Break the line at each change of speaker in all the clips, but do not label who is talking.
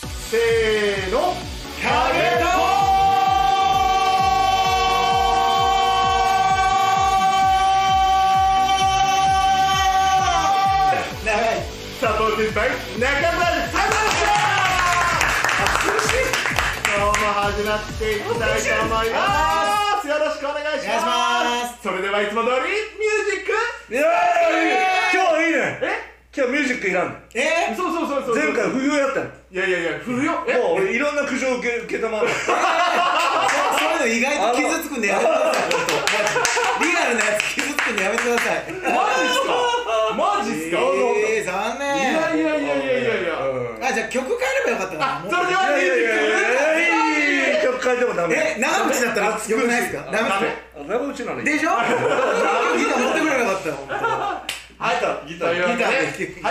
せーのキャベツ長い佐藤先輩中村さんでしたどうも始まっていきたいと思いますよろしくお願いしますそれではいつも通りミュージック
いやー今日いいね
え
今日ミュージックいらんの
え
そうそうそうそう
前回不要やった
い
の
やいやいや振るよえ
もう俺いろんな苦情を受け受けたまわる
そういうの意外と傷つくんでやめてください本当リアルなやつ傷つくんでやめてください
マジっすかマジっす
えー、
か、
残
い
念
やいやいやいやいやいや
うん
あじゃあ曲変えればよかったか
あそ
な
れではいミュージ
やいやい
ック
やいやいや曲変えてもダメ
え長渕だったらよくないですかダメ
ダメ
あ長渕なのに
でしょギター持ってくればよかったよ
はい、ギター、ギター、
ギ
ギター、
ター
は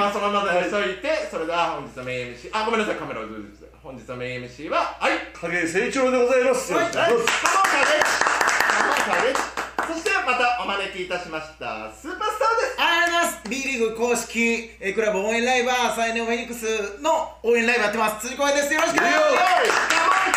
い、サバンはそのままにしといて、それでは本日のメイン MC、あ、ごめんなさい、カメラをずるずる本日のメイン MC は、はい、はい、
影井誠一郎でございますよ
は
ろ
い、
しく
サバンカレッジ、サバンカレッジ、そしてまたお招きいたしました、スーパースターです。
ありがとうございます B リーグ公式えークラブ応援ライバーサイネオフェニックスの応援ライブやってます辻光栄ですよろしくお願いし
おい
ます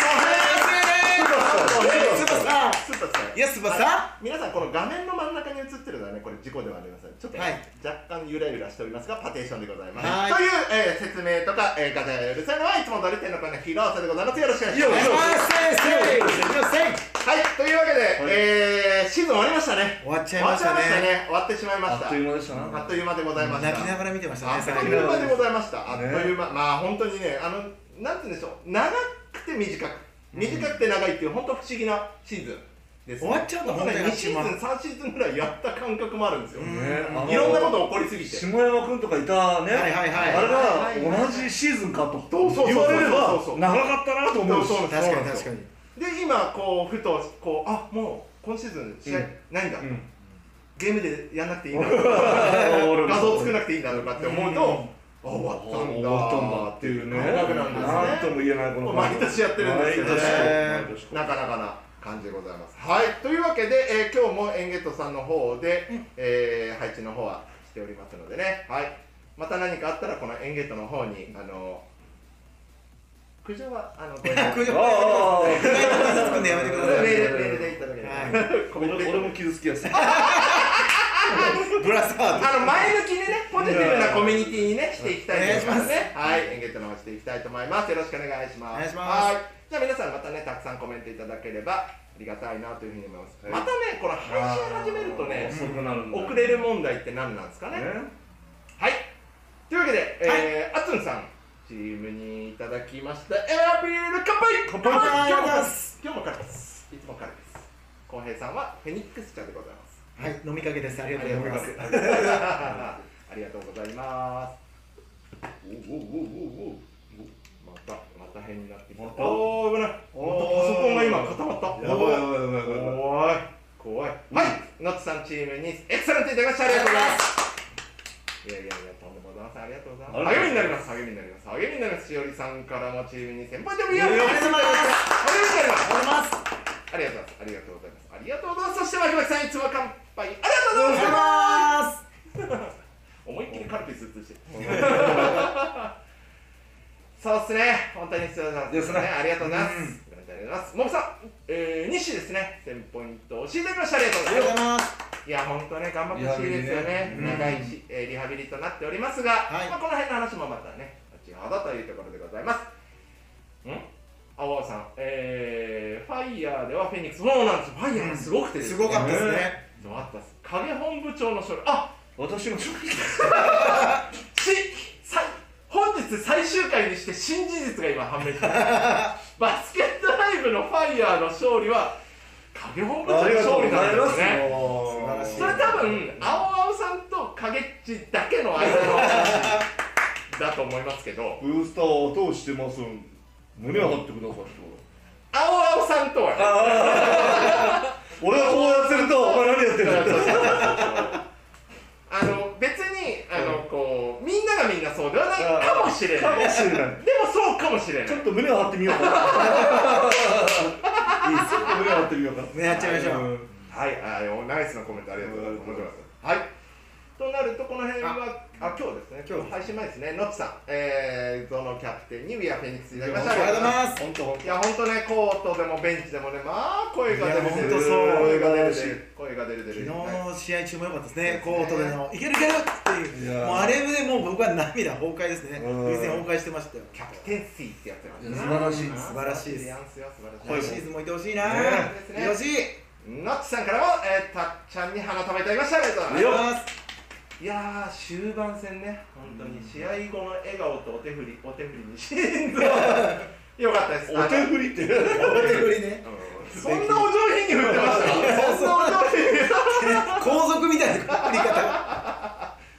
スーパースター
サバンカレッジスーパースター
いやスーパースター
あ皆さん、この画面の真ん中に映ってるのはね、これ事故ではありません。ちょっとね、
はい
若干ゆらゆらしておりますが、パテーションでございます。
はい
という、えー説明とか、えー、ガチャが許せるのは、いつも通り天の声の広瀬でございます。よろしくお願いし
お
ま
願い
す
し。ますせーせー
はい、というわけで、えー、シーズン終わりましたね。
終わっちゃいましたね
終わっちゃいましたね。終わってしまいました。
あっという間でしたな
あっという間でございました。
泣きながら見てましたね
あっという間でございました。あっと
ね
いう間、まあ本当にね、あの、なんて言うんでしょう、長くて短く、短くて長いっていう、本当不思議なシーズンです、
終わっちゃうんだ
本当に
本当
2
に
シーズン、3シーズンぐらいやった感覚もあるんですよ。
ねあの
いろんなこと起こりすぎて。
下山君とかいたね
はいはいはい
あれが同じシーズンかと
そうそうそう
言われれ
そう
ば
そうそう
長かったなと思うし
そうそう
確かに確かに
で、今、こう、ふと、こう、あ、もう、今シーズン試合、ないんだ、
うん
ゲームでやんなくていいな。
俺も
画像作らなくていいんだとかって思うと、あ終わったんだ
終わったんだっていうね
感覚なんですね
なんとも言えないこの
毎年やってるんですけどね
毎年
なかなかな感じでございますはいというわけで、えー今日もエンゲットさんの方で、えー配置の方はしておりますのでねはいまた何かあったらこのエンゲットの方にあの苦情はあのごめん なさい
苦情
ああ
意外と傷つくんでやめてくだ
メ
さい
ールメールでいただければ、 コメントで
俺も傷つきやすい
ブラスターズ
あの前向きにね、ポジティブなコミュニティにね、していきたいと思いますね。
ね
はい、エンゲットの方していきたいと思います。よろしくお願いし
お
ます。
願いします
はい。じゃあ皆さんまたね、たくさんコメントいただければありがたいなというふうに思います。
はい
またね、この配信始めるとね、
遅くなるんだよ
遅れる問題って何なんですかね。
ね
はい。というわけで、えー、あつんさん、チームにいただきました。エアビール乾杯
乾杯
今日も
乾杯です
今日も彼です。いつも彼です。浩平さんはフェニックス茶でございます。
はい飲みかけですありがとうございます
ありがとうございます。おおおおおお。またまた変になってきた。
また
おお危ない。パソコンが今固まった。
やばいやばいやばいやばい
怖い怖い。はい。ノッツさんチームにエクセレントいただきましてありがとうございます。いやいやいやとんでもございません。ありがとうございます。励みになります。励みになります。励みになります。しおりさんからもチームに先輩でもいいよ。
おめでとうございます
励みになりま
お
す。
ります
ありがとうございます。ありがとうございます。ありがとうございます。そして、まきまきさん、いつも乾杯。ありがと
お
うござ
は
います。
ようございます
思いっきりカルピス移して。 そうっすね。本当に必要なん
ですね
ありがとうございます。ありがとうございます。ももさん、えー、西ですね。1000ポイントを教えていただきました。ありがとうご
あ
ざ
り
い
がとうご
ま
ざいます
す。いや、本当ね、頑張ってほしいですよね。
リハビ
長
リね
いし、えーリハビリとなっておりますが、
はい
まあ、この辺の話もまたね、後ほどというところでございます。ん青青さん、えー、ファイヤーではフェニックス、そうなんです。ファイヤーがすごくてです
す
ね
ごかったですね
どうあったっす影本部長の書類あ
私の正直
しさ本日最終回にして新事実が今判明したバスケットライブのファイヤーの勝利は影本部長の勝利なんですね
ます
それ多分青青さんと影っちだけの間の話だと思いますけど
ブースターを後押ししてます胸を張ってくださいって
青青さんとはね
俺がこうやってるとお前何やってるんだって
あの別にあのこうみんながみんなそうではないかもしれ
か
ないで
も
も
しれない
そうかもしれない
ちょっと胸を張ってみようかないいですよ胸を張ってみようか
ねやっちゃいましょう
うん
はい、あのナイスなコメントありがとうございます。面白かったですはい。となるとこの辺はあ今日ですね今日配信前ですねノッチさん、えー、ゾノキャプテンにウィアフェニックスいただきました
ありがとうございます
本当本当
いや本当ねコートでもベンチでもねまあ声が出
い
る出る
や本当そう
声が出る出る声が出る
昨
出る
日の試合中も良かったですね、
そう
コー
ですね
トでの、いけるいけるって
い
いう、
やー
もうあれでもう僕は涙崩壊ですね、以
うん
前崩壊してましたよ、
キャプテンシーってやってますね
いや素晴らしい
素晴らしいです
アンスよ素晴
今
ら
声
し
も
シ
い
ーズンもいてほしいな、
ね
いてほしい、
ノッチさんからも、えー、たっちゃんに花束いただきましたありがとうございます
よっ
いやー終盤戦ね、本当に試合後の笑顔とお手振り、お手振りに心 臓、よかったです。
お手振りって
お手振りね、
そんなお上品に振ってました。 そんなお上
後続みたいな振り方、
品。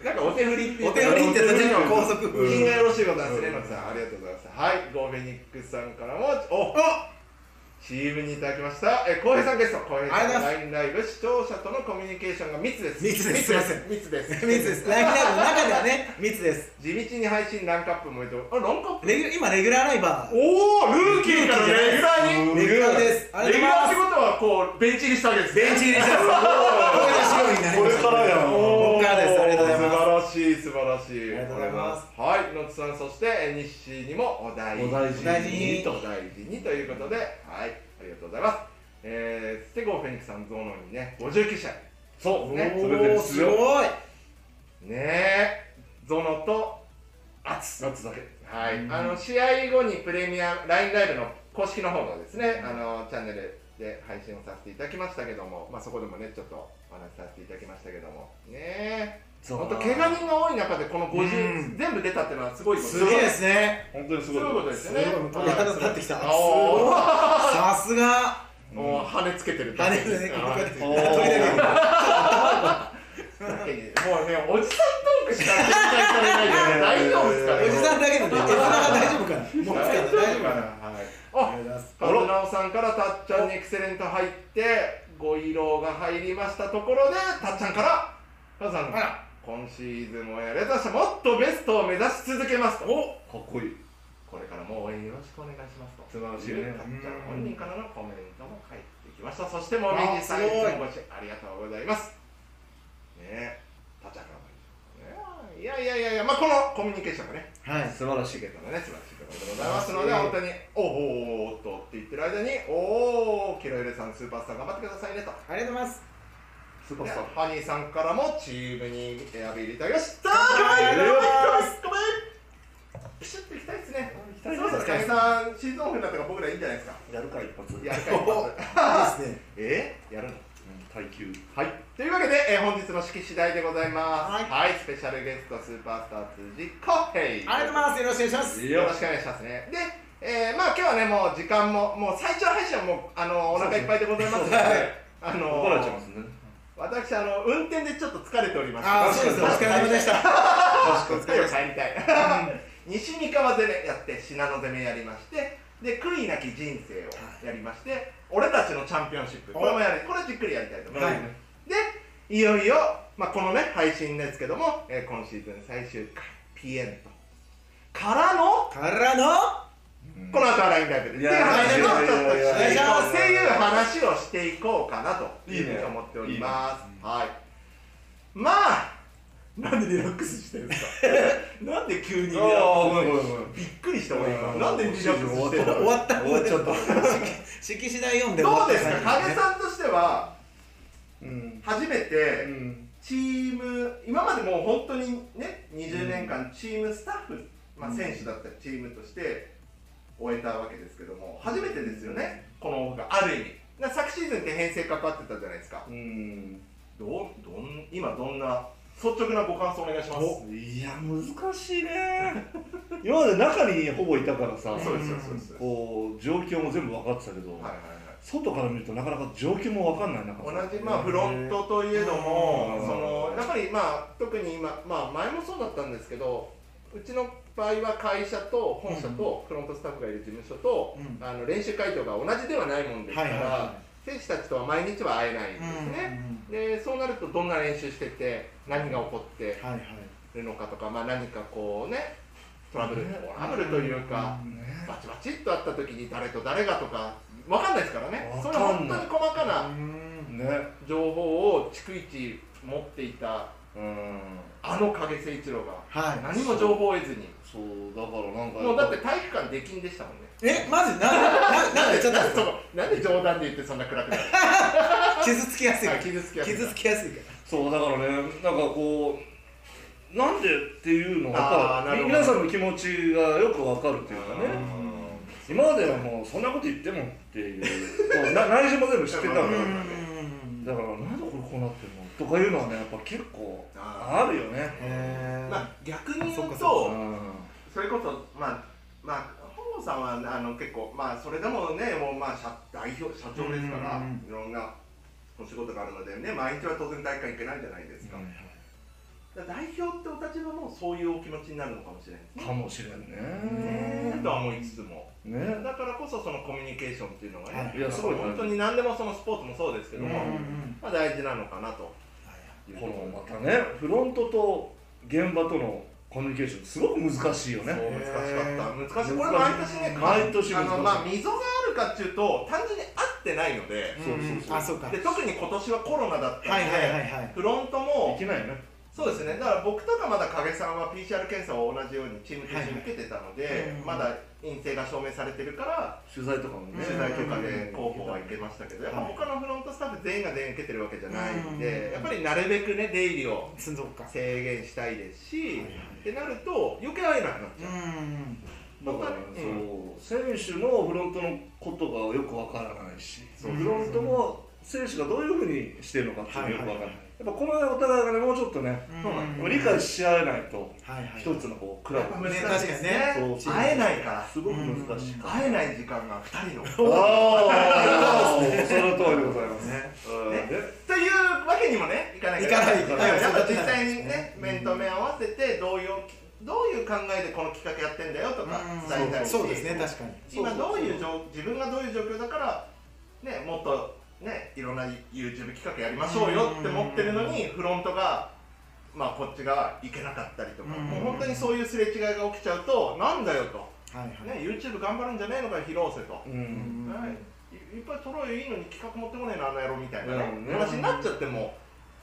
なんかお手振りって。
お手振りって途中の高速
うん品がよろしいことなんですね、
うん
ノ木さん、ありがとうございます。はい、ゴーフェニックスさんからも、お、チームにいただきました。え、浩平さんゲスト、浩平
あり
さ
がとうござ
ん、
い
LINE ライブ視聴者とのコミュニケーションが密です。
密ですすいません
密です。
密です、ラインライブの中ではね、密です、
地道に配信ランカップもいて、あ、ランカップ。
レギュ今、レギュラーライバー、
おおルーキーからレギュラーに
レギュラーです、あ
レ
り
ギュ
が
ラーっ
と
て
うございます、
ことはこうベンチ入りしたわけですね
ベンチ入りしてます、これが白になり
こ
ま
れ
した
からやん
おー
こっからですありがとうございます
素晴らしい素晴らしい
ありがとうございます
はいのつさんそしてえー日誌にもお大事に
お大事に
とお大事にということではいありがとうございますえー、ステゴーフェニックスさんゾーノにね59試合
そう
ね
それで
おー
す
す
よ
ごい
ねえゾノとアツ
夏だけ
はい、あの試合後にプレミア LINE ライブの公式の方のですね、あのチャンネルで配信をさせていただきましたけども、まあ、そこでもねちょっとお話しさせていただきましたけどもねえ
そう
本当怪我人が多い中でこの50、
うん
全部出たっていうのはすごいこと
すげえですね
本当にす
す
ご
ご
い
いことですよね
すごいこと
はい
いや立ってきた
おー
さすが
もう跳ねつけてる
羽根でねここで
おー
取り上げて
だけに もうねおじさんトークしか絶対されないよね大丈夫ですかね
おじさんだけのね手綱が大丈夫かなもうつか
大
ない
丈
大丈
夫
夫か
かな
な
はい
あ
あ
りがとうございます
カズナオさんからたっちゃんにエクセレント入ってご慰労が入りましたところでたっちゃんからカズさん
あら
今シーズンもやれたしもっとベストを目指し続けますとこ
かっこいい
れからも応援よろしくお願いしますと
素晴らしいね
たっちゃん本人からのコメントも返ってきましたそしてもみじさん
あ
い
すごい
つもご視聴ありがとうございますねえたっちゃんからもいやいやいやいやまあこのコミュニケーションがね
はい
素晴らしいけど
ね、素晴らしいところでございますので、本当に、おーおーおーっとって言ってる間に、おー、キロエルさん、スーパースター頑張ってくださいねと。
ありがとうございます
スーパー
で
スター
ハニーさんからもチームに選び入れてあげました
ありがとうございます
ごめんピシュッといきたいですね。
うん
そうですか、ハニーさん、シーズンオフになったから僕らいいんじゃないですか。
やるか一発
やるかい
おいいですね
えやるの
うん耐久
はい、というわけで、えー本日の式次第でございます。
は
はい、スペシャルゲスト、スーパースター辻浩平。あり
ありがとうございますよろしくお願いします
よろしくお願いしますね。で、えー、まあ今日はね、もう時間も、もう最長配信はもう、あの、お腹いっぱいでございますので、あの
怒られちゃいますね
私、あの、運転でちょっと疲れております。
ああそうですお疲れ様でした
確かに。疲れを帰りたい。 西三河攻めやって、信濃攻めやりまして、で、悔いなき人生をやりまして、俺たちのチャンピオンシップ、これもやる、これじっくりやりたいと思います。
はい
で、いよいよ、まあ、このね、配信ですけども、えー今シーズン最終回、ピエント。からの、
からの
この後は LINE ライブで。って
い
いう
や
話をちょっとしてい
いやいやいやい
こ
や
うっていう話をしていこうかなと
いい
いう
ね
ふうに思っております。はい。まあ、なんでリラックスしてるん ですかなんで急にリラ
ああごめ
ッ
んご
ク
めんごめん
スびっくりした俺
う
今。
ん
なんでリラックスしてるの
終わった
終わっちゃった
式次第読んで終
ど
わっ
う
た
ですか影さんとしては、
うん
初め
う
て
ん
チーム、今までもう本当にね、20年間チームスタッフ、まあ選手だったりチームとして終えたわけですけども、初めてですよね、このオフがある意味。な昨シーズンって編成かかってたじゃないですか。
うん
どうどん今どんな率直なご感想お願いします。
おいや難し いね今まで中にほぼいたからさ
そうですよそうですよ。
こう状況も全部分かってたけど、
はいはい
外から見るとなかなか状況も分かんない中
はい。同じまあフロントといえど
う
もそ
ん、
のやっぱりまあ特に今まあ前もそうだったんですけど、うちの場合は会社と本社とフロントスタッフがいる事務所と、
うん
あの練習会場が同じではないもんですから、
はいはいは
選手たちとは毎日は会えないんですね。でそうなるとどんな練習してて何が起こって
はいはい
るのかとか、まあ、何かこうねトラブルトラブルというか、バチバチっとあった時に誰と誰がとか分かんないですからねそ
わ
れ
か
は本
ん
当
ない
に細かな
うん
ね
情報を逐一持っていたうんあの影誠一郎が、
はい
何も情報を得ずに
そうだからなんか
もうだって体育館出禁でしたもんね
えマジなんでなんでなんでちょっ
なんで
と
そうなんで冗談で言ってそんな暗くなる
傷つきやすいから
あ傷つきやすい
傷つきやすいか
そうだからねなんかこうなんでっていうのが
あーなるほど
皆さんの気持ちがよくわかるっていうかね今まではもうそんなこと言ってもっていうこうな 内心も全部知ってたからだ
う
から
ん
ら
なんでこれこうなってるのとかいうのはねやっぱ結構
あ
あるよね
へ
まあ逆に
そ
言
っ
う
か
と
そ
それこそまあまあ本郷さんはあの結構まあそれでもねもうまあ社代表社長ですから、
うんうん
いろんなお仕事があるのでね毎日は当然大会行けないじゃないですか,、だから代表ってお立場もそういうお気持ちになるのかもしれないですね
かもしれん
ね
ね
えとは思いつつも
ね
だからこそそのコミュニケーションっていうのがね
いやすごい
本当に何でもそのスポーツもそうですけども、
うん
まあ、大事なのかなという
ことのまたねフロントと現場とのコミュニケーションすごく難しい
そ
よ
う
ね
難しかった難しい
へー
これ毎年ね
毎年
あ
難しい
のまあ溝があるかっていうと単純に合ってないので
そうそうそう
あそうかは
で
い
特に今年はコロナだったので、
はいはいはい
フロント
い
も
けないよね
そうですねだから僕とかまだ影さんは PCR 検査を同じようにチームと一緒に受けてたので、
はいはいうん
まだ陰性が証明されてるから
取材とかもね
取材とかで
うん
広報は行けましたけどやっぱ
はい
他のフロントスタッフ全員が全員受けてるわけじゃないんで、
うん
やっぱりなるべくね出入りを
すんどっか
制限したいですし、
はいはい
ってなると余計会えなくなっ
う
ちゃう、
ん
だから、そう選手のフロントのことがよくわからないし、
そう
フロントも選手がどういうふうにしてるのかっていうのがよくわからない、やっぱこの辺お互いがねもうちょっとね、
そうなん
理解し合えないと
はいはい
一つのこうクラブ
ん
難しいです
確
かに
ね
ねそう
会えないから
すごく難しいから、
会えない時間が2人の。
ああその通りでございますね
ね
ねというわけにもねいかない
いかないいかない
やっぱ
そう
実
だね
際にね面と面合わせてどういうどういう考えでこの企画やってんだよとか伝えた
うん
りして
そうですね確かに
今どういう状自分がどういう状況だからねもっとねいろんな YouTube 企画やりましょうよって思ってるのにフロントがまあこっちがいけなかったりとか
うん
もう本当にそういうすれ違いが起きちゃうとなんだよと
はいはい
ね YouTube 頑張るんじゃねえのかよ広瀬と
う
うんん
はい、いいっぱい揃えいいのに企画持ってこねえなあの野郎みたいなね
うんね
話になっちゃっても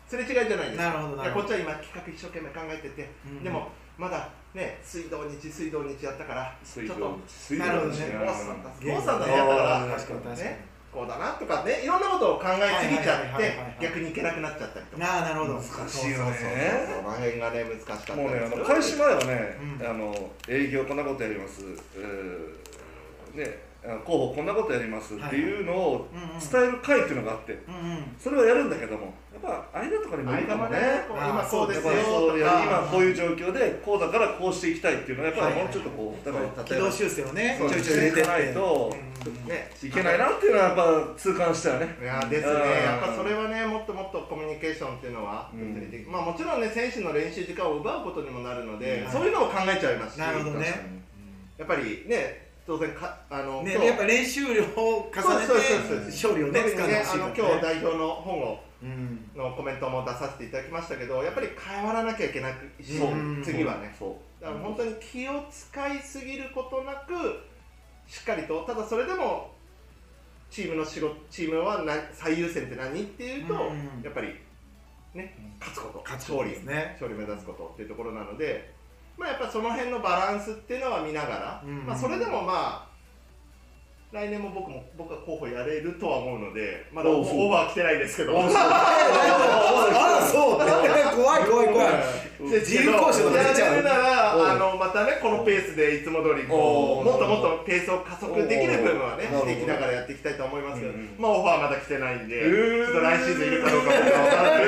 すれ違いじゃないですか
なるほどなるほど
いやこっちは今企画一生懸命考えてて、
うん
でもまだね水道日水道日やったからちょ
水
っ
道
と
水
なるほどね
郷さんだ
うん
郷さんだねやった
あ
か
ー
確かに
ら
確か
ねこうだなとかねいろんなことを考えすぎちゃっ
はいはいはいはいはい
て逆にいけなくなっちゃったりと
に
か
なあなるほど
難しいよ
そうそう
ね
その辺がね難しかったり
もうね、あ
す
の
る
開始前はね、
うん
あの営業こんなことやります、えーね、あの広報こんなことやりますっていうのを
はいはいうんうん
伝える会っていうのがあって、
そううんうん
それはやるんだけども、やっぱ間とかにもいる
間
かも
まで
ね。
ねこう
あー
今そうです
やっ
よとか
ぱそういや今
あー
こういう状況でこうだからこうしていきたいっていうのはやっぱ
は
り
いはい
もうちょっとこう、
そう
だ
例
から
軌
えば
道修正をねち
そ
ょ
う
いちょい入れてっ
していかないと
うんうんうん
ね
いけないなっていうのはやっぱ痛感したよね。
いやーですね、
うん
やっぱそれはね、もっともっとコミュニケーションっていうのは、
うん
別にできまあ、もちろんね、選手の練習時間を奪うことにもなるので、
うん
そういうのを考えちゃいますし、
なるほどね
確かに
やっぱりね、当然か、あの、
ね
今日
やっぱ練習量を重ね
そうそうそうそう
て勝利をね
特に
掴んで
ね
ほし
あ
いか
の
らね
今日代表の本を
うん
のコメントも出させていただきましたけど、やっぱり変わらなきゃいけなくし、
うん
次はね。
そう
だから本当に気を使いすぎることなく、しっかりと、ただそれでも、チームの仕事チームはな最優先って何っていうと、
うん
やっぱり、ね、勝つこと、
勝ち
勝利
ですね
勝利を目指すことっていうところなので、まあ、やっぱその辺のバランスっていうのは見ながら、
うん
まあ、それでもまあ、来年も僕も僕は候補やれるとは思うので、まだ
おう
オ
そう
ーバー来てないですけど、
おうそう
あらそう怖い怖い怖い自由交渉が出ちゃう
やれるな
おう
ら、あのまたね、このペースでいつも通りこう、
おう
もっともっとペースを加速できる部分はね、
おう
していきながらやっていきたいと思いますけど、
うんうん
まあ、オファーまだ来てないんで、
えー
ちょっと来シーズンいるかどうかも分からない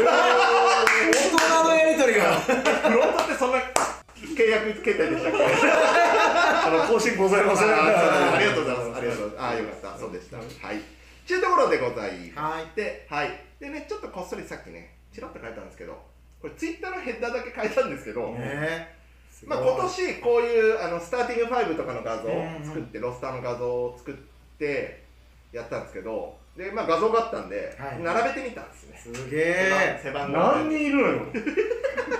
です
大人のやりとりが
フロントってそんな契約形態でしたっけ
あの更新ございません。
ありがとうございます。ありがとうございます。あよかった。そうでした。はい。ちゅうところでございまして、はい。でね、ちょっとこっそりさっきね、ちらっと書いたんですけど、これツイッターのヘッダーだけ書いたんですけど、
ね
まあ今年こういうあのスターティングファイブとかの画像を作って、ロスターの画像を作ってやったんですけど、でまあ画像があったんで、
はい
並べてみたんですね。
すげえ
背番号。
何人いるのよ。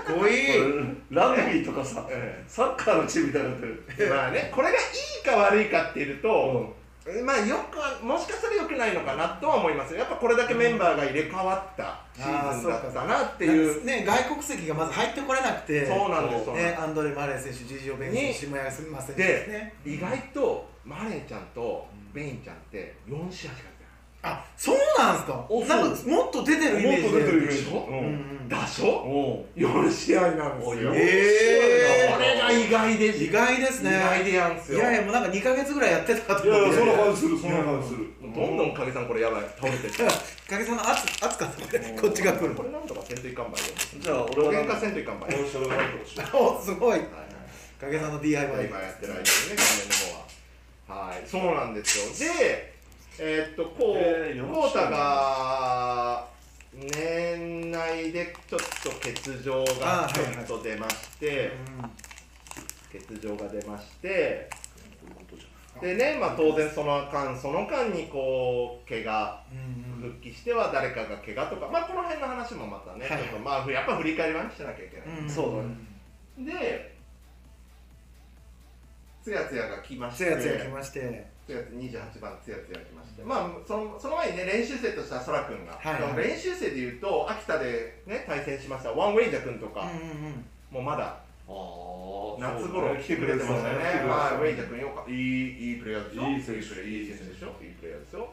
かっこいい
ラグビーとかさ、
え
サッカーのチームみたいになってる。
まあね、これがいいか悪いかっていうと、
う
まあよくはもしかしたら良くないのかなとは思いますよやっぱこれだけメンバーが入れ替わったシーズンだったなっていう
ね、外国籍がまず入ってこれなくて
そうなんですそうなんで
ね、
す
アンドレ・マレー選手ジージオ・ベン選手もやらせません
で、
ね
意外とマレーちゃんとベインちゃんって4試合しか
あそうなんですか
おそう
なんかもっと出てるイメージで
もっと出てるイメー
出
ジ
てないでしょ、
う
うん
ん
うん
だしょ
おう
4試合なんですよ、
お
こ
えー
れが意外で
意外ですね
意外でやんす
い
よ
やいやもうなんか2か月ぐらいやってたかと
い
思
や
っ
い
て
やそんな感じするそんな感じする
どんどん影さんこれやばい倒れてる
影さんの圧圧かと思ってこっちが来る
これなんとかせんといかんばいよ
じゃあ俺
お喧
はなんか
嘩せんといかんばいよ
俺それはなんとかしよ
おすごい
はいはい
影さんの DIY
今やってないですね、画面の方は。はい、そうなんですよ。で、えーっと、こう、
えー
コータが、年内でちょっと欠場が
あー
ち
はい
ょ
はい
っと出まして、欠場が出まして、
ういうことじゃ
でね、まあ当然その間、その間にこう、怪我、
うんうんうん
復帰しては誰かが怪我とか、まあこの辺の話もまたね、
はい
ちょっとまあやっぱ振り返りはしなきゃいけない。
うん
そうだね
で、つやつやが来まし
つ
て、
やつや来まして
9月28番つやつや来まして、まあ、そのその前にね練習生としたそらくんが、
はいはい
その練習生でいうと秋田で、ね、対戦しましたワンウェイジャ君と
うん
か、
うんうん
もうまだ
あ
夏頃来てくれてましたね
来てくれてま
は
し
い、
た
ウェイジャ君よかいいいいプレイヤーでしょ
いい選手
いい選手でしょいいプレイヤーですよ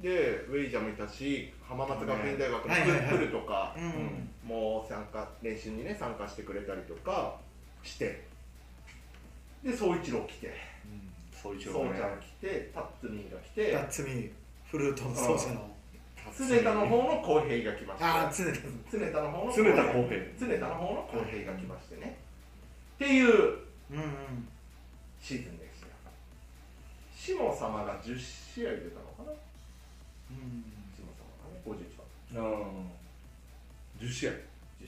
でウェイジャもいたし浜松学院大学のプ
はいはいはい
ップルとか、
うんうん
もう参加練習にね参加してくれたりとかしてで総一郎来て
そう一
総
応
ちゃん
ね
来てタッツミーが来て
あつみフルートの奏者の
常田の方の公平が来まし
ああ
た
常田
常田の方の
常田公平
常田の方の公平が来ましてねっていう
うんうん
シーズンでした下様が10試合出たのかな
うん
下様がね51番
うん10試合
10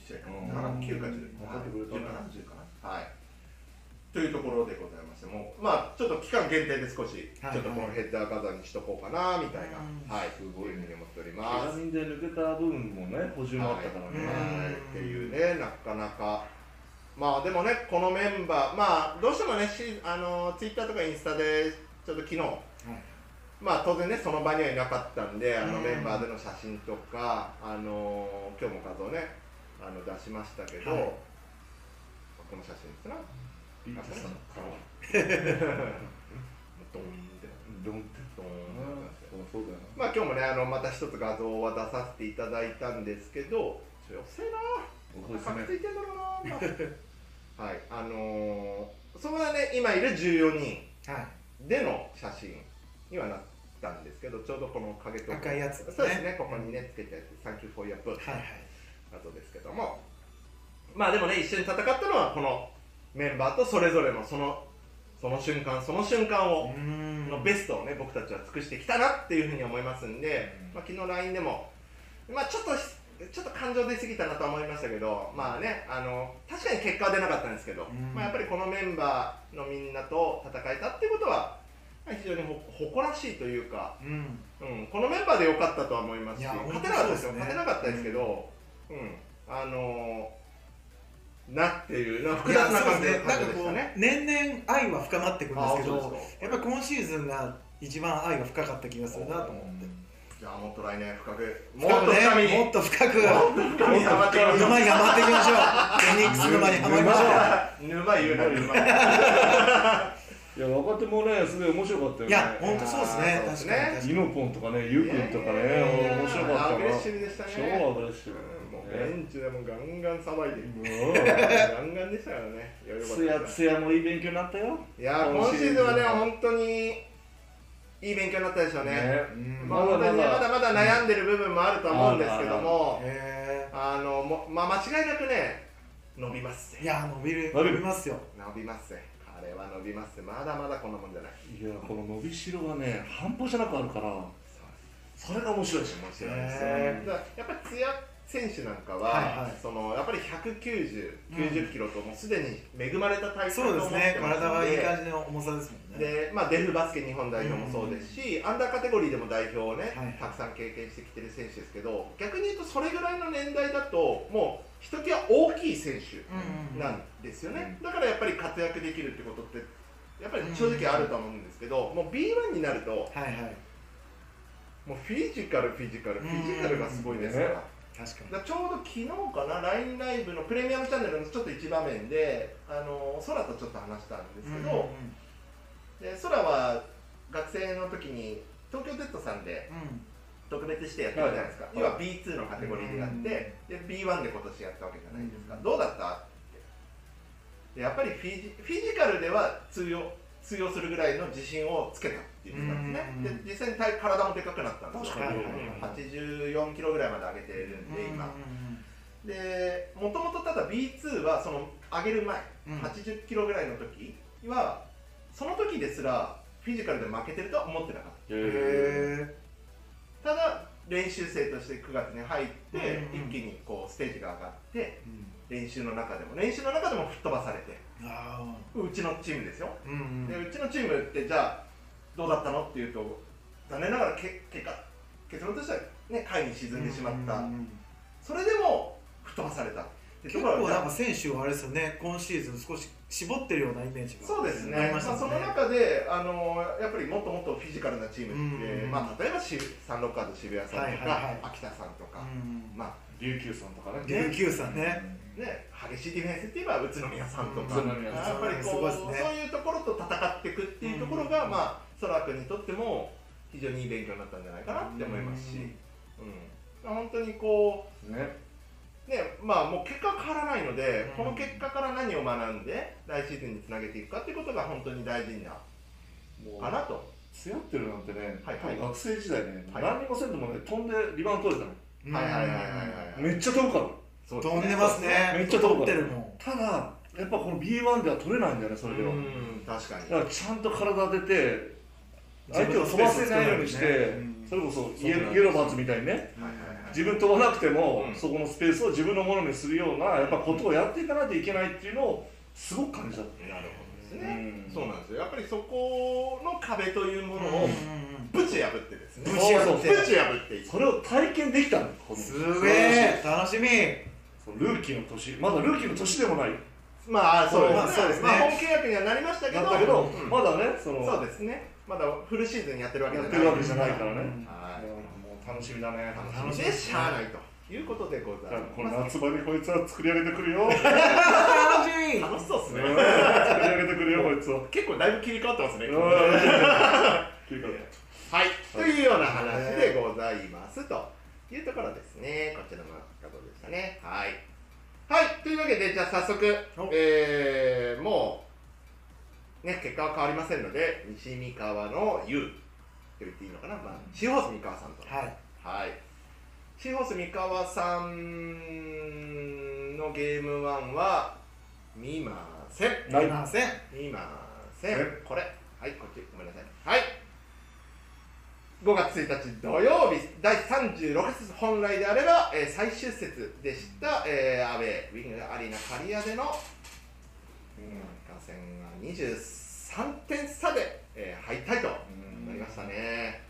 試合か
うん
なだから9か10
残ってくれたね
10かな10かなはいというところでございましてもうまあちょっと期間限定で少し、
はい
ちょっとこのヘッダー飾りにしとこうかなみたいな、
うん
はいすごいうふうに思っており
怪
ま
我
す
人で抜けた部分もね補充もあったから
うん
ね
はいっていうね、なかなか、まあでもね、このメンバー、まあどうしてもね、しあのツイッターとかインスタで、ちょっと昨日、まあ当然ね、その場にはいなかったんで、あの
うん
メンバーでの写真とか、あの今日も画像ね、あの出しましたけど、
はい
この写真ですな、
ビッグさんの 顔
ドーンってなって
ドンって
ドーンってなって
そうだよ
まあ今日もね、あのまた一つ画像は出させていただいたんですけど、ちょっと遅いな
そうです
つ
ね
いてんだろうなはいあのー、そこはね今いる14人
はい
での写真にはなったんですけどちょうどこの影と
赤いやつ
そうですねここにねつけたやつ「サンキューフォーヤップ」
はいはい
などですけどもまあでもね一緒に戦ったのはこのメンバーとそれぞれのそのその瞬間その瞬間を、
うん
のベストをね僕たちは尽くしてきたなっていうふうに思いますんで、
うん
まあ、昨日 LINE でも、まあ、ちょっとちょっと感情出過ぎたなとは思いましたけど、まあね、あの確かに結果は出なかったんですけど、
うん
まあ、やっぱりこのメンバーのみんなと戦えたっていうことは、まあ非常にほ誇らしいというか、
うん
うん、このメンバーで良かったとは思いますし
いや
勝てなかったですよ
本当そうで
勝て
すね
なかったですけど、うんあのなっていうな複
い
雑
や
な
そう
感
で
じ
す
で
ねなんか
し
こ
た
う
ね。
年々愛は深まっていくんですけ
あそう
ど
ですか
やっぱり今シーズンが一番愛が深かった気がするなと思って
じゃあもっと来年深くも
も
っと深みに
もっと深く
深みにハマっていきましょう
沼にハマっていきましょうフェニックス沼にハマりましょう
沼言うな沼
いや若手もねすごい面白かったよね
いや本当そうですね
あー
確
そう
か
で
に確か
イノポンとかねユウくんとかね面白かった
アグ
な
レッシブでしたね
超アグレッシブ
もうベンチでもガンガン騒いで
ね
ガンガンでしたからねいやよかっ
つや
たです
つやもいい勉強になったよ
いや今シーズンはね本当にいい勉強になったでしょうね
うん
まあ、本当にねまだまだ悩んでる部分もあるとは思うんですけども
にへ
あのもまあ間違いなくね伸びます
えいや伸びる
伸びる
伸びますよ
伸びますね彼は伸びますまだまだこんなもんじゃない
いやこの伸びしろがね半端じゃなくあるからそれが面白いし
面白いですよ
へ
ね。だからやっぱり艶選手なんかは、
はいはい
そのやっぱり190、
うん
90キロともうすでに恵まれた体格
そうです
を持っ
ね
てます
体はいい感
じ
じの重さですもんね
で、まあ、デフバスケ日本代表もそうですし、アンダーカテゴリーでも代表をね、
はい
たくさん経験してきてる選手ですけど、逆に言うとそれぐらいの年代だと、もうひときわ大きい選手
うんうんうん
なんですよね、だからやっぱり活躍できるってことって、やっぱり正直あると思うんですけど、もう B1 になるとも
はいはいう
フィジカルフィジカルフィジカルがすごいですから,、
うん
確かに
だからちょうど昨日かな LINE ライブのプレミアムチャンネルのちょっと一場面であの空とちょっと話したんですけど、で空は学生の時に東京 Z さんで
うんうん
特別してやってたじゃないですか、
い
今 B2 のカテゴリーでやって、で B1 で今年やったわけじゃないですか、
うん
どうだったってでやっぱりフィジフィジカルでは通用通用するぐらいの自信をつけたって言ってたんですね、
うん
で実際に体体もでかくなったんです
確
よ
かに
84キロぐらいまで上げてるんで今、でもともとただ B2 はその上げる前、
うん
80キロぐらいの時はその時ですらフィジカルで負けてるとは思ってなかった
え
へ
ただ練習生として9月に入って、
うんうん
一気にこうステージが上がって
えうん
練習の中でも練習の中でも吹っ飛ばされて
あ
うちのチームですよ、
ーうん
で
うん
うちのチームってじゃあどうだったのっていうと残念ながらけ結果結論としてはね下位に沈んでしまった、
うんうんうん
それでも吹っ飛ばされたで
結
ところ
構
が
なんか選手はあれですよね今シーズン少し絞ってるようなイメージが
そうですね、
あり
ま
ま
あ、
した
そ
もん
の
ね
中で、あのやっぱりもっともっとフィジカルなチームって、
うん
まあ、例えばしサンロッカーズ渋谷さんとか、
はいはいはい
秋田さんとか、
うん
まあ、
琉球さんとかね
琉球さんね
ね、激しいディフェンスって言えば宇都宮さんとか、
うん宇都宮さん
やっぱりこう、
すごいですね
そういうところと戦っていくっていうところが、
うん
まあ、空君にとっても非常にいい勉強になったんじゃないかなって思いますし、うん本当にこ
ね
う、ねまあ、もう結果は変わらないので、
うん
この結果から何を学んで、来シーズンにつなげていくかっていうことが本当に大事な
も
かなと。
強ってるなんてね、
はいはい
学生時代ね、
はい
何にもせんでもね飛んでリバウンド取れたの、
うん
はいはいはいはいはいはい
めっちゃ飛ぶから
そうですね
飛んでますね
めっちゃ飛ぶ
取ってるもん
ただやっぱこの B1 では取れないんだよねそれでは、
うん確かに
だからちゃんと体出て相手を飛ばせないようにして、
うん
それこそ
そう
イエ
なんです
イエローパンツみたいにね
はいはいはい
自分飛ばなくても、
うん
そこのスペースを自分のものにするようなやっぱことをやっていかないといけないっていうのをすごく感じた、
なるほどですね、
うん
そうなんですよやっぱりそこの壁というものをぶち破ってですね
ぶち破って
そうそうぶち破っていく
それを体験できたんだよこの
す
素
げ
晴らし
え楽
い
しみ
そのルーキーの年まだルーキーの年でもない
まあそうですね,、
ま
ま
あ
あ
そうですね
本契約にはなりましたけど
なんだけど、
うん
まだねその
そうですねまだフルシーズンやってるわけじ
や
ゃ
っ
な
て
い
るわけじゃないからね、
うん
はい
いやもう楽しみだね
楽しみでしゃあないということでございます
この夏場にこいつは作り上げてくる よ
楽しみ
楽しそうです
作
ね
り上げてくるよこいつは
結構だいぶ切り替わってますね
うん切り替わっ
はい、というような話でございますというところですね、こちらの画像でしたね。はい、はい、というわけで、じゃあ早速
お、
えー、もう、ね、結果は変わりませんので、西三河の優と言っていいのかな、まあ、シーホース三河さんと。
はい
はい、シーホース三河さんのゲーム1は見ません。
たはい
いません
見ません
え
これはいこっちごめんなさいはい5月1日土曜日第36節本来であれば、えー最終節でした、えー、アウェーウィングアリーナ刈谷での観戦が23点差で、えー敗退となりましたね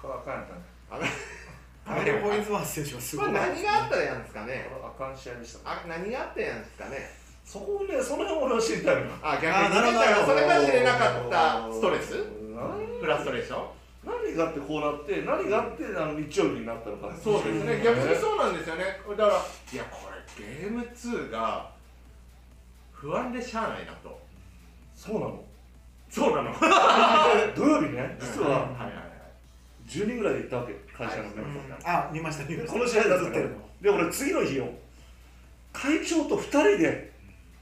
これあかんやったね
あの
アメリカポインズワン選手はす
こ
ごい
れ何があったらやんですかね
これあかん試合でしたね
あ何があったらやんですかね
そこをねその辺俺は知りたいのよ
あ逆
あーなる
に
ほどなるほ
そ
ど
れが知れなかったストレス
なん
フラストレーション
何があってこうなって何があってあの日曜日になったのか
そうですね、逆にそうなんですよね、だから、いや、これ、ゲーム2が不安でしゃあないなと、
そうなの
そうなの、
土曜日ね実
い
は
はいはい、
10人ぐらいで行ったわけ会社の
う
メ
ん
ンバー
うんあ見ました見ました
この試合だった
映って
から
るの
で俺次の日よ会長と2人で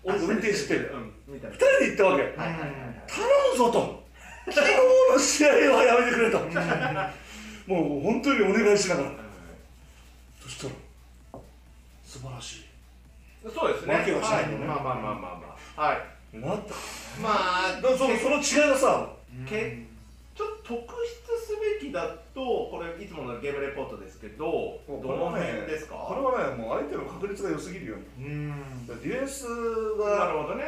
俺運転してる
うん、みたい
2
な、
人で行ったわけ
はいはいはいはい、
頼むぞと昨日の試合はやめてくれともう本当にお願いしながらそしたら素晴らし
そうですね、
わけはしないよね
まあまあまあまあまあ、はい、
いなった
まあ、
だからそのその違いがさ
けちょっと特筆すべきだと、これ、いつものゲームレポートですけど、どの辺ですか、
これはねもう相手の確率が良すぎるよ
うん
だからディフェンス
な
が
るほどね、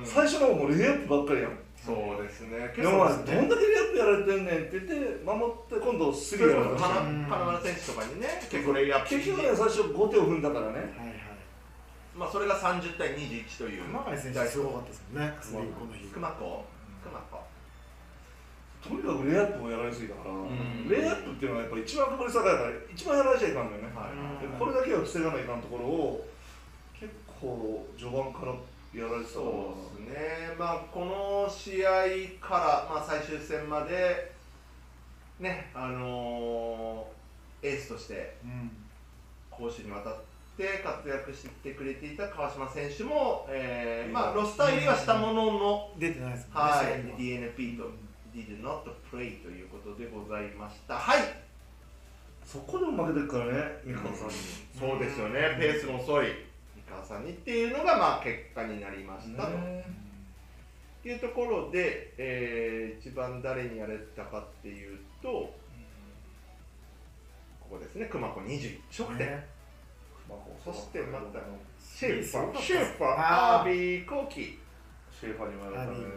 うん、
最初の方もレイアップばっかりやん
そうですね、
でもお前どんだけレイアップやられてんねんって言って守って今度ス
そ
リー
れ
や
こ
られ
そ
た
金
し
うん
金丸選手とかにね、結構レイアップ
結局ね最初5手を踏んだからね
はいはい
まあそれが30対21という
熊谷選手すごかったですもんねスリーこの日
熊子熊子
とにかくレイアップをやられすぎたから、
ん
レイアップっていうのはやっぱ一番運ばれさだから一番やられちゃいかんのよね、
はい
でこれだけは防がないかんところを結構序盤からやられてたから
そうですね、まあ、この試合から、まあ、最終戦まで、ねあのーエースとして
うん
攻守にわたって活躍してくれていた川島選手も、えーまあ、
うん
ロスター入りはしたものの、
出てないですもんね
は
試合
い
には
DNP と Did not play ということでございました。はい
そこでも負けてるからね三河さんに、
そうですよね、ペースの遅い三河さんにっていうのが、まあ、結果になりましたと。っていうところで、えー一番誰にやれたかっていうと、ここですね、熊子21得点、
まあ
そしてまたシェー
ェー
フ
フ
ァー、
ァー
シェーファー、
あー
アービー、コーキ、
シェーファーにもやられたね
あ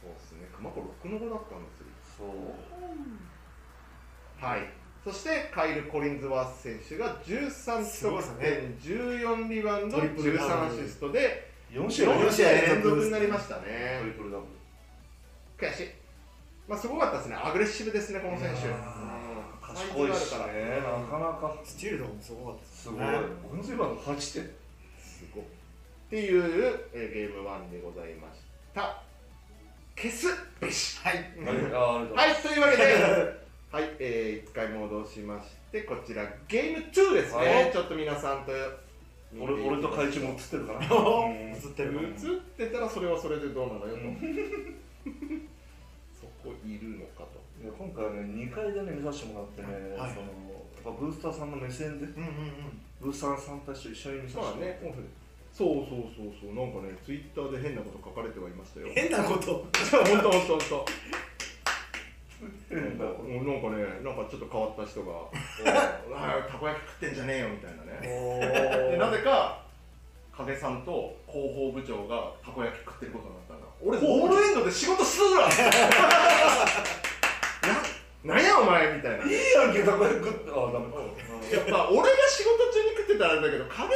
そうですね、熊子6の5だったんですよ。
そう
はい、そしてカイル・コリンズワース選手が13得点、14リバウンド、
トリプルダ
13ア
ブル
シストで、
4試合
4試合連
連
続
続
になりました
トリ
ね。
プルダブル
悔しい。まあ、すごかったですね、アグレッシブですね、この選手。
い
う
や
ん
賢いし
サイズがあるから
ねなかなか
スチールとかもすごかったです
すごいオフェンスリバウンド8点
すごっっていう、えーゲーム1でございました消すべし
はい
あれあれだ
はいというわけではい、えー、1回戻しましてこちらゲーム2ですね、
はい
ちょっと皆さんと
俺俺と会長も映ってるかな
映
映
ってる
映ってたらそれはそれでどうなの よとそこいるのかと
いや今回はね2回でね見させてもらってね、
はい
そのやっぱブースターさんの目線で
うんうん
ブースターさんたちと一緒に見さ
ま
せて
あ
もらっ
ねオ
て、
フそうそうそうそうなんかねツイッターで変なこと書かれてはいましたよ
うん変なこと
本当本当本当
うん
もうなんかね、なんかちょっと変わった人が、おいおいたこ焼き食ってんじゃねえよみたいなね。でなぜか、影さんと広報部長がたこ焼き食ってることになったんだ。俺、ゴールエンドで仕事する わななんやお前みたいな。
いいやんけたこ焼き食ってあダメか
やっぱ俺が仕事中に食ってたらあれだけど、影さんは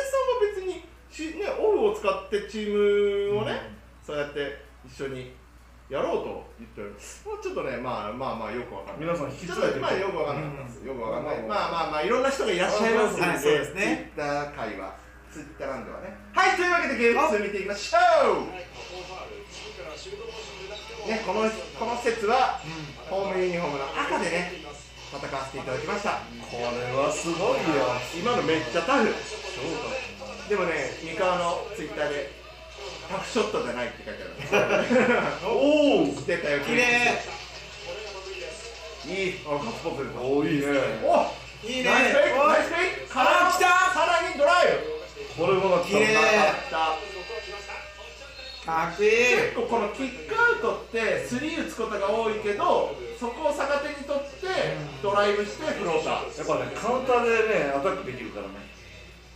別にし、ね、オフを使ってチームをね、そうやって一緒にやろうと言ってる。まあちょっとね、まあまあまあよくわかんない。
皆さん引き
ち
継
ょっ
いで
とまあよくわかんないです、よくわかんない、まあまあまあいろんな人がいらっしゃいますので、
はいそうですね
ツイッター界はツイッターランドはねはいというわけでゲーム2見ていきましょうねこのこの施設は、ホームユニフォームの赤でね戦わせていただきました、
これはすごいよ
今のめっちゃタフでもね三河のツイッターでタフショットじゃないって書いてある
お
来てたよ
綺麗
いいおガッツポーズです
おおいいね
お
いいね
ナイスフェイク
おい
ナイスフェイクから
来た
さらにドライブ
これもな
綺麗
あった
かっこいい
結構このキックアウトってスリー打つことが多いけどそこを逆手に取ってドライブしてフローター
やっぱねカウンターでねアタックできるからね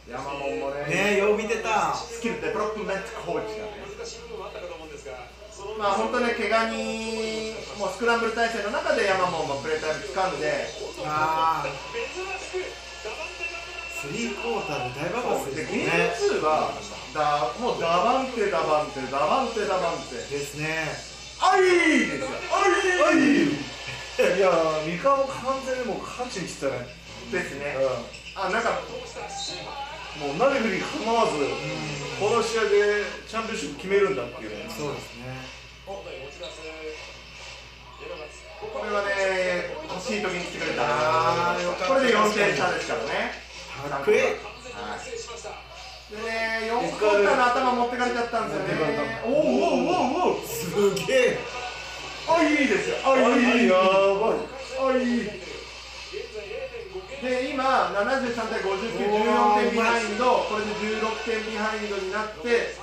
山本もね
ねえよう見てた
スキルデベロップメントコーチがね
難しい部分もあったかと思うんですが、その
まあ本当ね怪我にもうスクランブル体制の中で山本もプレータイム掴んで
ああ
珍しく、ダバンテが
スリークォーターで大爆発
で
です
ゲー
ね
ム2はだもうダバンテダバンテダバンテダバンテ
ですね
あいですよあい
いやー三河も完全にもう勝ちに来てたね
ですね
う
あなんか
んもうなりふり構わずこの試合でチャンピオンシップ決めるんだっていうね
そうですね
本体を持ち出す、山松、ここ
これはね欲しい時に来てくれたなこれで4点差ですからね
かっこいい
完全に覚醒しました。
でね、4クォーターの頭持ってかれちゃったんですよね
持ってかれた。
おうおうおうおう。
すげえ
あ、いいですよ。あ、いい。
や
あ、
ばい
いい。
現在0.5
で、
ゲーム
今、73対59、14点ビハインド、これで16点ビハインドになって、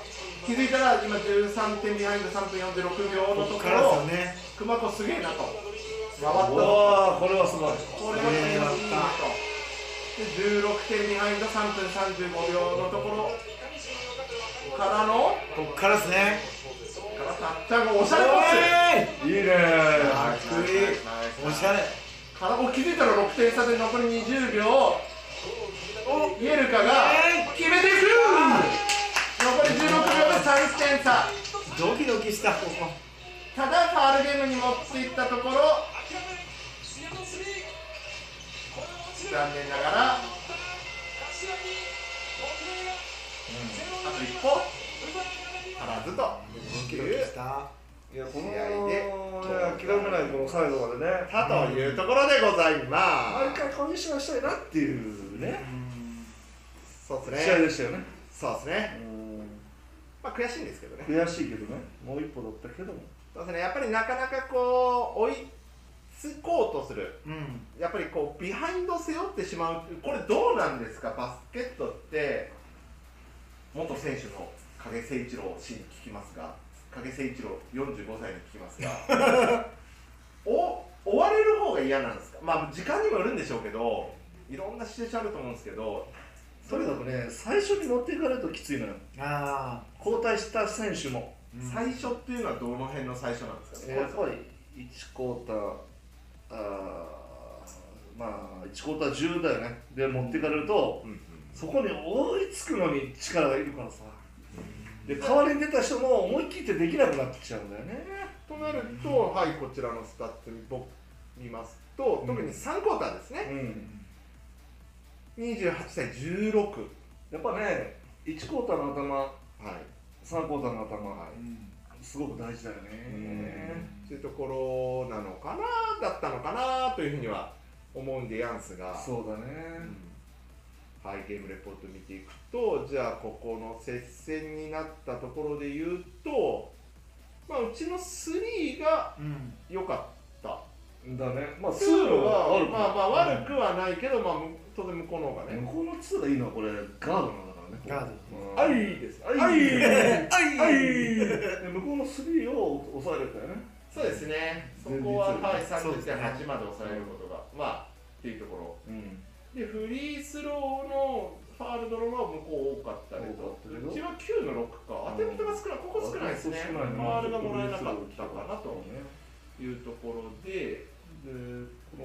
気づいたら今13点ビハインド、3分46秒の
ことこ
こ
からですよ
ろ、
ね
熊子すげえなと。回った
う
ぞ。
わーこれはすごい
これは強いなと。で、16点ビハインド、3分35秒のところからの、
こっからですね
からたっちゃんがおし
お
ゃれパス。
いいね
かっこいい
おしゃれ
体を気づいたら6点差で残り20秒をイエルカが決めていく残り16秒で3点差
ドキドキしたここ
ただファールゲームに持っていったところ残念ながら、うん、あと一歩足らず
ド
と
キドキ
いう
した
いやこの
試合で
諦めないこの最後までね
たというところでございま
毎
す
回コンディションしたいなっていうね
そうです
試合
ね
でしたよね
そうですねまあ悔しいんですけどね
悔しいけどねもう一歩だったけども
そうですねやっぱりなかなかこう追いつこうとする
うん
やっぱりこうビハインド背負ってしまうこれどうなんですかバスケットって元選手の影誠一郎氏に聞きますが影誠一郎45歳に聞きますが お追われる方が嫌なんですかまあ時間にもよるんでしょうけどいろんなシチュエーションあると思うんですけど
とにかくね最初に持っていかれるときついのよ
あ
交代した選手も
最初っていうのはどの辺の最初なんですかね
やっぱり1クォーターあーまあ1クォーター10だよねで持っていかれると、
うんうん
そこに追いつくのに力がいるからさで代わりに出た人も思い切ってできなくなってきちゃうんだよね
となると、はい、こちらのスタッツ僕見ますと、特に3クォーターですね、
うん
28対16、はい、
やっぱね1クォーターの頭3クォーターの頭、すごく大事だよね
というところなのかな、だったのかなというふうには思うんで、ヤンスが、
そうだね、
うんはい、ゲームレポート見ていくと、じゃあ、ここの接戦になったところで言うと、まあ、うちの3が
うん
良かった。
だねまあ
ツ
ツ
ー
ー
ル
ル
は
は悪く
まあまあ
ない
悪くはないけど、まあ、当然向こうの方がね。
向こうのツーがいいのはこれガードなんだからねこう
ガー
うん
あいです。あい
はい
は
はいいで向こうのスリーを抑えられたよね
そうですね。そ
前日
こは
より
はい三
そう
十
です
点
ね
八まで抑えることが、まあっていうとこ
うん
ろ。でフリースローのファールドローが向こう多かったりと
多かったけど
うちは九の六か。当て人が少ない。ここ少ないですね。ファールがもらえなかったかなというところで、
でこの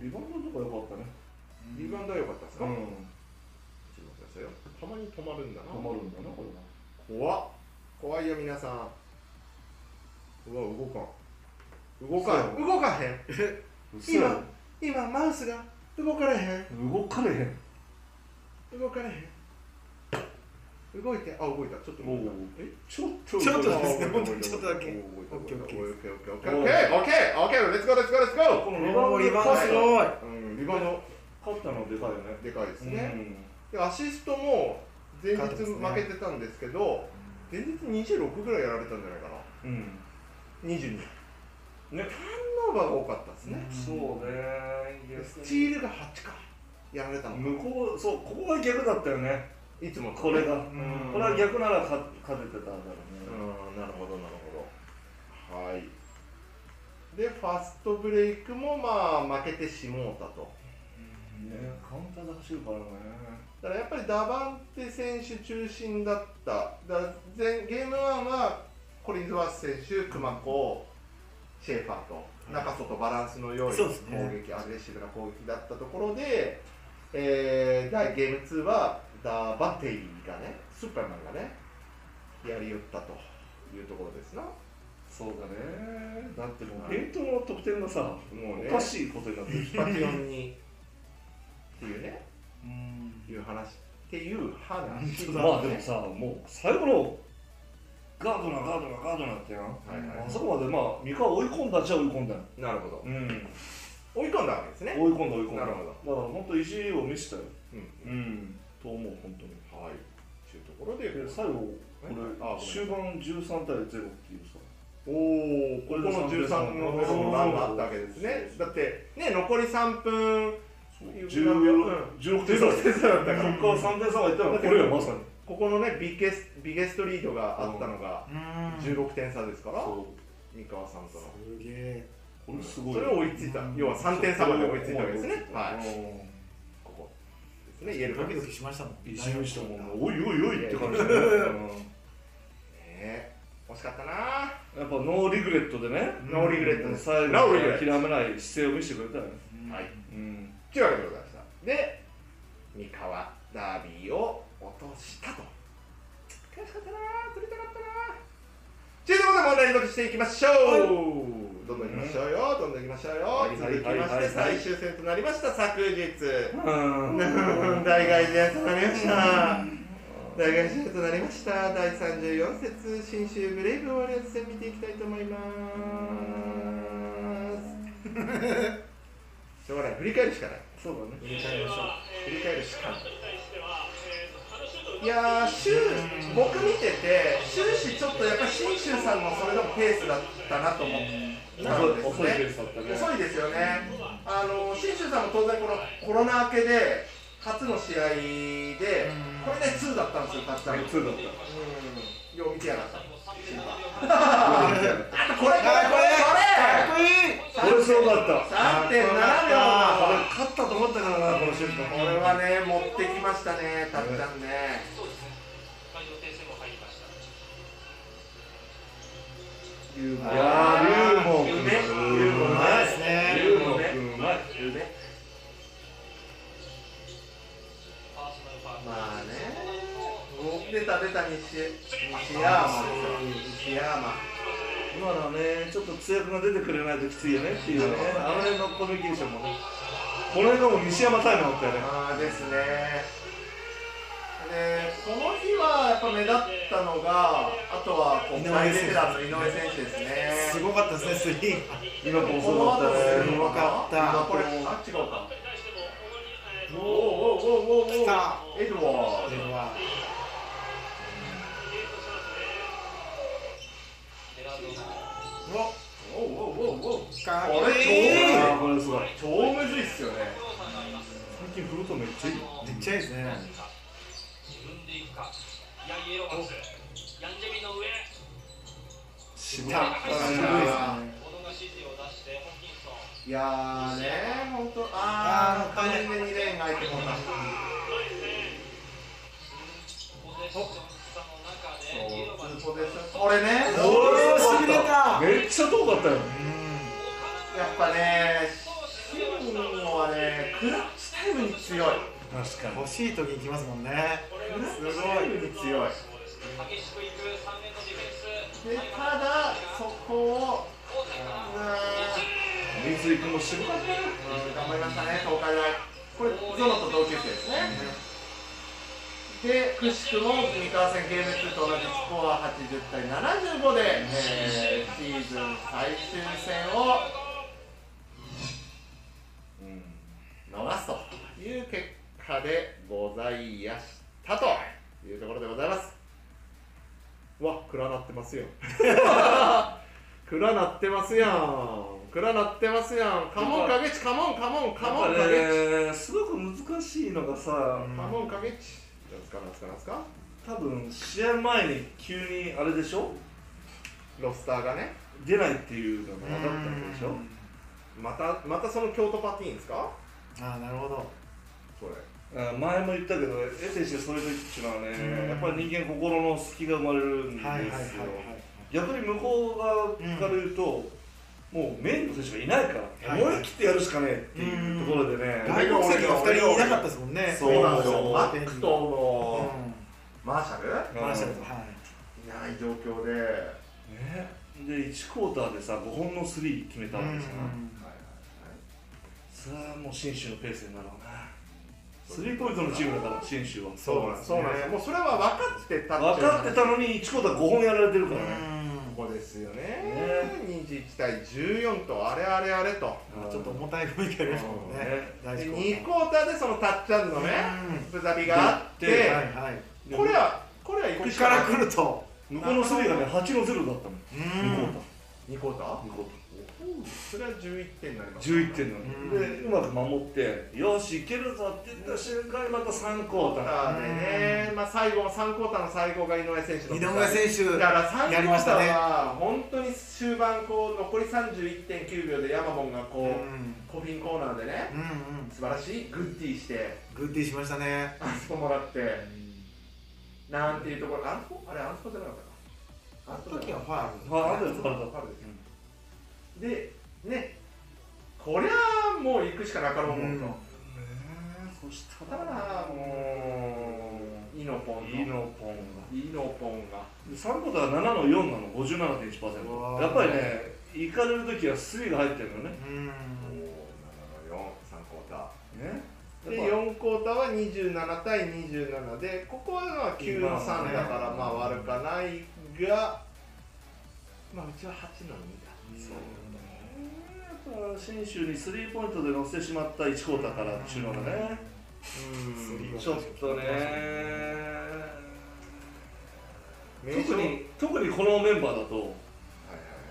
リバウンドとか良かったね
リバウンドは良かったですか。
う
ちょっ
ん
と待ってくださいよたまに止まるんだな。
止まるんだなこれは
怖っ怖いよ皆さんうわ動かん動かん動かへん今今マウスが動かれへん
動かれへん
動かれへん動いてあ動いたちょっと動いた
おう
え
ちょっと
ちょっと
動いた
ですね
動
ほ
い
ん
た
とにちょっとだけ
動いた
オッケーオッケー
動いたオッケーオッケーオッケーオッケーオッケーオッケーレッツゴーレッツゴーレッツゴ
このリバウン
お
ド
ーリバウンド
勝
す
つ
ごい
の
ーうんリバウンド
勝ったのでかいよね
でかいです
うん
ねでアシストも前日
勝ったですね
負けてたんですけど前日26ぐらいやられたんじゃないかな
うん
22
ね
ノーバーが多かったですね、
そうねいや
スチールが8かやられたの
向こうそうここが逆だったよね
いつもと
これが
ん
これは逆なら勝勝ててたんだ
う
ろうね
んなるほどなるほどはいでファストブレイクもまあ負けてしもうたと
ねカウンターで走るからね
だからやっぱりダバンテ選手中心だっただから前ゲーム1はコリンズワース選手熊子シェーファーと中外バランスの良い攻
そう
撃
で、すね
アグレッシブな攻撃だったところで、えー、第ゲーム2はダバテイがねスーパーマンがねやり寄ったというところですなも
そうだねだってもうペイントの得点がさ
うね
おかしいことになってるし
バチオンにっていうね
うん
いう話っていう 話
まあでもさもう最後のガードなガードなガードなってな、
はいはい
あそこまでまあ三河追い込んだっちゃ追い込んだよ
なるほど
うん
追い込んだわけですね
追い込んだ追い込んだ
なるほど
だから本当意地を見せたよ
うん
うんと思う本当に
はい。というところで、
で最後これ
あごめん
終盤13対0っていうさ
おお、ここの
これで
13
三
の
分
部分のランがあったわけですね。だって、ね、残り3分、
16 16点差
16点差だったから、
ここから3点差がいったらこれよまさに
ここのね、ビゲスビゲストリードがあったのが
うん
16点差ですから、
そう
三河さんとの。
すげえ
これすごい
それを追いついた、要は3点差まで追いついたわけですね。はい。
い
ここですね、言える
ド
わけ
キ
で
ド
す。
キしましたもん
意地を見せたもんね
ね
おいおいおいって感じだね
ね惜しかったな
やっぱノーリグレットでね
ノーリグレットです。
最後
ノーリグレット
諦めない姿勢を見せてくれたよね
はい。
うん
というわけでございましたで三河ダービーを落としたと悔しかったなー取りたかったなーということで問題に続していきましょう、どんどんいきましょうよ、どんどんいきましょうよ、
はい
続きまして、
はいはいはい
最終戦となりました昨日、
うん
うん大外戦となりました大外戦となりました第34節新州ブレイブウォリアーズ戦見ていきたいと思い ますしょうがない振り返るしかない
そうだね。
振り返りましょう振り返るしかない
い
いやー、シュー僕見てて、終始ちょっとやっぱり信州さんのそれでもペースだったなと思ってたんですね。
遅いペースだったね
遅いですよね。あの信州さんも当然このコロナ明けで初の試合で、これね2だったんですよ、タッチダウン。
ツーだっ
うん、よう見てやがった。審判
た
あとこれこれこ
かっこいい
これすごかった
れこれ。3.7
これ
秒。
勝ったと思ったからなこの瞬間
これはね持ってきましたね、タッチダウンね。
そうですね。まあ予定戦も入りまし
ユ
た。
ーモ
いやーユーモ
ね
君
ユーモ
う
ね
まい
で
っ
すね
ユーモ君うまい
パーソナルファール。
まあね、出た出た西西ヤーマですよ、西ヤーマ。
今のはねちょっと通訳が出てくれないときついよねっていうねあの辺のコミュニケーションもねこの辺がもう西山タイムだったよね
ああですね。で、この日はやっぱ目立ったのが、あとはこう
井上選手
大ベテランの井上選手です
す
ね。
ごかったですねスリー
今こう
こ
そう
の後
だった
す
ね
ごかった。
うん
これ、あ、違うか。おおおおおおお。
来た
エドワ
これ
ード。
は
おおおおおお。
かっ
こ
こ
れ
いい
超
ああこれすごい
超むずいっすよね。
最近フルートめっちゃいい
めっちゃいいですね
自分で行くか。いやイエローマンス。ヤンジェミの上。
渋い
やっぱり渋いっすね
小野が指示を出してホッキンソン。
いやーね、本当、あ
あ
ー、
ー
完全にレーンが空いてもらった。
ポゼッション差の中でイエローマンス。
そうですこれね、
おおしびれた
めっちゃ遠かったよ
やっぱね、シンゴはね、クラッチタイムに強い。
確か
欲しい時に来ますもんね
すごい強い。
激しく行く三連のディフェンス。
で、ただ、そこを、
大勢か
う
ら
わー
に三井君も渋か
う
っ
ん頑張りましたね、東海大。これ、ゾノと同級生ですね。で、くしくも三河戦ゲーム2と同じスコア80対75で、えーシーズン最終戦を
たうん
逃すという結果でございやしたというところでございますわ暗なってますよ 暗なってますやん暗なってますやんカモンカゲチカモンカモンカモンカゲチ
ねすごく難しいのがさ
カモンカゲチなんすかなんすかなんすか
多分試合前に急にあれでしょ
ロスターがね
出ないっていうのが分かったわけでしょ
またまたその京都パティーンですか
ああなるほど
これ
あ前も言ったけど、エ選手がそういう時っていうのはね、やっぱり人間心の隙が生まれるんですよ。
はいはいはいはい
逆に向こう側から言うと、もうメインの選手がいないから、
はいはい
思い切ってやるしかねえっていうところでね、
外国籍が2人いなかったですもんね
そうなんですよ
マックと
うん
のマーシャル
うん
マーシャルとはい
いない状況で
ねで1クォーターでさ、5本のスリー決めたわけじゃない、
うん
それはもう信州のペースになるわな、スリーポイントのチームだから、信州は。
そうなんです、そうなんですもうそれは分かってた
分かって
こ
たのに、1クォーター5本やられてるからね。
こですよね
ね
21対14とあれあれあれと
うんちょっと重たい雰囲気ありますもんね大
で
丈夫
2クォーターでそのタッチアンドのねぶざりがあって
で
はいはい
これはこれは行
こ
く
こ
し
か
からな
来ると
向こうのスリーがね、8の0だったもん、
うん
2クォー
2クォー
ター。
ター
2クォー
それは11点になります
11点なの、
うん
でうまく守ってよしいけるぞって言った瞬間にまた3クォータ
クォータ
ー
ーでね、まあ、最後3クォーターの最後が井上選手の
井上選手
だから3ク
やり
ォ
ま
ー
し
タ
た
ー
ね
は本当に終盤こう残り31.9秒でヤマモンが
うん
こう、コフィンコーナーでね
うんうん
素晴らしいグッディーして
グッディしましたね
あそこもらって、なんていうところ、あそこあれ、あそこじゃなかったか。
あの時はファウル
ああとで取られ
あるで、ね、こりゃあもう行くしかなかろうもんと。
たねえそした
だかららもう、井ノポン
イー
の
ノポンが
イノポンが
3個から7の4なの57.1%
わー
やっぱりね行かれる時は水が入ってるのね
うー
お
ん
7の43クォーター
ね
で
やっぱ
4クォーターは27対27でここはまあ9の3だからまあ悪かないがまあうちは8の2だ
そうだねやっぱ信州にスリーポイントで乗せてしまった1クォーターからっていうのがね
うん
ちょっとね
名
特
称はい
に特にこのメンバーだと
はい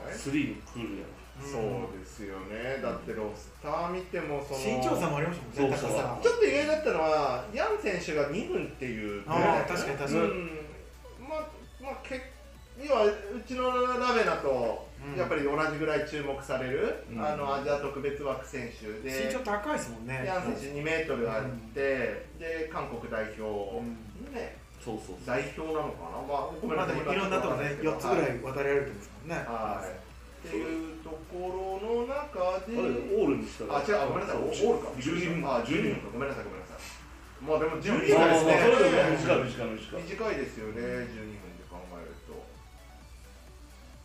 はい
スリー来るやん
そうですよねだってロスター見てもその
身長差もありましたもんね
そ
高
うそう
さ
ちょっと意外だったのはヤン選手が2分っていうプレーだよね
あー確かに確かに
うんまあまあけ要はうちのラベナと
うん
やっぱり同じぐらい注目される、
うん
あのアジア特別枠選手で
身長高いですもんね
ヤン選手2メートルあって、で韓国代表、
う
ね
そうそうそう
代表なのかな、まあ、ごめん
ま
な
だ
さい、
いろんなとこね4つぐらい渡れられてますもんね
はい、はい、っていうところの中
あれ
で、
オールにしたら
あ、違う、ごめんなさい、オールか、
12分
あ、12分か、ごめんなさい、ごめんなさい、まあでも
12
12分
分で
ですす
ね
ね、
それでも短い短い短い
短いですよね、12分で考えると。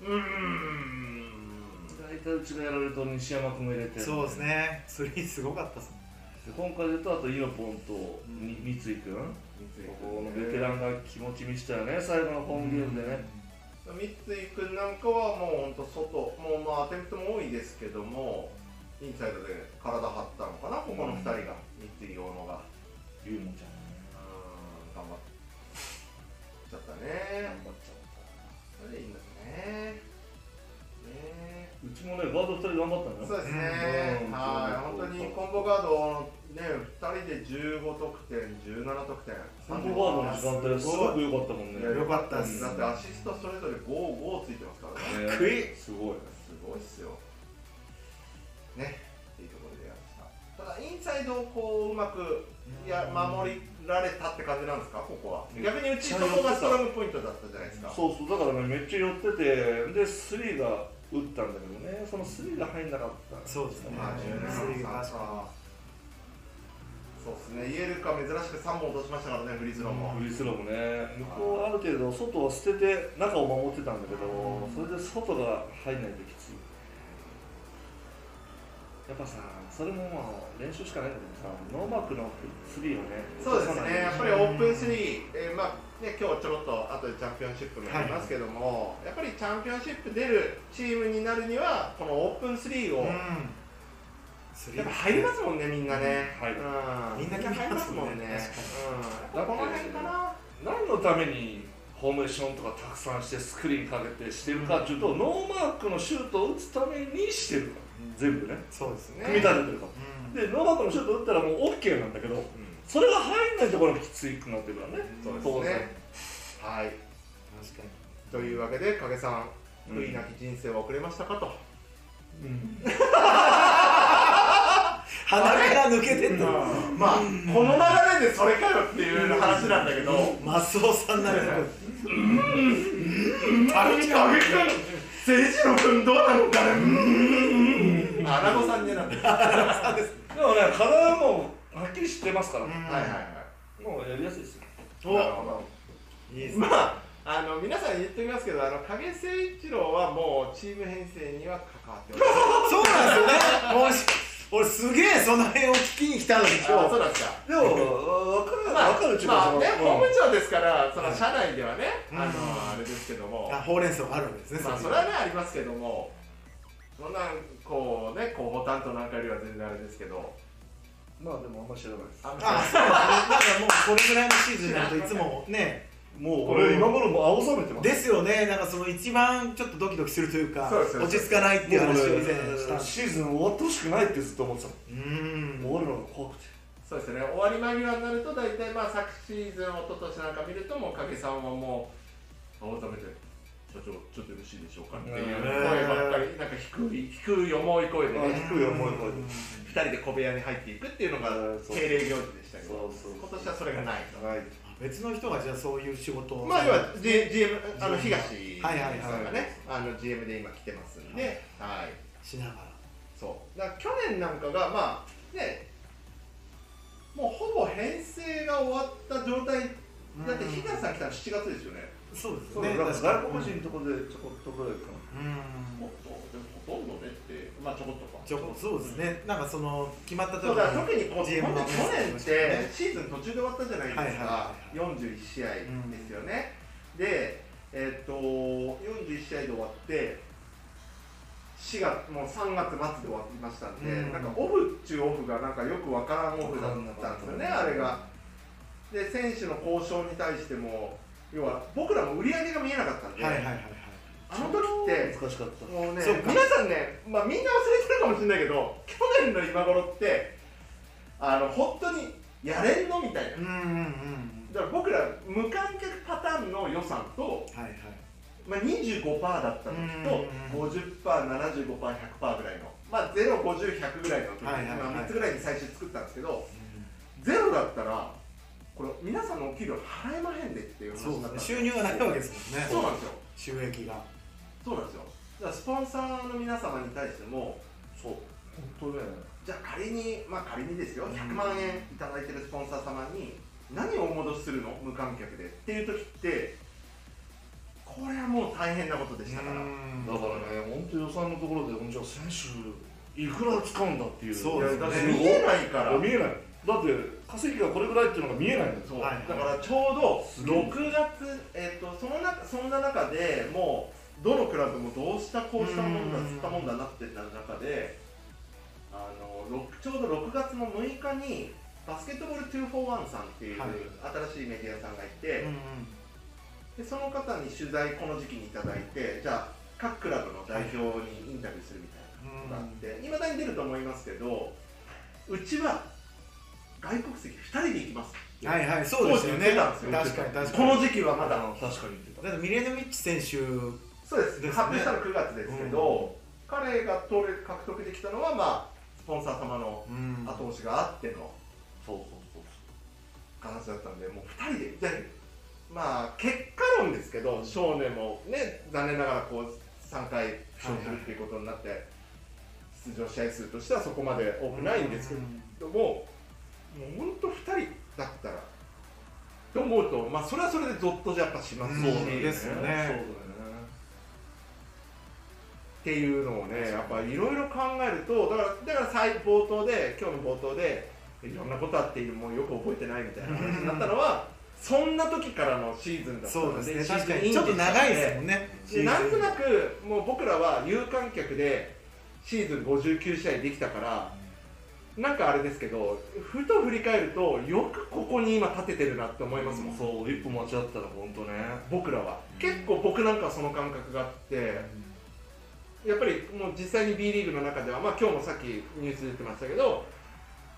うーん、
大体うちがやられると西山君も入れてる
そうですねスリーすごかったですもんね
で今回で言うとあとイノポンとに三井君ここのベテランが気持ち見せたよね最後のホームゲームでね
三井君なんかはもう本当外もうまあアテンプトも多いですけどもインサイドで体張ったのかなここの2人が、三井大野が
ゆうもちゃんもね
うーん頑張っちゃったね
張っちゃっ
それでいいんだねね
たうちもねガード2人頑張ったんだ
そう
よ
ですね、
うん
はい本当にコンボガードをね2人で15得点17得点
コンボガードの時間帯すごく良かったもんね
いや良かったで
うん
すだってアシストそれぞれ5、5ついてますからね
ね
っこいい
すごい
すごいっすよ。ね、っていうところでやりました。ただ、インサイドをこううまくいや守りられたって感じなんですか、ここは。逆にうち、そこがストロングポイントだったじゃないですか。
そうそうだからねめっちゃ寄っててでスリーが打ったんだけどねそのスリーが入んなかった
そうですね
まあ、
17
17
確か
そうですね、イエルカ珍しく3本落としましたからね、フリーズローも。
フリースローもね向こうはある程度外は捨てて中を守ってたんだけどそれで外が入んないときついやっぱさそれもまあ練習しかないんだけどさノーマークのスリーをね
そうです
落とさない
ね、やっぱりオープン3、えーまあね、今日ちょろっと後でチャンピオンシップもやりますけども、やっぱりチャンピオンシップ出るチームになるには、このオープン3を、
にうん
や
スリ
っ
ー
ぱ入りますもんね、みんなね、
入る
うん、
みんな
入りますもんね、うん、やっぱこの辺かな、
何のためにフォーメーションとかたくさんしてスクリーンかけてしてるかっていうと、ノーマークのシュートを打つためにしてるから、全部ね
そうですね
組み立ててるから、
うん
でノーマークのシュート打ったらもう OK なんだけど
う
それが入んないところがきついくなってるからね
ん、そうですね。はい
確かに
というわけで、影さん、
うん
悔いなき人生は送れましたかと。
当然うん
鼻から抜けてんの
まあ、この流れでそれかよっていう話なんだけど、
マスオさんなら
影君、政治の君どうなのかね、うーん、アナゴさんになっては
でもね、体はもうはっきり知ってますから、
いはいはい。
もうやりやすいですよ。
なるほど
いいですね
まあ、あの皆さん言っておきますけど、あの影誠一郎はもうチーム編成には関わっておりま
そうなんですよねもし俺すげえその辺を聞きに来たのに今
せん。あ、
日
そうなんですか。
でも、わかる、
まあ、
わかるうちの
まあ
その
ね、
うん
本部長ですから、その社内ではね、あの、あれですけども。
あほうれん草があるわけですね
まあ、それはね、ありますけども。そんな、こうね、広報担当なんかよりは全然あれですけど。
まあでもあんま知らないです。
あの
あそうなんかもうこれぐらいのシーズンになるといつもね
もう俺、今頃もう青ざめてます。
ですよねなんかその一番ちょっとドキドキするというか
そうですそう
落
です
ち着かないっていう話
もう
を
俺
以前したんです
シーズン終わってほしくないってずっと思ってたも
うー
ん。
ん
もう俺らが怖くて。
そうですね、終わり間際になると、大体、まあ、昨シーズン、一昨年なんか見ると、もう影さんはもう。改めて。社長、ちょっとよろしいでしょうかっていう声ばっかり、なんか低い、低い重い声でね。
低い思い声で。
二人で小部屋に入っていくっていうのが
うんそう
定例行事でしたけど
そうそう
今年はそれがないと
はい。
別の人がじゃあそういう仕事を
まあ要は G GM あの東
はいはいはい
さんがねあの GM で今来てますんで、はい、
しながら
そうだから去年なんかがまあねもうほぼ編成が終わった状態だって日向さん来たの7月ですよね
そうです
そう
ね
だから
確かに
外国人のところでちょこっとぐらいかな
うん
もっとでもほとんどねってまあちょこっとか
ちょこそうですねなんかその決まった時
そうだ特にこう
GM
本当
の
に去年ってシーズン途中で終わったじゃないですか、
はいはい
41試合ですよね、でえっと41試合で終わって4月もう3月末で終わりましたんで、
うん
なんかオフっちゅうオフがなんかよくわからんオフだったんですよねあれがで選手の交渉に対しても要は僕らも売り上げが見えなかったんで、
はいはいはいはい
あの時って
難しかった
もうね、
そう
皆さんね、まあ、みんな忘れてるかもしれないけど、去年の今頃って、あの本当にやれんのみたいな、
うんうんうん
だから僕ら、無観客パターンの予算と、
はいはい
まあ、25%だった時と、
うん
50%、75%、100%ぐらいの、まあ、0、50、100ぐらいの時、
はいはいはい
まあ、3つぐらいに最初作ったんですけど、ゼロだったら、これ、皆さんのお給料払えまへんでっていう話
そう
にな
で
っ
す
たんで
ね
すよ
収入がないわけですもんね
そうなんですよ。
収益が
そうなんですよだからスポンサーの皆様に対してもそう
本当だよね
じゃあ仮にまあ仮にですよ100万円いただいてるスポンサー様に何をお戻しするの無観客でっていう時ってこれはもう大変なことでしたからい
うん
だからね本当予算のところでじゃあ選手いくら使うんだっていう
そう
や
です
だ
ね
っ
い
て
や
見えないから
見えないだって稼ぎがこれぐらいっていうのが見えないんだよ
そう、
はいはい
だからちょう
す
ど
げえ
6月、えっとその中そんな中でもうどのクラブもどうしたこうしたもんだ
うん
つったもんだなってなる中であのろくちょうど6月の6日にバスケットボール241さんっていう
はい
新しいメディアさんがい
うん
て、
う
で
ん
その方に取材この時期にいただいてじゃあ各クラブの代表にインタビューするみたいな。があって、いまだに出ると思いますけど、うちは外国籍2人で行きます、
はいはいそうですよね
当時言ってたんですよ
確かに確か
こ
に
の時期はまだ、
確かに言ってた
だってミレノビッチ選手
そうです、
ですね
発表したの9月ですけど、彼が取れ獲得できたのは、まあ、スポンサー様の
うん
後押しがあっての
そうそうそう
話だったんで、もう2人で、でまあ、結果論ですけど、少年もね、残念ながらこう3回負傷するっていうことになって、出場試合数としてはそこまで多くないんですけど。でももう本当2人だったらと思うと、まあ、それはそれでゾッとやっぱしますし
うんですよ
そ
ね
うだよねっていうのをねやっぱいろいろ考えるとだからだから最冒頭で今日の冒頭でいろんなことあってもうよく覚えてないみたいな話になったのは、そんな時からのシーズンだった
そう
の
で
です
ね
シーズン
確か
イン
にちょっと長いですもんね
でなんとなくもう僕らは有観客でシーズン59試合できたから、なんかあれですけどふと振り返るとよくここに今立ててるなって思いますもん、
そう一歩間違ったら本当ね
僕らは、結構僕なんかはその感覚があって、やっぱりもう実際に B リーグの中では、まあ、今日もさっきニュース出てましたけど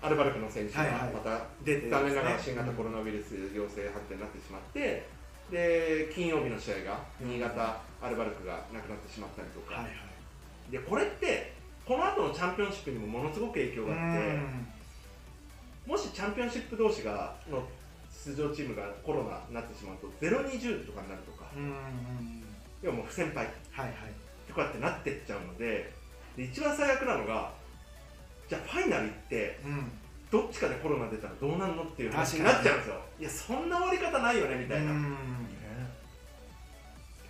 アルバルクの選手が
はいはい
また、
出て
残念ながら新型コロナウイルス陽性判定になってしまって、で金曜日の試合が新潟アルバルクがなくなってしまったりとか、
はいはい
でこれってこの後のチャンピオンシップにもものすごく影響があって、もしチャンピオンシップ同士がの出場チームがコロナになってしまうと020とかになるとか
うんうんうん
要はもう不先輩
はいはい
とかってなってっちゃうのでで一番最悪なのがじゃあファイナル行って
うん
どっちかでコロナ出たらどうなんのっていう話になっちゃうんですよいやそんな終わり方ないよねみたいな、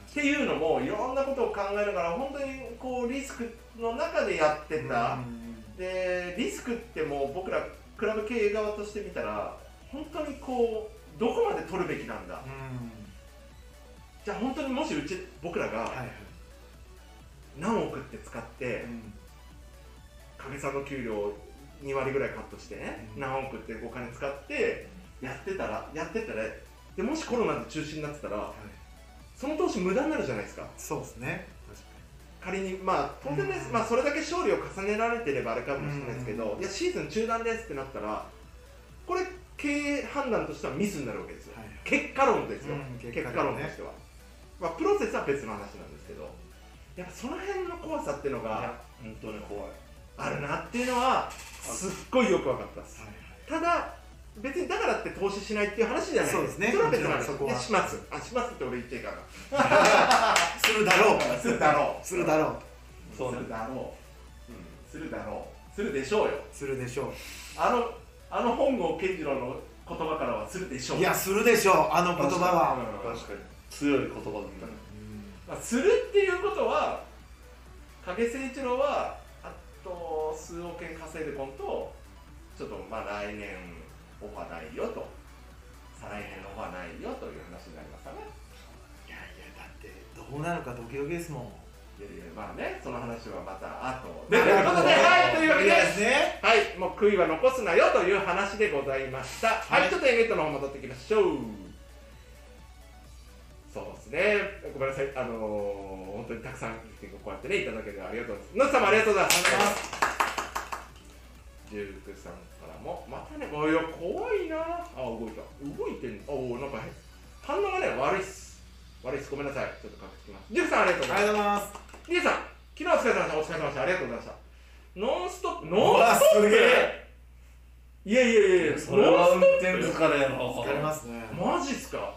っていうのもいろんなことを考えながら本当にこうリスクの中でやってた、でリスクってもう僕らクラブ経営側として見たら本当にこうどこまで取るべきなんだじゃあ本当にもしうち僕ら
はいは
が
い
何億って使って影さんの給料を2割ぐらいカットしてね、
うん
何億ってお金使ってやってたらやってたらでもしコロナで中止になってたらその投資無駄になるじゃないですか
そうですね
仮にまあ当然です、
うん
まあそれだけ勝利を重ねられてればあれかもしれないですけど、いやシーズン中断ですってなったらこれ経営判断としてはミスになるわけですよ、
はいはい
結果論ですよ、
うん
結
結
果
果論ね
論としては、まあ、プロセスは別の話なんですけどやっぱその辺の怖さっていうのが
本当に怖い
あるなっていうのはすっごいよく分かったです、ただ別にだからって投資しないっていう話じゃない
そうですね
れは別の話
もちろんそこはい
やしますあしますって俺言っちゃいかんな
するだろう
するだろう
するだろう
そうするだろう、うん、するだろうするでしょうよ
するでしょう
あのあの本郷健次郎の
言葉からはするでしょう
いやするでしょうあの言葉は
確かに強い言葉だったね
まあ、するっていうことは影誠一郎はあと数億円稼いでこんとちょっとまあ来年オファーないよと再来年のオファーないよという話になりますかね
いやいやだってどうなるかドキドキですもん
いやいやまあねその話はまた後でということではいというわけで
ですね
はい、もう悔いは残すなよという話でございました。はい、ちょっとエンゲットの方戻ってきましょう。そうですね、ごめんなさい、あのー、本当にたくさんこうやってね、いただけてありがとうございます。のっさんもありがとうございます。ジュークさんからも、またね、あいや、怖いなあ、動いた。動いてんの。おお、なんか変反応がね、悪いっす。悪いっす。ごめんなさい。ちょっと確認します。ジュークさん、ありがとうございます
あ。りがとうございます
リエさん、昨日はお疲れ様でした。お疲れ様でした。ありがとうございました。ノンストップ、ノンストップ
すげえ
いやいやいやいや、
それ
ノ
は運
ンス
転疲れやな
わかりますね
トップマジっすか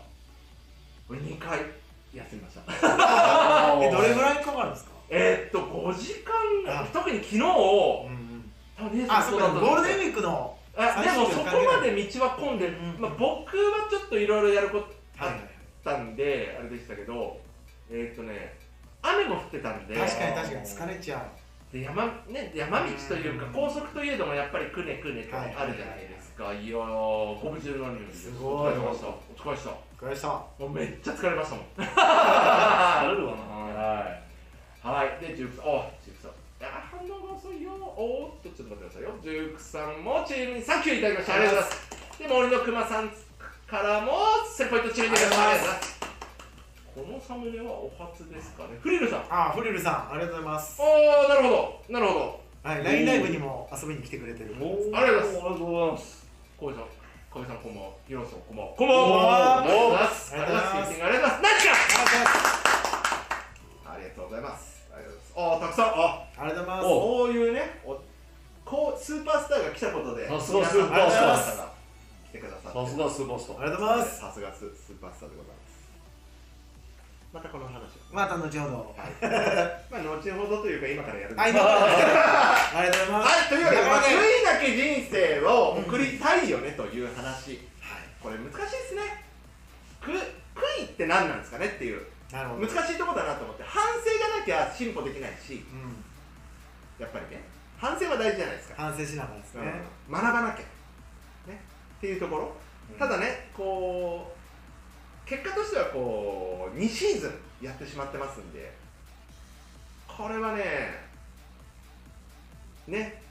俺2回休みました。
えどれぐらいかかるんですか
えーっと、5時間
あ、
特に昨日、
うん
多分リエさ
あ
ん
そうかゴールデン
ウィ
ウ
ーク
ィークの
あでも
最終
そ
日の
こ
関係
まで道は混んでる、
うん
まあ、僕はちょっといろいろやること
は
あ
い
ったんで、あれでしたけど、えーっとね、雨も降ってたんで、
確かに確かに疲れちゃう
で山ね、山道というか
うん
高速といえどもやっぱりくねくねとあ
はい
るじゃないですか、いやーご無事のに
すごい
お疲れ様でしたお疲れ様でした
疲れしたは
もうめっちゃ疲れましたもん
あるわな
はいはいでジュークさんおジュークさんあー反応が遅いよおーっとちょっと待ってくださいよジュークさんもチームにサンキューいただきましたありがとうございますで森の熊さんからも1000ポイントチームにいただきましたありがとうございますこのサムネはお初ですかねフリルさん
あフリルさんありがとうございます
おーなるほどなるほど
はい LINE ライブにも遊びに来てくれてる
ありがとうございます
ありがとうございます
小林さん、小林さんこんばんは。ヒロさんこんばんは。こんばん
は
は。ありがとうございます。ありがとうございます。ありがとうございます。ありがとうございます。ああー、たくさん。あ、
ありがとうございます
こういうね、おこうスーパースターが来たことで、
さすが
皆さん
スーパース
ありがとうご
ター
ざいます来てくださって。
さすがスーパースター
ありがとうございます
さすがススーパースターでございます。またこの話を。
また後ほど
はい。まあ後ほどというか今からやるんですけ
あり
ど。
がとうござい
は
ますありがとうございます
い。というわけで、まあ
だか
悔
らね
いなき人生を送りたいよねという話。これ難しいですねく悔いって何なんですかねっていう
なるほど
難しいところだなと思って反省がなきゃ進歩できないし
うん
やっぱりね反省は大事じゃないですか、
反省しながらですね
うん学ばなきゃねっていうところ、ただねこう結果としてはこう2シーズンやってしまってますんでこれはねね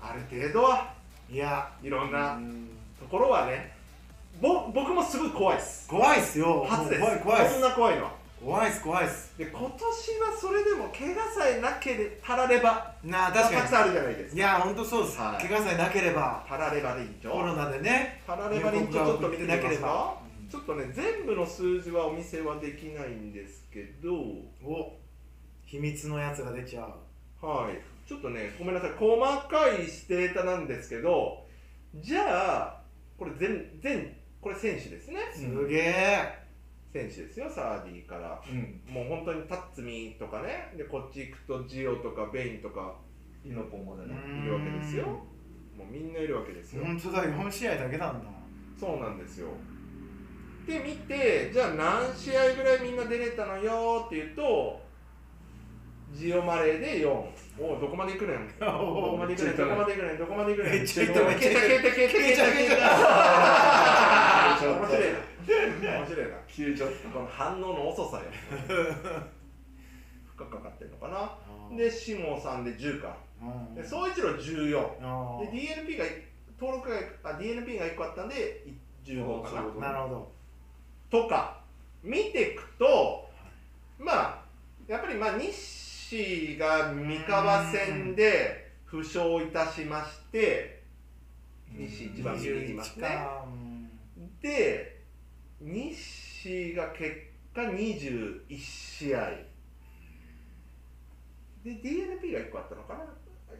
ある程度はい
や
いろん
う
なんところはねぼ僕もすごい怖いです
怖いっすよ
初です。
怖い怖いっ
こん
す
な怖いのは。
怖いっす怖いっす
で今年はそれでも怪我さえなけれたられば
なあ
た
確
く
か
さんあるじゃないです
にい
か。
やほんとそうっす
はい
怪我さえなければ
パラレバリン
コロ
長。
ナでね
パラレバリン長ちょっと見てみま
入国が送ってなけ
す
れ
か
ば。
ちょっとね全部の数字はお見せはできないんですけど、
お秘密のやつが出ちゃう
はい。ちょっとねごめんなさい細かい指定タなんですけど、じゃあこれ全全これ選手ですね。
すげえ
選手ですよサーディから。
うん
もう本当にタッツミとかねでこっち行くとジオとかベインとか
イノポンまでね
いるわけですよもうみんないるわけですよ、
ほんとだ4試合だけなんだ
そうなんですよで見てじゃあ何試合ぐらいみんな出れたのよーっていうとジオマレーで4おおどこまで行くねんどこまで行くねんどこまで行くねんどこまで行くねん
めっちゃ行っためっちゃ行った
消えた消えた消えた消えた消えた
ちょっと
面白いな面白いな
消えちゃっ
この反応の遅さよ深くかかってるのかなで、シモさんで10か。
うん
で、総一郎14。
あ
で、DNP が、登録が、あ、DNP が1個あったんで、い15かな。
ーなるほど
とか、見ていくと、まあ、やっぱり、まあ、西が三河戦で負傷いたしまして、西一番右にいますね。
かうん
で、西が結果21試合。で、DNP が1個あったのかな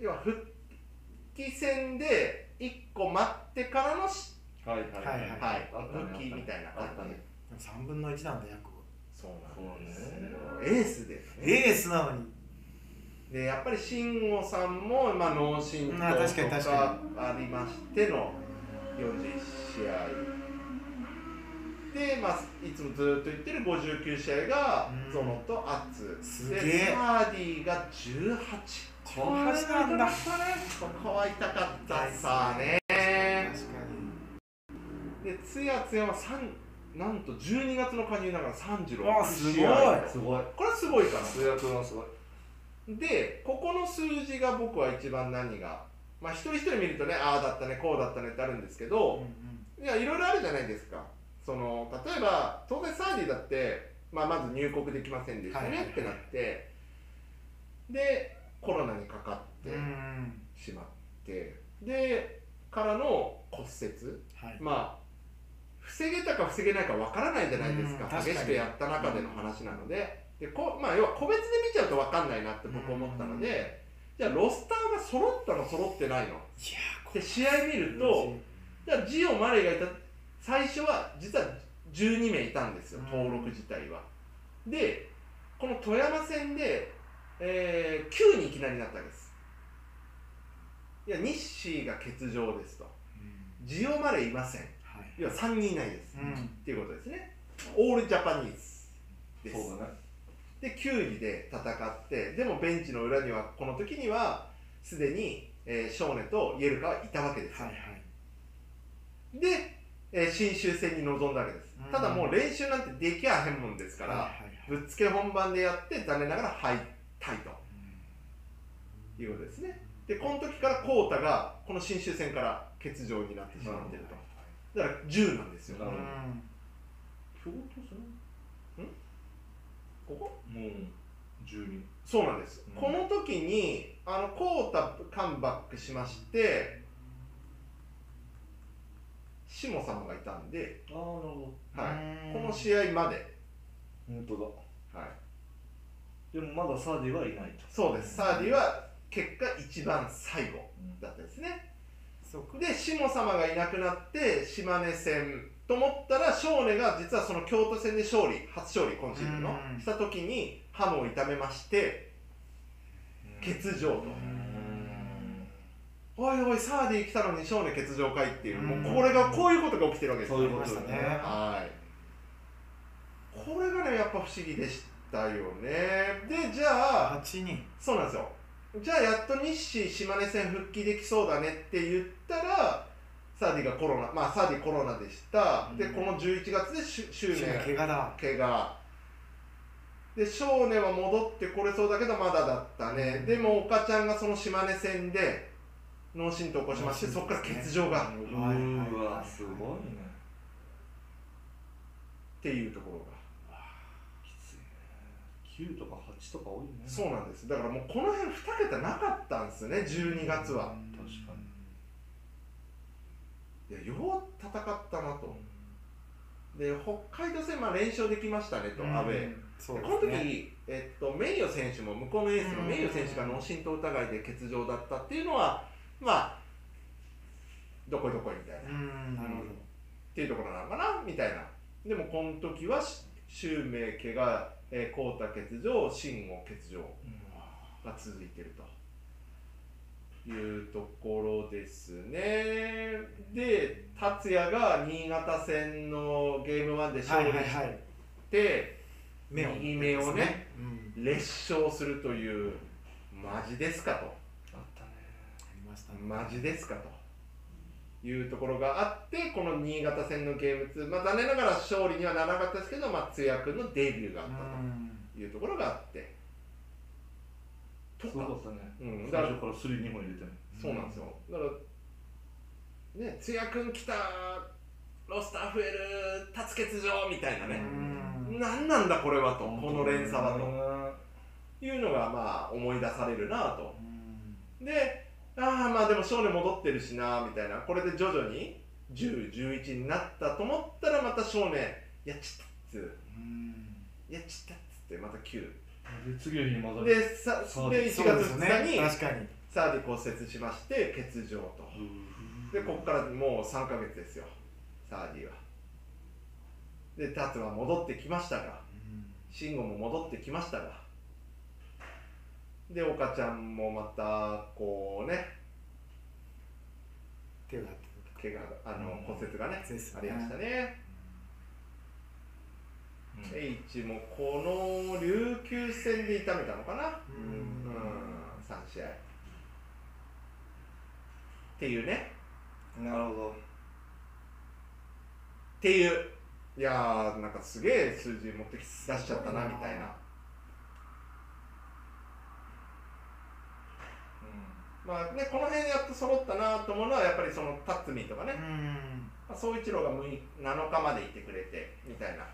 要は復帰戦で1個待ってからのし、
たはいはい
はいはい
はい、
あったね
復帰みたいな
あ
感
った
じ
ね。
でも3分の1なんだ約
そう
そうね
なんですよエースで、
エースなのに
で、やっぱり慎吾さんも、まあ、脳震
まあ確かに
盪
確
とかありましての、 41試合で、まあ、いつもずっと言ってる59試合が
うん
ゾノとアッツ、
すげ
で
え
ハーディが18
この話なんだ
ここは痛かったさね
確か
でつやつやは三なんと12月の加入ながら36
わあすごい
試合
すごい
これはすごいかな
通訳はすごい
でここの数字が僕は一番何がまあ一人一人見るとねああだったねこうだったねってあるんですけど、いやいろいろあるじゃないですかその例えば当然サーディだって、まあ、まず入国できませんでした
はいはいは
ね
い
ってなってでコロナにかかって
にうん
しまってでからの骨折
はい
まあ防げたか防げないかわからないじゃないですか,、
うん確かに
激しくやった中での話なので,、でこまあ、要は個別で見ちゃうとわかんないなって僕思ったので、じゃあロスターが揃ったの揃ってないの
いやーこ
で試合見るとじゃあジオ・マレーがいた最初は実は12名いたんですよ
うん
登録自体は、でこの富山戦で、えー9にいきなりなったわけですいやニッシーが欠場ですと
うん
ジオ・マレーいません
はい
要は3人いないです、
うん
っていうことですねオールジャパニーズです
そうだね
で球技で戦ってでもベンチの裏にはこの時にはすでに、えー、ショーネとイエルカはいたわけです、
はいはい
で、えー新州戦に臨んだわけです、
うん
ただもう練習なんてできやへんもんですから、
はいはい
ぶっつけ本番でやって残念ながら敗退ということですねでこの時からコータがこの新州戦から欠場になってしまっているとだから10なんですよ
なるほど
京都戦んここ
もう12
そうなんです、
うん
この時にあのコータカムバックしまして下様がいたんで、
ああなるほ
はい
い
この試合まで、
ど本当だ
はい、
でもまだサーディはいないと
そうですサーディは結果一番最後だったですね
そうか
で下様がいなくなって島根戦と思ったら少年が実はその京都戦で勝利初勝利今シーズンの
うん
した時にハムを痛めまして欠場と。おいおいサーディ来たのに少年欠場かいっていう
うん
もうこれがこういうことが起きてるわけですよ
そういうこと
ありましたね
はいこれがねやっぱ不思議でしたよねでじゃあ
8人
そうなんですよじゃあやっと日誌島根戦復帰できそうだねって言ったらサーディがコロナまあサーディコロナでした、で
うん
この11月でしゅ周年
怪我だ
怪我で少年は戻ってこれそうだけどまだだったね、
うん
でも岡ちゃんがその島根戦で脳震盪を起こしまして、
脳
そ
震盪
こから欠場がっ
う
はいはい
ーわすごいね
ていうところが、
きついね9とか8とか多いね
そうなんですだからもうこの辺2桁なかったんですね12月は、
確かに
いやよう戦ったなとで北海道戦まあ連勝できましたねと、阿部
うんそう
で
です
こ
ね
の時、えっと、名誉選手も向こうのエース
う
の
ん
名誉選手が脳震盪疑いで欠場だったっていうのはまあどこいどこいみたいな、
う
っ
んなるほど
ていうところなのかなみたいなでもこの時はし周明怪我えー浩太、欠場慎吾欠場が続いてるというところですねで達也が新潟戦のゲーム1で
は
勝
い
利
はい
し
はい
て
目を
右目をね
うん
列勝するというマジですかと
あったね
ありましたね
マジですかというところがあってこの新潟戦のゲーム2、まあ、残念ながら勝利にはならなかったですけど、まあ、通訳のデビューがあっ
うん
たというところがあってと
すごか
か、
ったね
うん、だ
最
から
初からスリー2本入れてね
そうなんですよだからね通訳来たロスター増える達欠場みたいなね
うん
何なんだこれはとこの連鎖はと
は
いうのがまあ思い出されるなと
うん
で、ああ、まあでも少年戻ってるしな、みたいな。これで徐々に10、11になったと思ったら、また少年、やっちゃったっつ
うん
う、やっちゃったっつって、また9。
で次の日にまた
で、さ
そう
で1
で
月
そうです
2日
ね
に、
確かに
サーディ骨折しまして、欠場と。で、ここからもう3ヶ月ですよ、サーディは。で、タツは戻ってきましたが、
うん
慎吾も戻ってきましたがで岡ちゃんもまたこうね
手があって
怪我があの骨折がね、
そうですね
ありましたね。H もこの琉球戦で痛めたのかな、うん、3試合。っていうね、
なるほど
っていう、いやー、なんかすげえ数字持ってき出しちゃったなみたいな。まあね、この辺やっと揃ったなと思うのはやっぱりそのタッツミーとかね、
うん
まあ、総一郎が6日7日までいてくれてみたいな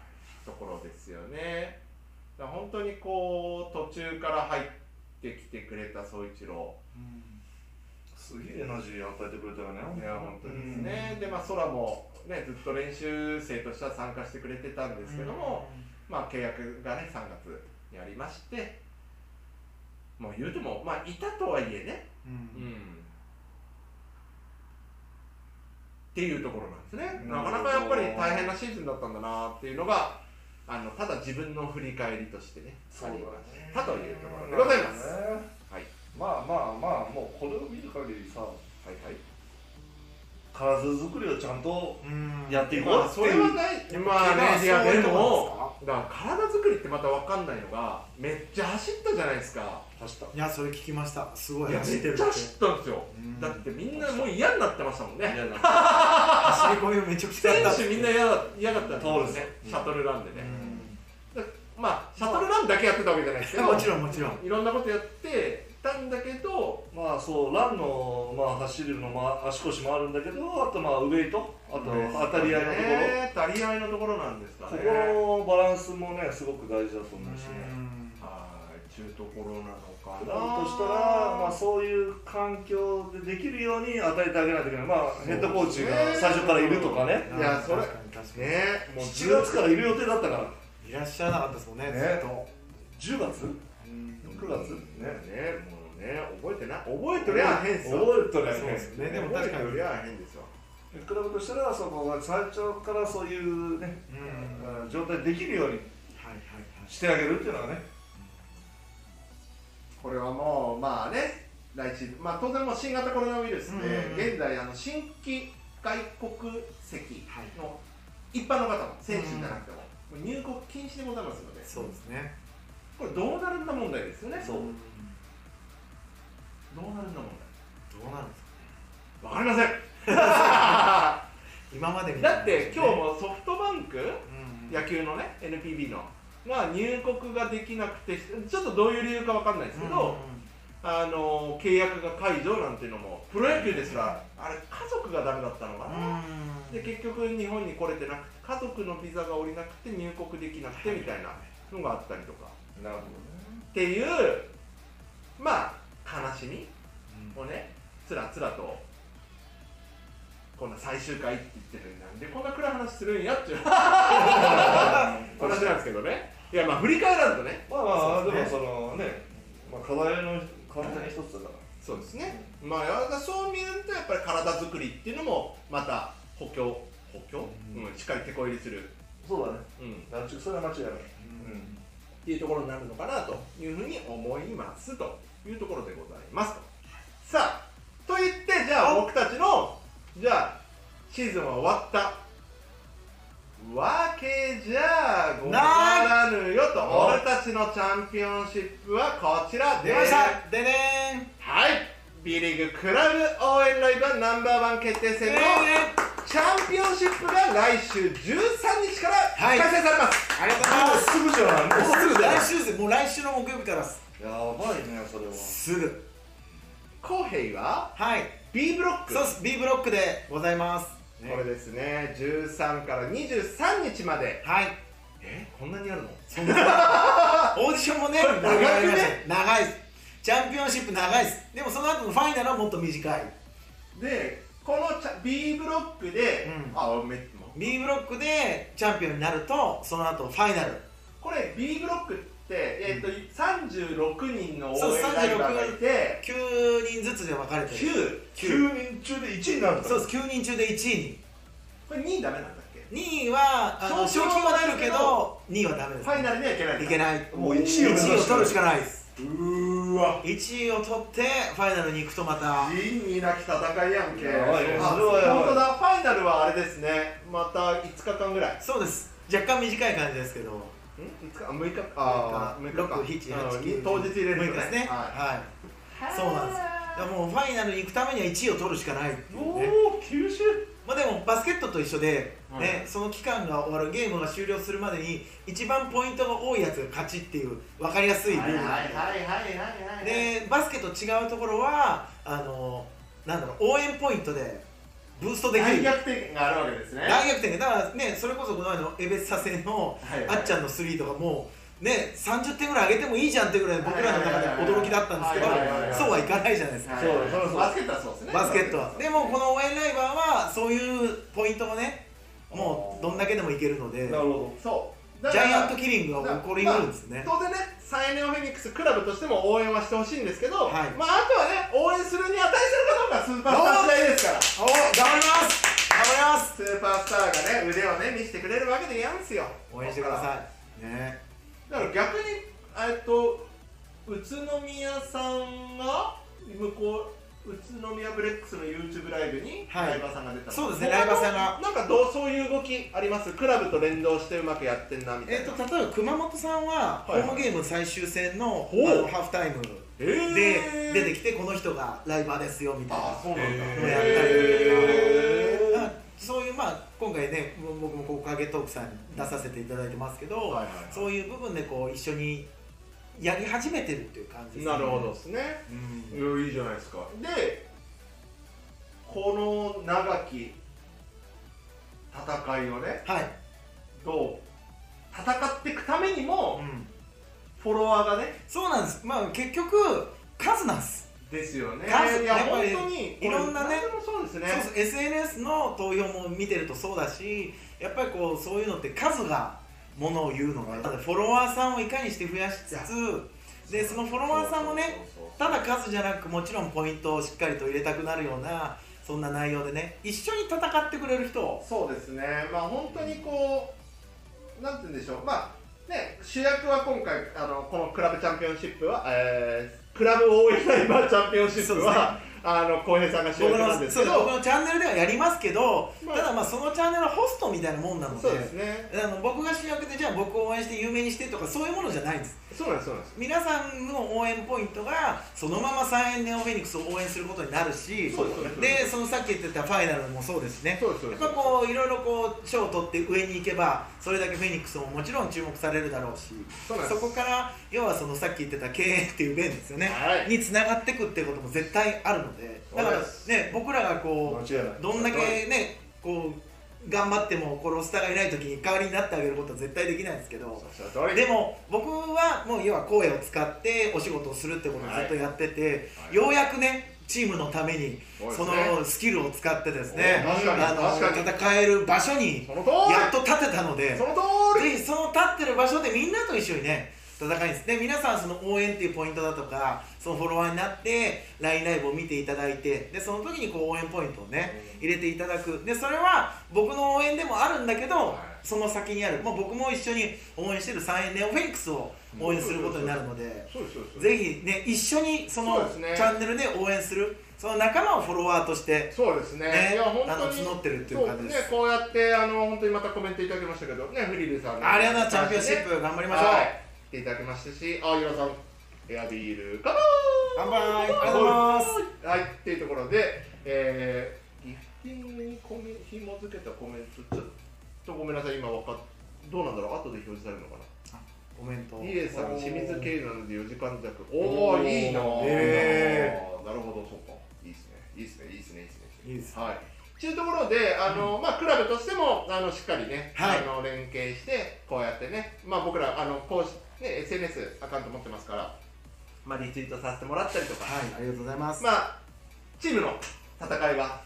ところですよね。だから本当にこう途中から入ってきてくれた総一郎。
すげえエナジー与えてくれたよね
いや本当ですね。でまあ空もねずっと練習生としては参加してくれてたんですけども、まあ契約がね3月にありまして、もう言うてもまあいたとはいえね、
うん
っていうところなんですね、なかなかやっぱり大変なシーズンだったんだなっていうのがあのただ自分の振り返りとしてね
そう
あ
だ
り
ね
ましたというところでございます、
ね
はい、
まあまあまあもうこれを見る限りさ
はいはい
体作りをちゃんと
うん
やっていこ
まあ
うって
それ
いう、
はないまあねい
怪我は
や
そうい
で
うとこ
もだから体作りってまた分かんないのがめっちゃ走ったじゃないですか
走った
いやそれ聞きましたすご
い
い
や
走
め
ってる
っ
っ
ち
て
ゃ走ったんですよ
うん
だってみんなもう嫌になってましたもんね
走り込みをめちゃくちゃ
選
やった
手みんな嫌だ嫌だったん
そうで
ですす
ね
ねシャトルランでね、
うん
まあシャトルランだけやってたわけじゃないですけど
もちろんもちろん
いろんなことやってたんだけど
まあそうランの、まあ、走るの、まあ、足腰もあるんだけどあとまあウェイトあと当たり合いのところ、
ね当たり合いのところなんですか
こ
ね
このバランスもねすごく大事だと思うしね。
はいちゅうところなのか
だ
な
としたら、まあ、そういう環境でできるように与えてあげないといけない、まあ、ヘッドコーチが最初からいるとかね、
いやそれ
確かに確かに
ね
もう10月からいる予定だったから、
いらっしゃらなかったですもんねずっと
10月、
うん
9月、
ね
ね、
もうね覚えてない覚えてりゃ変ですよ
覚えてるよ
そうです
ね、
ねでも確かに
覚えてりゃ変ですよ
クラブとしたら、そこは最初からそういうね、
うんはい
うん状態できるように
はいはい
してあげるっていうのがね、
これはもうまあね来シーズンまあ当然もう新型コロナウイルスで、
うん
現在あの新規外国籍
はい
の一般の方も選手じゃなくても、もう入国禁止でございますので
そうですね
これどうなるんだ問題ですよね
そう
うん
どうなるんだ問
どうなんですか
題わかりませ
今までみ
ん
たい
だ
な
って今日もソフトバンク
うん
野球のね NPB のが入国ができなくてちょっとどういう理由かわかんないですけど、あの契約が解除なんていうのもプロ野球ですらあれ家族がダメだったのか
う
な、
ん
で結局日本に来れてなくて家族のビザが下りなくて入国できなくてみたいなのがあったりとか
なるほどね、
っていうまあ悲しみをねつらつらとこんな最終回って言ってるのになんでこんな暗い話するんやっていう話なんですけどねいやまあ振り返らんとね
まあまあ、
そう
で
で
も
す
そのね、まあ、課題の課題の一つだから。
そうですね、まあやっぱそう見るとやっぱり体作りっていうのもまた補強補強、うんしっかり手こ入れする、
そうだね。
うん、っ
なそれは間違いない。うん。
ていうところになるのかなというふうに思いますというところでございますとさあと言ってじゃあ僕たちのじゃあシーズンは終わったわけじゃござらぬよと
な
俺たちのチャンピオンシップはこちらで
出ましたででーん
はい B リーグクラブ応援ライブはナンバーワン決定戦のチャンピオンシップが来週13日から
はい
開催されます、
ありがとうござい
あ
ま
あ、すぐじゃない。もうすぐ
す来週ですもう来週の木曜日からです
やばいね、それは。
すぐ
公平は
はい
B ブロック
そうっす B ブロックでございます
これですね13から23日まで
はい
えこんなにあるの
オーディションもね、
れ長くね
長いです。チャンピオンシップ長いです。でもその後のファイナルはもっと短い。
でこのチャ B ブロックで、
うん
あめもう
B ブロックでチャンピオンになると、その後ファイナル。
これ B ブロックって、えー、と36人の応援ライバーがいて
9人ずつで分かれてる。
9
9人中で1位になるんだ。
そうです、9人中で1位
これ2位ダメなんだっけ
に。2位は、あの
賞
賞
金
金
は
は
出
出
る
る
け
け
ど
ど、2位はダメです。
ファイナルにはいけないんだ
いけない。
もう一位を
1
目指して
位を取るしかないです。
うーわ
1位を取ってファイナルに行くとまた
仁義なき戦いやんけ
やばいね
あ
それはやばい
本当だファイナルはあれですねまた5日間ぐらいん
そうです若干短い感じですけど
5日あ6日あ6日か
6日6 7 8
うん当日入れるよ
6日ですね
は
はい、そうなんですだからもうファイナルに行くためには1位を取るしかないっていう
お
ね
お九州
まあでもバスケットと一緒で、
はい
ねその期間が終わるゲームが終了するまでに一番ポイントが多いやつが勝ちっていう分かりやすいルールなん
い
で
はいはいはい
でバスケと違うところはあのなんだろう応援ポイントでブーストでき
大
る
逆転があるわけですね
大逆転だからねそれこそこの前のエベッサ戦の
はい
あっちゃんのスリーとかもね30点ぐらい上げてもいいじゃんってぐらい僕らの中で驚きだったんですけど
はいはいはいはい
そうはいかないじゃないですか
はい
そうそうそう
バスケットはそうですね
バスケットはでもこの応援ライバーはそういうポイントをねもうどんだけでもいけるので
なるほ
そう
ジャイアントキリングが起こりうるんですね
当然ねサイネオフェニックスクラブとしても応援はしてほしいんですけど、
はい
まああとはね応援するに値するかどうかスーパースター次第ですから
お頑張ります頑張ります
スーパースターがね腕をね見せてくれるわけでやんすよ
応援してくださいね
いだから逆にえっと宇都宮さんが向こう宇都宮ブレックスの YouTube ライブに
はい
ライバーさんが出たの、
そうですね
他の
ライバーさんが
なんかどうそういう動きありますクラブと連動してうまくやってんなみたい
え
な
っと例えば熊本さんはホ
はいはい
ームゲーム最終戦のあ
う
のハーフタイム
え
で
ー
出てきてこの人がライバーですよみたいな
あそうなんだ
のやったりとか
へー
だからそういうまあ今回ね僕も「こう影トーク」さんに出させていただいてますけど、
はいはいはい
そういう部分でこう一緒にやり始めてるっていう感じですね
なるほどですね、
うん
いやいいじゃないですかでこの長き戦いをね
はい、
どう戦っていくためにも
うん
フォロワーがね
そうなんですまあ結局数なんです
ですよね
数
いや
やっぱ
本
り
当に
いろんなね
これ何でもそうですね
そうそう SNS の投票も見てるとそうだしやっぱりこうそういうのって数がものを言うのがただフォロワーさんをいかにして増やしつつでそのフォロワーさんもね
そうそう
ただ数じゃなくもちろんポイントをしっかりと入れたくなるようなそんな内容でね一緒に戦ってくれる人を
そうそうですねまあ本当にこうなんて言うんでしょうまあね主役は今回あのこのクラブチャンピオンシップは、えークラブ応援ライバーチャンピオンシップは、あの浩平さんが主
僕
役なんで
の
す
そう
け
僕
ど
のチャンネルではやりますけど、
まあ
ただまあそのチャンネルはホストみたいなもんなので
そうですね
あの僕が主役でじゃあ僕を応援して有名にしてとかそういうものじゃないんです
そうなんですそうなんです
皆さんの応援ポイントがそのままサイエンネオフェニックスを応援することになるし
そうですそうです
でそのさっき言ってたファイナルもそうですしね
そうですそう
や
で
っ
す
ぱこういろいろこう賞を取って上に行けばそれだけフェニックスももちろん注目されるだろうし
そうなんです
こから要はそのさっき言ってた経営っていう面ですよね、
はい
につながってくっていうことも絶対あるのでだか
そう
ら
です
ね僕らがこ
間違いないう
どんだけねこう頑張ってもこうロスターがいない時に代わりになってあげることは絶対できないですけど
おっしゃる通り
でも僕はもう要は声を使ってお仕事をするってことをずっとやってて、
はい
ようやくねチームのために
そうです
そ
ね
のスキルを使ってですね
お確かに
あの
確かに
戦える場所に
その通り
やっと立てたので
その通り
ぜひその立ってる場所でみんなと一緒にね戦いですで皆さんその応援っていうポイントだとかそのフォロワーになって LINE ライブを見ていただいてでその時にこう応援ポイントをね入れていただくでそれは僕の応援でもあるんだけど、
はい
その先にある、まあ、僕も一緒に応援してるサイエンネオフェニックスを応援することになるので、
そうですそうです
ぜひね一緒に
そ
そ
う
の
ですね
チャンネルで応援するその仲間をフォロワーとして
そうですね
ね
いや本当に
あの募ってるっていう感じです
そうねこうやってあの本当にまたコメントいただきましたけどねフリルさんの
ありがとうございますチャンピオンシップ頑張りましょう
はい来ていただきましたしあゆらさんエアビールかな
乾杯ありがとうございます
はいっていうところでえーギフティングにコメ紐付けたコメントちょっとごめんなさい今わかっどうなんだろう後で表示されるのかな
コメント
リエさん、清水
系
経なので4時間弱。おお、いいなぁ。
へ
なるほど、そうか。いいですね。いいですね。いいですね。いいですね。
いいです
はい。というところで、あの、まあ、クラブとしても、あの、しっかりね、
はい
あの、連携して、こうやってね、まあ、僕ら、あの、こうし、ね、S. N. S. アカウント持ってますから。まあ、リツイートさせてもらったりとか。
はいありがとうございます、
まあ、チームの戦いは。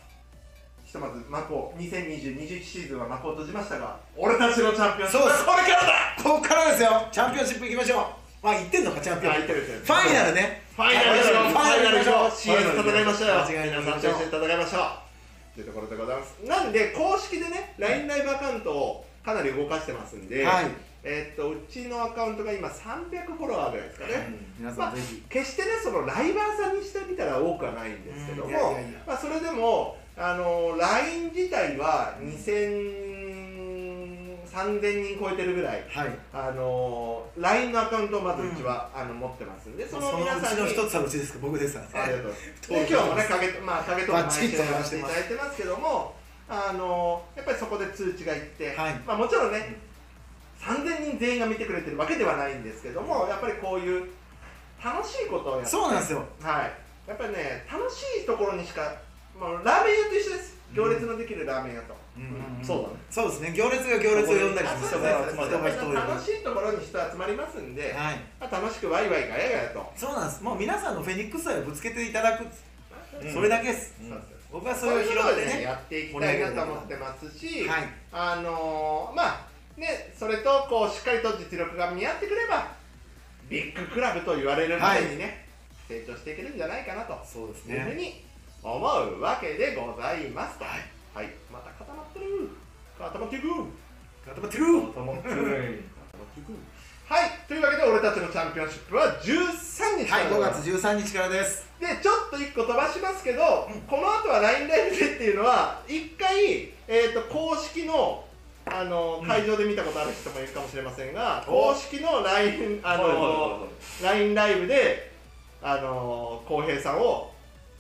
ひとまず、マコ、2020、21シーズンは幕を閉じましたが、俺たちのチャンピオン。
そうです
これからだ。
ここからですよチャンピオンシップいきましょうまあ言ってんのかチャンピオン
あ
フ
言ってる言ってる
ァイナルね
ファイナルでしょ
ファイナルでしょ
CS 戦いましょうよ
間違いな
皆
い
さんと一緒に戦いましょうというところでございますなんで公式でね LINE ライブアカウントをかなり動かしてますんで、
はい
えーっとうちのアカウントが今300フォロワーぐらいですかね、
皆さ
まあ
んぜひ、、
決してねそのライバーさんにしてみたら多くはないんですけども、
うんいやいやいや
まあ、それでもあの LINE 自体は2000 3000人超えてるぐらい
はい
あの LINE のアカウントをまずうちは、あの持ってますんで
そ
そ
の
の
う
皆さ
ち
んに
の一つはうちですけど僕ですから
ありが
ね
とうございます。で今日もね、影と、まあ、影とか
バ
毎
ッチリ
週
と
や
や
ら
ら
せて
せて
い
ま
た
す
だいてますけども、あのやっぱりそこで通知がいって、
はい
まあ、もちろんね、3000人全員が見てくれてるわけではないんですけども、やっぱりこういう楽しいことをやって、
そうなんですよ
はい、やっぱりね、楽しいところにしか、もうラーメン屋と一緒です。行列のできるラーメン屋と。
うん
そうだね。
そうですね行列が行列を呼んだり
あ
する
そ
人
うです
が
そう
集
で
ます人が人を呼んだ
楽しいところに人集まりますんで
り、はい
まあ楽しくワイワイガヤガヤと。
そうなんですもう皆さんのフェニックス愛をぶつけていただく、それだけです
そうです
僕はそ
そう
れ
い
を
う
拾
こ
っ
とで
て
ね
ね
やっていきたいなと思ってますし、
はい
あのーまあねそれとこうしっかりと実力が見合ってくればビッグクラブと言われるまでにね、成長していけるんじゃないかなと
そうです
いうふう
ね
に思うわけでございますとはい、また固まってる固まっていく
固まってる
固まってる固まっていくはいというわけで俺たちのチャンピオンシップは13日か
は
ら
い、
でご
5
ざます
月13日からです。
でちょっと1個飛ばしますけど、この後は LINE ライブでっていうのは1回、えー、と公式のあの会場で見たことある人もいるかもしれませんが、公式の LINE あの LINE ライブであの浩平さんを、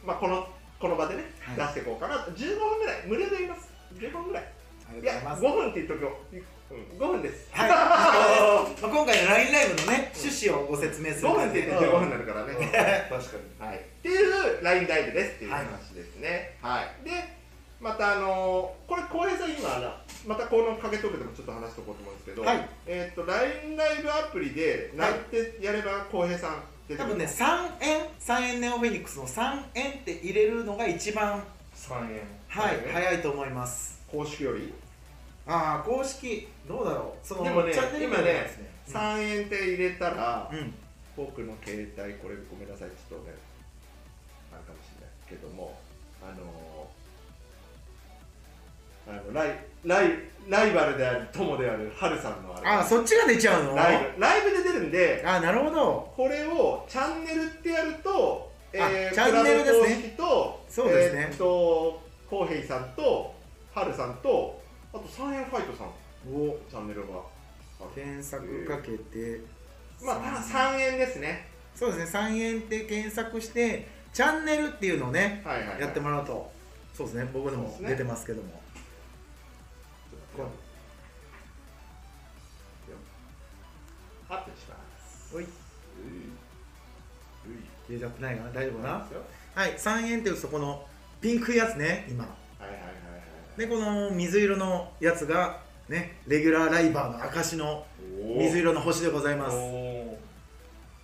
まあ、このこの場でね、
はい
出していこうかなと15分ぐらい無料で言います15分ぐらい
あり
い
が
や
とうござい
5。
ます
分って言っとくよ、うん、5分です
はい、まあ今回の LINE ライブのね、趣旨をご説明する
5分
感
っ
じ
て
で
言って15分になるからね
確かに
はい、っていうラインライブですっていう話ですね。はい、で、またあのーこれ、浩平さん、今あの、またこの影トークでもちょっと話しておこうと思うんですけど、
はい
えっ、と、ラインライブアプリで、なんてやれば浩平さん出て
多
くる
分ね、3円、3円ネオフェニックスの3円って入れるのが一番、
3円
はい
そうだね
早いと思います。
公式より
ああ、公式、どうだろう、その
でもね
チャンネル名
今ね
ですね。
3円って入れたら、
うん、
僕の携帯、これごめんなさい、ちょっとね、あるかもしれないけども、あのーあのライライライバルである友であるハルさんのあれ
ああ、そっちが出ちゃうの
ライブライブで出るんで、
ああ、なるほど。
これをチャンネルってやると、
あチャンネルで
クラ
すね
ブ公式と、
そうですね
えーっと、浩平さんと、ハルさんと、あと三円ファイトさん、
お
チャンネルがある。
検索かけて、
まあ、た三円ですね。
そうですね、3円って検索して、チャンネルっていうのをね、
はいはい、はい。
やって
ま
もらうと、そうですね、僕の
そうで
も
すね
出てますけども。
アップします。
おい
うんうん
入れちゃってないかな、大丈夫かな
ですよ
はい、3円って打つと、このピンクいやつね、今。
はいはいはいはい。
で、この水色のやつが、ね、レギュラーライバーの証の水色の星でございます。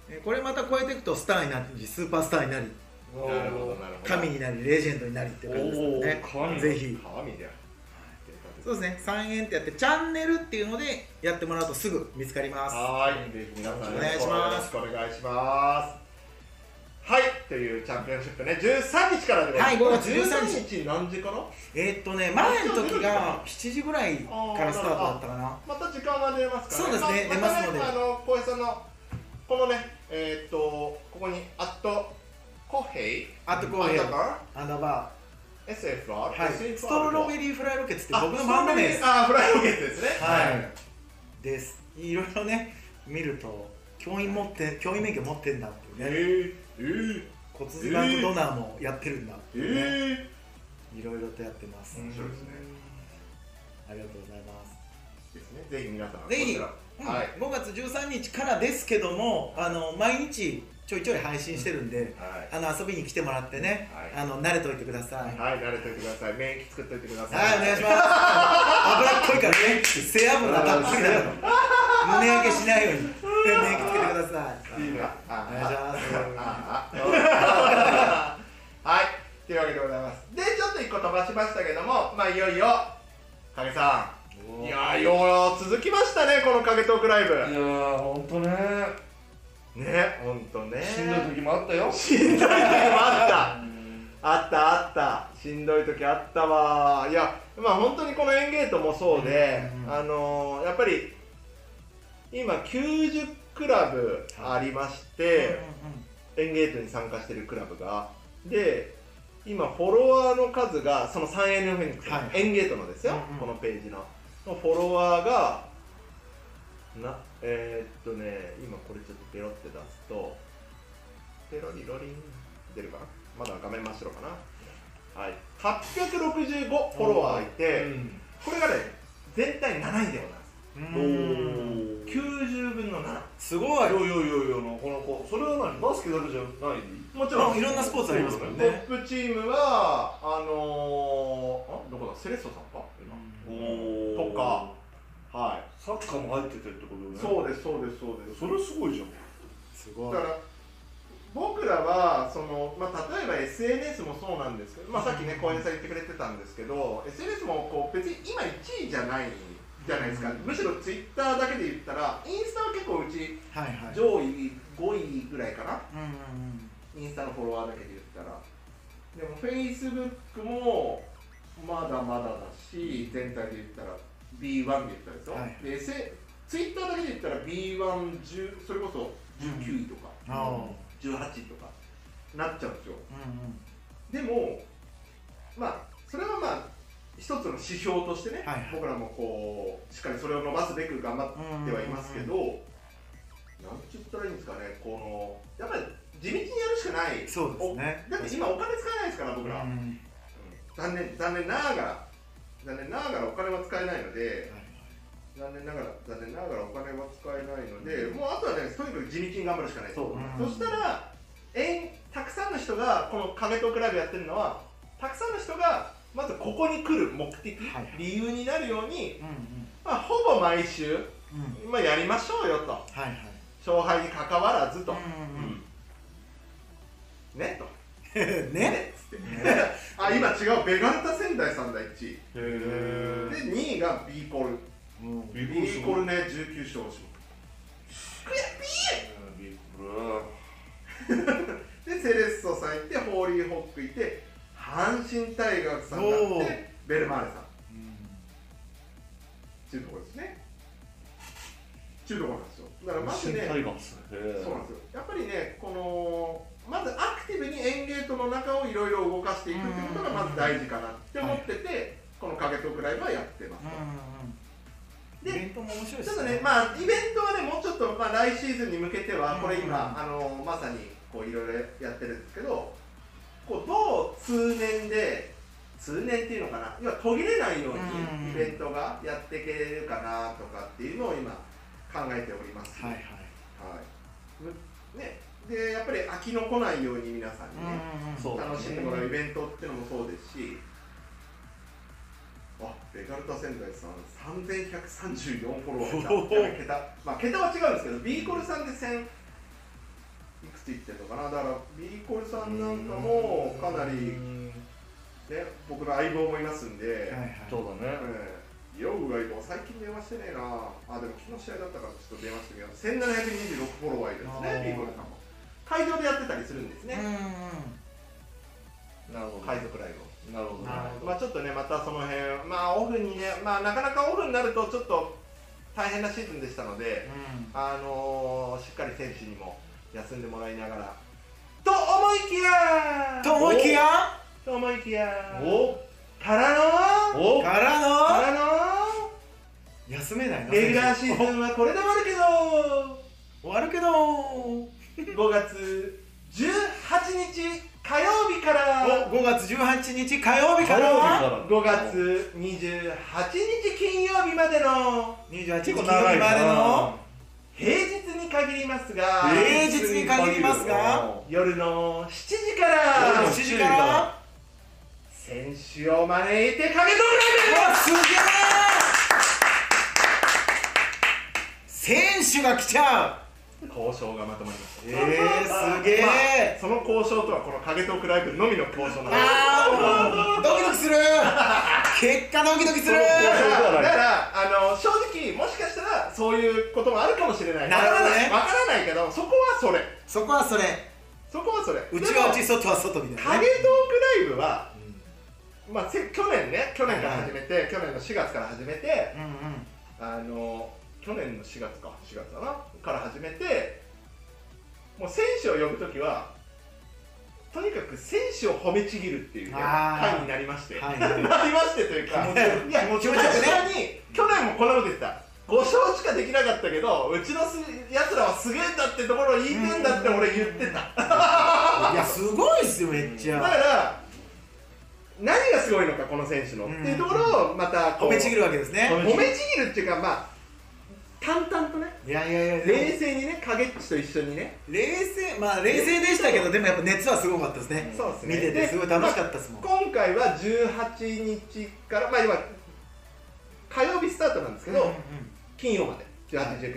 えこれまた超えていくと、スターになり、スーパースターになり、
おーなるほどなるほど。
神になり、レジェンドになりっていう感じですからね。ぜひ。
神だよ。
そうですね、3円ってやって、チャンネルっていうのでやってもらうとすぐ見つかります。
はーい、ぜひ皆さん
お願いします
よろしくお願いします。はい、というチャンピオンシップね、13日からでございます。
はい5月13日
13日何時から
えーっとね、前の時が7時ぐらいからスタートだったかな。
また時間が出ますからね。
そうですね
まあ
出ますので
あの、浩平さんの、このね、えーっと、ここに、アット、コヘイ、
あとこう、
アンダーバ
アンダーバ
ー SFR、
ー、はい、
SFR
ストロベ
ー、
リーフライロケッツって
あ
僕のバンド名です。
あ、フライロケットですね。
はい、です。いろいろね、見ると、教員持って、教員免許持ってんだっていうね、
えー、えー、
骨髄バンクドナーもやってるんだって
え
いうね、
ー、
いろいろとやってます。
面白いですね。
ありがとうございます。
ですね。ぜひ皆さん、
ぜひ
こちらはい。
5月13日からですけども、あの毎日ちょいちょい配信してるんで、
はい。
あの遊びに来てもらってね、
はい
あの慣れといてください。
はい、慣れておいてください。免疫作っておいてください。
はい、お願いします。脂っこいからね、背脂たっぷり だよ。胸焼けしないように、免疫つけてください。
いいね。
お願いします。
はい、というわけでございます。で、ちょっと一個飛ばしましたけども、まあ、いよいよ、影さん。いやー、よう続きましたね、この影トークライ
い
ブ。
やーほんとね
ね、ほんとね。
しんどい時もあったよ
しんどい時もあった。あったあった。しんどい時あったわ。いや、まあ本当にこのエンゲートもそうで、あのーやっぱり今90クラブありまして、エンゲートに参加してるクラブがで今フォロワーの数がその 3N フェニックス、
はい
エンゲートのですよ、
うんうん
このページののフォロワーがなえーっとね今これちょっとペロって出すとペロリロリン出るかなまだ画面真っ白かなはい865フォロワーいて、
うん
これがね全体7位でございます
う
お
ん
ー
90分の7
すごい
いやいやいやいやこの子それは何バスケだけじゃない
もち
ろんいろんなスポーツありますからね
トップチームはあのー、あどこだセレッソさんか
お
とか今はい
サッカーも入っててってことね
そうですそうですそうです
それすごいじゃん
すごい
だから僕らはその、まあ、例えば SNS もそうなんですけど、まあ、さっきね浩平さん言ってくれてたんですけど SNS もこう別に今1位じゃないじゃないですか、むしろ Twitter だけで言ったらインスタは結構うち
はいはい
上位5位ぐらいかな
うんうんうん
インスタのフォロワーだけで言ったらでもフェイスブックもまだまだだし全体で言ったら B1 で言ったらですよ、
はい
で S ツイッターだけで言ったら B110 それこそ19位とか、
ああ
18位とかなっちゃうんですよ
うん
でもまあそれはまあ一つの指標としてね、
はいはい
僕らもこうしっかりそれを伸ばすべく頑張ってはいますけど、なんて言ったらいいんですかねこのやっぱり地道にやるしかない
うんそうですね
だって今お金使えないですから僕ら、
う
うん
ん
残念残念ながら残念ながらお金は使えないので
は
残
い
念ながら残念ながらお金は使えないので、もうあとはねとにかく地道に頑張るしかないです
そう
う
そ
ん
したらえんたくさんの人がこの壁とクラブやってるのはたくさんの人がまずここに来る目的、
はい
理由になるように、
うん
まあ、ほぼ毎週、
うんうん
まあ、やりましょうよと
はいはい
勝敗に関わらずと、
うんうん
ねと
うんね
ねっつってあ今違うベガルタ仙台三大1位
へ
で2位が B コール
うんビ
B
ー
コール
ね
ね19勝し
ビーコー
でセレッソさんいてホーリーホックいて阪神タイガースさんが
お
あっ
ー
てベルマーレさんっていうところですねっていうところなんですよだから
ル
まず
阪神タイ
ね
ガースへ
そうなんで
ー
すよやっぱりねこのまずアクティブにエンゲートの中をいろいろ動かしていくっていうことがまず大事かなって思ってて、この影とくらいはやってますと、
うんうんう
で
んイベントも面白いで
ちょ
す
っとね、まあ、イベントはね、もうちょっと、まあ、来シーズンに向けては、これ今、あのまさにこういろいろやってるんですけど、こうどう通年で、通年っていうのかな、要は途切れないよう
うんう
にイ
ん
ベントがやっていけるかなとかっていうのを今、考えております。
はいはい
はいむね、で、やっぱり飽きのこないように皆さんにね、
うんうん
そうだね
楽しんでもらうイベントっていうのもそうですし、あベガルタ仙台さん、3134フォロワーいた
おお
いや桁、 まあ、桁は違うんですけど、ビーコルさんで1000いくついってるのかな、だからビーコルさんなんかもかなり、
うん
ね、僕の相棒もいますんで、
はいはい
そうだね
ええようがいも最近電話してねえなあでも昨日試合だったからちょっと電話してみよう1726フォロワーいるんです
あ
ね
ー
ビーコルさんも会場でやってたりするんです
うん
ね、
なるほど
海賊ライブを
なるほどね
なるほ
まあちょっとねまたその辺まあオフにねまあなかなかオフになるとちょっと大変なシーズンでしたので、
うん
あのーしっかり選手にも休んでもらいながらと思いきや
と思いきや
と思いきや
お
からの
お
か
からの
らの
休めないの
レギュラーシーズンはこれで終わるけ
終わるけどお
ど5月18日火曜日から
5月18日火曜日
火
から
曜日
は
から
5月28日金曜日までの
28日金
結
曜
構
日
長い
までの
平日に限りますが
平日に限りますが
夜の7時か
夜
ら
の
7時からわ
選手を招いて影と
すげえ選手が来ちゃう
ライブ交渉がまとまりました
えー、すげえ
その交渉とはこの影とクライブのみの交渉なんです
あーもうドキドキする結果ドキドキする
だ
そ
から
うだね
だからあの正直もしかしたらそういうこともあるかもしれない
なるほどね
わからないわからないけどそこはそれ
そこはそれ
そこはそれ
うちはう
で
ち
も
外は外みたいな
影
ね
トークライブは、まあ、せ去年ね去年から始めて、去年の4月から始めて
うんうん
あの去年の4月か4月だなから始めてもう選手を呼ぶときはとにかく選手を褒めちぎるっていう、ね、
あー
回になりまして、
は い
なりましてというか
気持ちよく
いやもう
気持ちよくね
確かに去年もこんなこと言ってた5勝しかできなかったけどうちのすやつらはすげえんだってところを言いてんだって俺言ってた
いやすごいっすよめっち
だ
ゃ
から何がすごいのかこの選手の、
うん
っていうところをまたこう
褒めちぎるわけですね
褒めちぎるっていうかまあ淡々とね
いやいやい
冷
や冷
静にね影っちと一緒にね、
冷静まあ冷静でしたけどでもやっぱ熱はすごかったですね
そうですね
見ててすごい楽しかったですもん
今回は18日からまあ今火曜日スタートなんですけど、
うんうん
金曜まで18、19、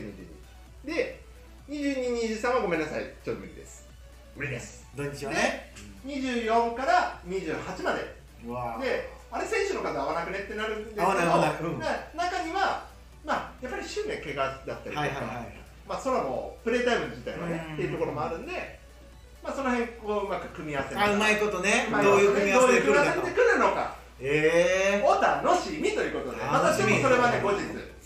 22で22、23はごめんなさいちょっと無理です無理です
土日はね
24から28まで
うわー
で、あれ選手の方合わなくねってなるんですけど、
合わない合わないうん
で中には、まあ、やっぱり周年怪我だったりとか、
はいはいはい
まあ、そらもプレータイム自体はね
う、ん
っていうところもあるんで、まあ、その辺こううまく組み合わせなが
あ
ら
うまいことね
まあ
どういう組み合わせで来るか
ど
と
ういう組み合わせで来るのか、
え
お楽しみということで、また
楽し
で
み
もそれはね、後日。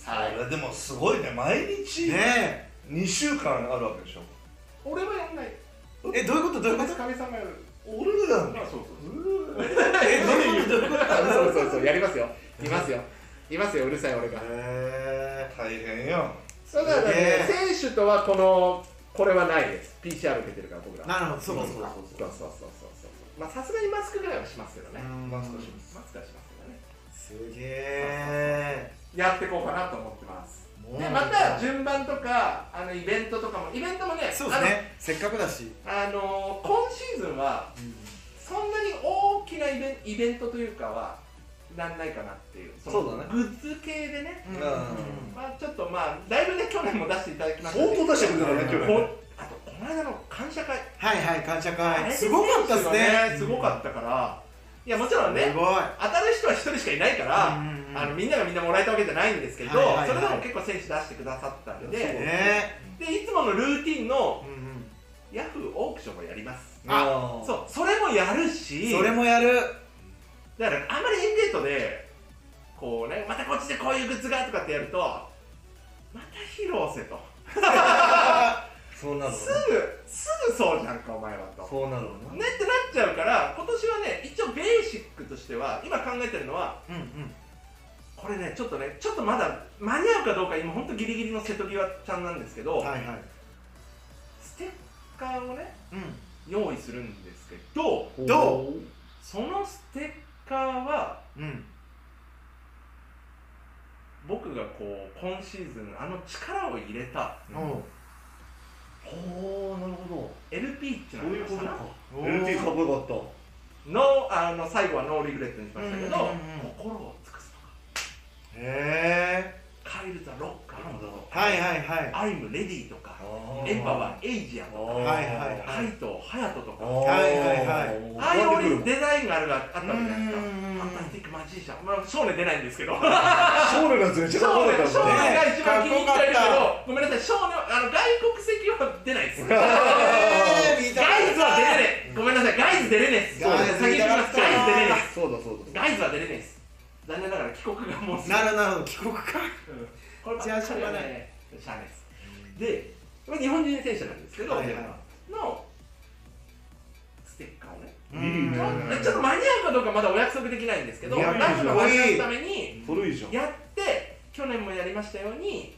いやでもすごいね毎
え
日
ね
2週間あるわけでしょ
俺はやんない。
ええどういうことどう いうこと
かみさんがやる。
俺ら
まあそうそう
えどういうことどういうこと
そうそうそう、やりますよ。いますよ。いますよ、うるさい俺が。
え
大変よ
だからね
すげ、
選手とはこの、これはないです。PCR 受けてるから、僕ら
ー。なるほどそうかそう
そ
か
うそうそうそうそうまあさすがにマスクぐらいはしますけどね
うん
マスクはしますマスクはしますけどね
すげえ
やっていこうかなと思ってます
もう
でまた順番とかあのイベントとかもイベントもね
そうですねせっかくだし
あのあの今シーズンはそんなに大きなイベンイベントというかはなんないかなっていうの
そうだね
グッズ系でね、
うん
うん
まあちょっとまあだいぶね去年も出していただきました
相当出してくれたね
ね
去年
あとこの間の感謝会
はいはい感謝
あれ
会
です
ごかったですね
すごかったからいやもちろんね
すごい
当たる人は1人しかいないから、
うんうん
あのみんながみんなもらえたわけじゃないんですけど、
はいはいはい
それでも結構選手出してくださったんで,、
ね
でいつものルーティンの
うんうん
ヤフーオークションもやります
あー
そうそれもやるし
それもやる
だからあんまりエンゲートでこうねまたこっちでこういうグッズがとかってやるとまた披露せと
そうなるわ
す
ね
ぐすぐそうじゃんかお前はと
そうなるわ
ねってなっちゃうから今年はね一応ベーシックとしては今考えてるのは
うんうん
これねちょっとねちょっとまだ間に合うかどうか今本当ギリギリの瀬戸際ちゃんなんですけど、
はいはい
ステッカーをね
うん
用意するんですけど
な
ど
う
そのステッカーは
うん
僕がこう今シーズンあの力を入れた
おう
ほうなるほ
LP ってい
ど
う
そう
の
いう
があ
こと
りましたか
か LP かっこよかっ
ノーあの最後はノーリグレットにしましたけど、
うんうんうん
心を尽くすとか
へえ
カイル・ザ・ロッカーとか、
はいはいは
ア
い
イム・レディとか
たあー
エヴァはエイジア
あ
と
ー
か
はいはい
カイト・ハヤトとか
はいはいはい
い
ああいう俺デザインがあるがあったわけじゃないですか
うんうんう
ファ
んうん
ンタスティック・マジシャン、まあ、少年出ないんですけ ど
少年が全然
少
かっこよ
年
かった
少
もんね
年が一番気に入ってるけど、ごめんなさい、少年はあの外国籍は出ないです。 ガ
えー見たか
イズは出れ
っ
ねえ。ごめんなさい、ガイズ出れねえっす。
ガイズ
先に言います。ガイズ出れねえっ
そうだそうだ
す。ガイズは出れねえっす。残念ながら帰国がもうす
た
ぐ
なるなるほど帰国か
うんこればっかりはね
じゃあしょうがない。
しゃあないです。で、まあ日本人選手なんですけど、
はいはい
のステッカーをね。
う
うん
ん
ちょっと間に合うかどうかまだお約束できないんですけど、
い
ラ
やい
フ
いじゃん
の間に合うために。
古いじゃん
やって去年もやりましたように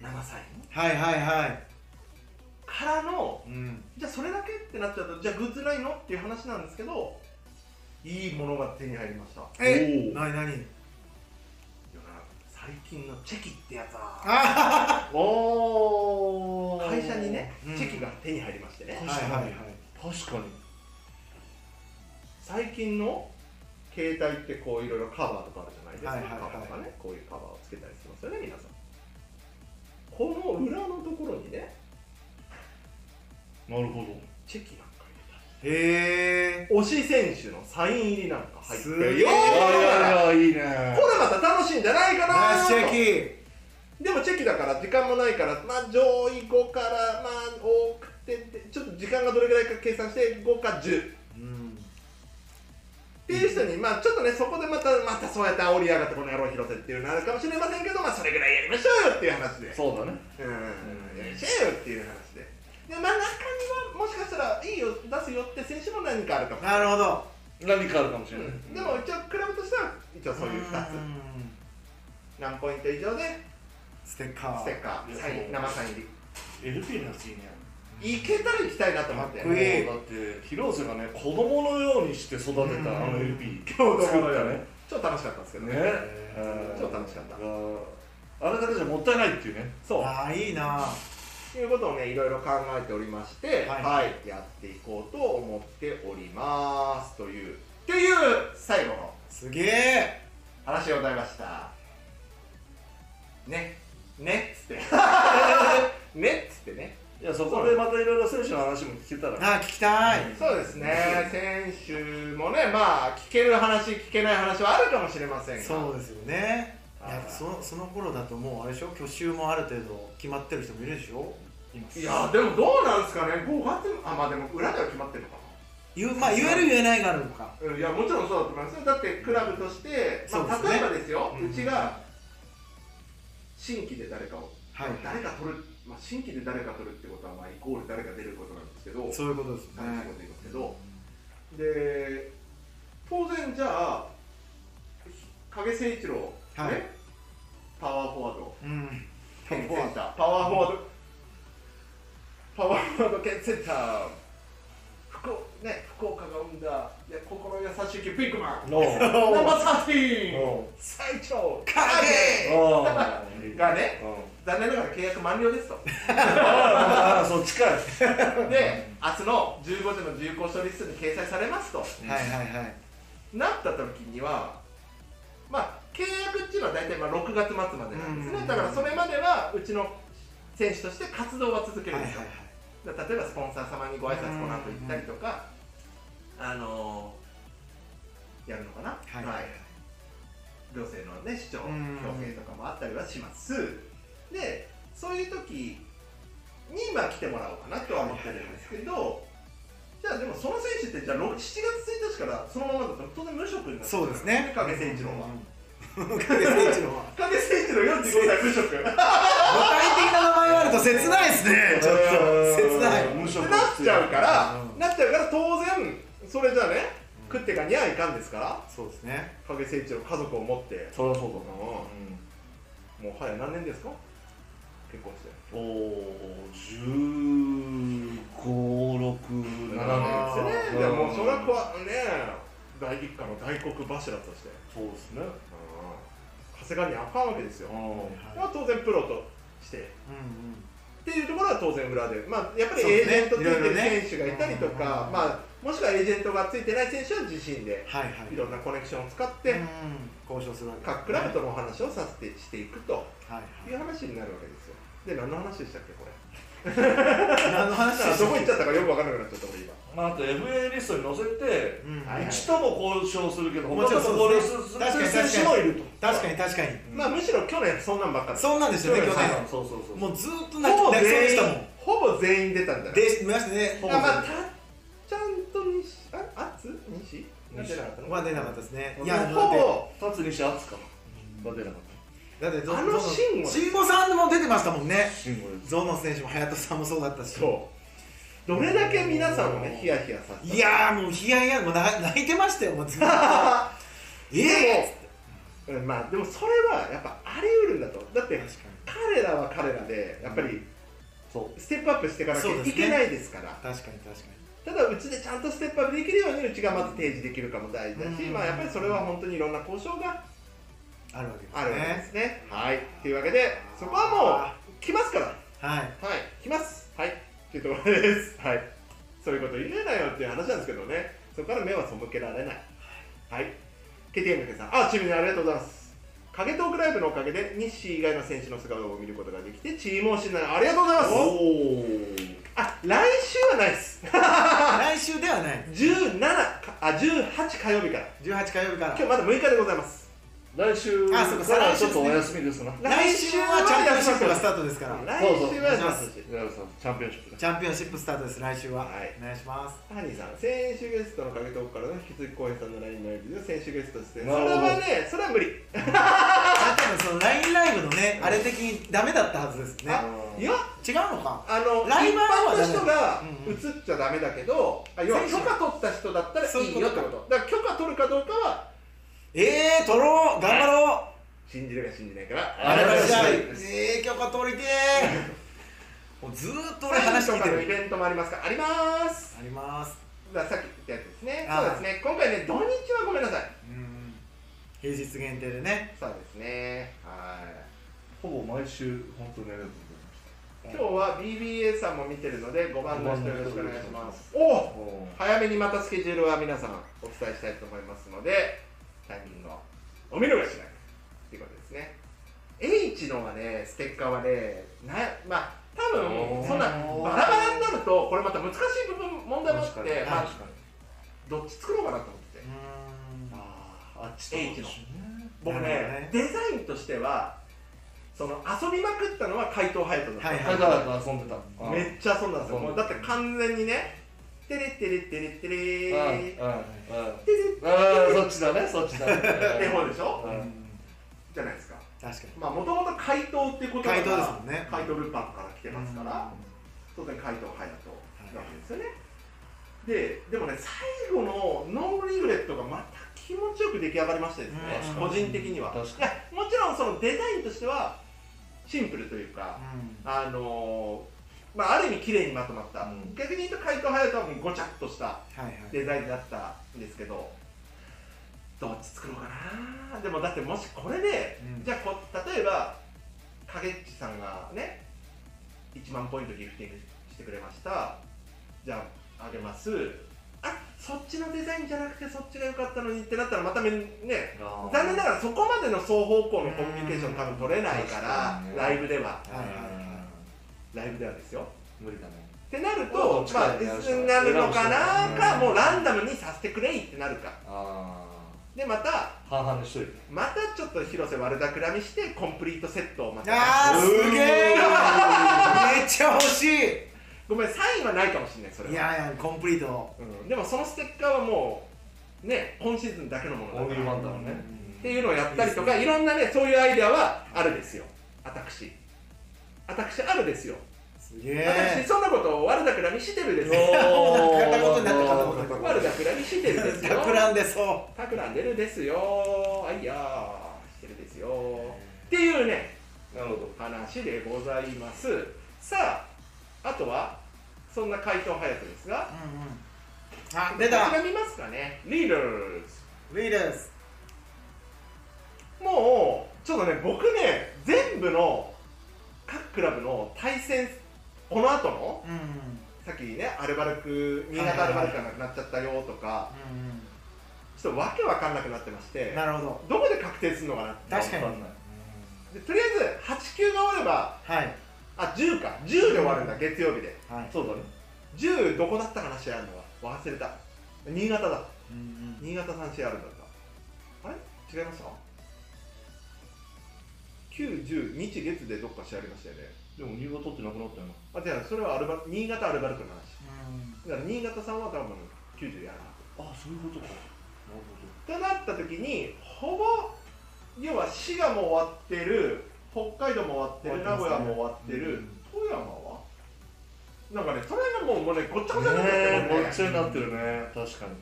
7歳
はいはいはい
からの
うん
じゃあそれだけってなっちゃうとじゃあグッズないのっていう話なんですけどいいものが手に入りました
え
おう
なになに
最近のチェキってやつは
あ
おー
会社にね
うん
チェキが手に入りましてね
確
はい
か
はいは
に
い
確かに
最近の携帯ってこういろいろカバーとかあるじゃないですか、
はいはいはい
カバーとかねこういうカバーをつけたりしますよね皆さんこの裏のところにね
なるほど
チェキなんか入れた
へえ
推し選手のサイン入りなんか入って
すげえ
よー
いやいい
これ
ね
また楽しいんじゃないかな
ナイスチ
と
ェキ
でもチェキだから時間もないからまあ上位5からまあ多くてちょっと時間がどれぐらいか計算して5か10っ
うん
ていう人に、まあ、ちょっとね、そこでまた、またそうやって煽りやがって、この野郎広瀬っていうのあるかもしれませんけど、まあ、それぐらいやりましょうよっていう話で、
そうだね
うん、やりましょうよっていう話で、でまあ、中にはもしかしたら、いいよ、出すよって選手も何かあるとか、
なるほど
何かあるかもしれない、
うんでも一応、クラブとしては、一応そういう2つ、何ポイント以上で、
つステッカー
ステッカー、サイン生サイン入
LP のやついいね
り、いけたら行きたいなと思って、
かっこいい
もうだって広瀬がね子供のようにして育てた、あの LP
どう
作
ぞ
ったね
超楽しかったですけど
ね
ね、
うん
超楽しかった。
あれだけじゃもったいないっていうね
そう
ああいいな
ということをねいろいろ考えておりまして、は
はいい
やっていこうと思っておりますというという最後の
すげえ
話でございましたねねっつって ねっつってね
いやそこでまたいろいろ選手の話も聞けたら
あー聞きたい
そうですね選手もねまあ聞ける話聞けない話はあるかもしれませんが
そうですよね
はい
やっぱそのその頃だともうあれでしょ去就もある程度決まってる人もいるでしょ
いやでもどうなんですかね5月あまあでも裏では決まってるのかな
言うまあ言える言えないがあるのか
うんいやもちろんそうだと思いますよだってクラブとして、まあ
そうですね
例えばですよ、う
うん
ちが新規で誰かを、
はい
誰か取る、まあ、新規で誰か取るってことは、まあ、イコール誰か出ることなんですけど、
そういうことですね
なんてこと言いますけど、で当然、じゃあ、影誠一郎、ね
はい
パワーフォワード、
うん
兼センター、パワーフォワード、パワーフォワード兼センター、福,、ね、福岡が生んだいや心優しいキピンクマン。
ノー
ナンバーサーティーン
ノ
最長
ー
影
ノー
がね
うん
残念ながら契約満了ですと
ああそっちかい
で明日の15時の重厚処理室に掲載されますと
はいはいはい
なった時にはまあ契約っていうのは大体まあ6月末までなんです
う
ね
ん
だからそれまではうちの選手として活動は続ける
は
ん
い
ですよ
はい
だから例えばスポンサー様にご挨拶この後行ったりとかあのーやるのかな
はいはい
行政のね市長
う
表
ん
明とかもあったりはしますでそういう時にまあ来てもらおうかなとは思ってるんですけどじゃあでもその選手ってじゃあ6 7月1日からそのままだと当然無職になっちゃ
そうですね
影誠一郎は
影誠一郎は
影誠一郎45歳 無職っ
具体的な名前があると切ないですねちょっと切ない
無職
てなっちゃうから
うん
なっちゃうから当然それじゃあね食ってかにゃいかんですから
そうですね
影誠一郎家族を持って
そりゃそうだ
もうはや何年ですか結婚して
おお1 5 6 7
7
年
年
で
ですす
ね
ねでもうそれはこうね大一家の大黒柱として
そうですね
稼がにあかんわけですよ、
う
まあ、当然プロとして
う
っ
ん
ていうところは当然裏で、まあ、やっぱり
そう
エー
です
ジェントついて
ねいろい
る
ろね
選手がいたりとか、
うんうんうん
まあ、もしくはエージェントがついてない選手は自身で
はいはい
いろんなコネクションを使っ
う
て
ん交渉するわけですね
各クラブとのお話をさせてしていくと
はい
いう話になるわけですよで何の話でしたっけこれ
はい何の話
あ
だ
どこ行っちゃったかよく分からなくなっちゃった俺今
んまああと FA リストに載せて
うん
はいう
ちとも交渉するけど
もち
他
ろ
と
んそう
交
で
渉
すね
す
確かに確かに
る選手もいると
確かに確かに
まあむしろ去年そんなんばっかり
そんなんですよね去
はい
年
そうそうそう
もうずーっと泣き
ほぼ
泣きそうで
全
し
員
たもん
ほぼ全員出たんだよ
で見ましたね
あまあたっちゃんと西ああつ西が出なかったの
まあ出なかったですねい
いや
や
ほ
だって
ぼ
立つ西敦かが出なかっ
だってゾ
あの慎吾
慎吾さんも出てましたもんね
た慎吾です
ゾノ選手も隼人さんもそうだったし
そうどれだけ皆さんをねヒヤヒヤさせた
いやーもうヒヤヒヤもうな泣いてましたよもうずっと ええ
でもうんまあでもそれはやっぱあり得るんだとだって
確か
彼らは彼らでやっぱり
そ
ステップアップしていかなきゃ
そうです
い
ね
けないですから
に確かに確か
ただうちでちゃんとステップアップできるようにうちがまず提示できるかも大事だし
うん
まあやっぱりそれは本当にいろんな交渉が
にあるわけですね
あるわけですねはいというわけでそこはもう来ますから
はい
はい、来ます。はい、っていうところです。はい、そういうこと言えないよっていう話なんですけどね、そこから目は背けられない。はい、KTM の皆さん、あ、チームにありがとうございます。影トークライブのおかげで、日誌以外の選手の姿を見ることができて、チームを信頼、ありがとうございます。あ、来週はないです。
来週ではない
17か、あ、18火曜日から、
18火曜日から
今日まだ6日でございます。
来週か
あそうか再
ら
来
ち
週
ょ
で
っ
すね
とお休みですな。そう
来週はチャンピオンシップがスタ
ー
ートですから
そう。
来週はやり
ま
ます
す
し
チャンピオンシップだ。
チャンピオンシップスタートです来週は、
はい
お願いします
ハニーさん、先週ゲストの影トークからの引き続き公演さんの LINE のエビで先週ゲスト出演。そ
なるほ
れ
ど
はね、それは無理。
あ多分その LINE ライブのねあれ的にダメだったはずですね
あいや、
違うのか
あの、
ライバーは
一般の人が
うん
映
うん
っちゃダメだけど、あ要は許可取った人だったらいいよって
そういう
こ。
こ
だ
と
から許可取るかどうかは、
えー、取ろう頑張ろう
信じるか信じないから、
あれから次第
えー、許可取りてーもうずーっと俺話聞いて
のイ
る
ベントもありますから、あります。
あります
だからさっき言ったやつですね。
あ
そ
ー
うですね。今回ね、土日はごめんなさい。
うん平日限定でね
そうですね。はい。
ほぼ毎週本当にありがとう
今日は BBA さんも見てるので5番の人よろしくお願いしますお
ご
お
ざいま
早めにまたスケジュールは皆さんお伝えしたいと思いますのでタイミングをお見逃しなくっていうことですね H のはねステッカーはねなまあ多
お
分
ー
そんなバラバラになるとこれまた難しい部分問題もあっ
確か
て
に、
まあ
確かに
どっち作ろうかなと思ってて
うーん
あーあっち
エイジの僕ね
なるほどね
デザインとしてはその遊びまくったのは怪盗ハヤトだった、
はいはい
カジャラと遊んでた
めっちゃ遊んだんですよ、
うん
もうだって完全にね、てれってれってれってれ
うんうんうん
ー、てれっ
うんそっちだねそっちだ
て
ね
方でしょ、
うん
じゃないですか、
確かに
まあもともと怪盗っていうこと
怪盗ですもんね
怪盗ルパンから来てますから、当然怪盗ハヤトなわけですよね。で、でもね、最後のノーリグレットがまた気持ちよく出来上がりましてですね
うん、
個人的には。
確かに
いやもちろんそのデザインとしてはシンプルというか、
う
あのーまあ、ある意味綺麗にまとまった、
うん
逆に言うと怪盗隼人はもうごちゃっとした
んはいはい
デザインだったんですけどどっち作ろうかなでもだってもしこれで、
うん
じゃあこ例えば影っちさんがね1万ポイントギフティングしてくれましたじゃああげますあそっちのデザインじゃなくてそっちが良かったのにってなったらまためんね
あー
残念ながらそこまでの双方向のコミュニケーション多分取れないから、
うん
ライブでは
はいはいは
ライブではですよ
い無理だね
ってなる
ど
と
っ、ち
ま
か
あ、
になるしかない
なるのかな
選ぶしかな
か、
い
もうランダムにさせてくれいってなるか。
あ
で、また、
ー半々にしといて
またちょっと広瀬悪だくらみして、コンプリートセットをま
あ
た
ー。すげえめっちゃ欲しい
ごめん、サインはないかもしれない、それ
い
は。
やいやコンプリート
うんでも、そのステッカーはもう、ね、今シーズンだけのも
オ
の
ン
だ
リ
か
ー
ら。
ワ
っ
ンだもんね
ていうのをやったりとか、いろんなね、そういうアイデアはあるですよ。私。私あるですよ。
すげ
私、
え
そんなことを悪だくらみしてるですよ。
おー
片言になった片言になっ
悪だくらみしてるですよ。
たくらんでそ
たくらんでるですよあいやーしてるですよっていうね
なるほど
話でございますさああとはそんな怪盗隼人ですが
ううんうんあ出た
こちら見ますかねリーダーズ
ウィーダーズ
もうちょっとね僕ね全部の各クラブの対戦この後の
うんうんうん
さっきねアルバルク新潟アルバルクがなくなっちゃったよとかちょっとわけわかんなくなってまして
うんなるほど
どこで確定するのかなって
確かに
わんない
でとりあえず8級が終われば
はい
あ10か10で終わるんだ月曜日で
はい
そうだね
10どこだったかな試合あるのは忘れた新潟だ
うんうん
新潟さん試合あるんだったあれ違いました910日月でどっか試合ありましたよね
でも新潟ってなくなったよな
あじゃあそれはアルバ新潟アルバルクの話
うん
だから新潟さんは多分90やらな
あそういうことかなる
となった時にほぼ要は滋賀も終わってる北海道も終わってる名古屋も終わってる、富山はなんかねそれがもうもうねごっちゃごちゃになっちゃって
ね
もう
え
ね
めっちゃになってるね確かに
っ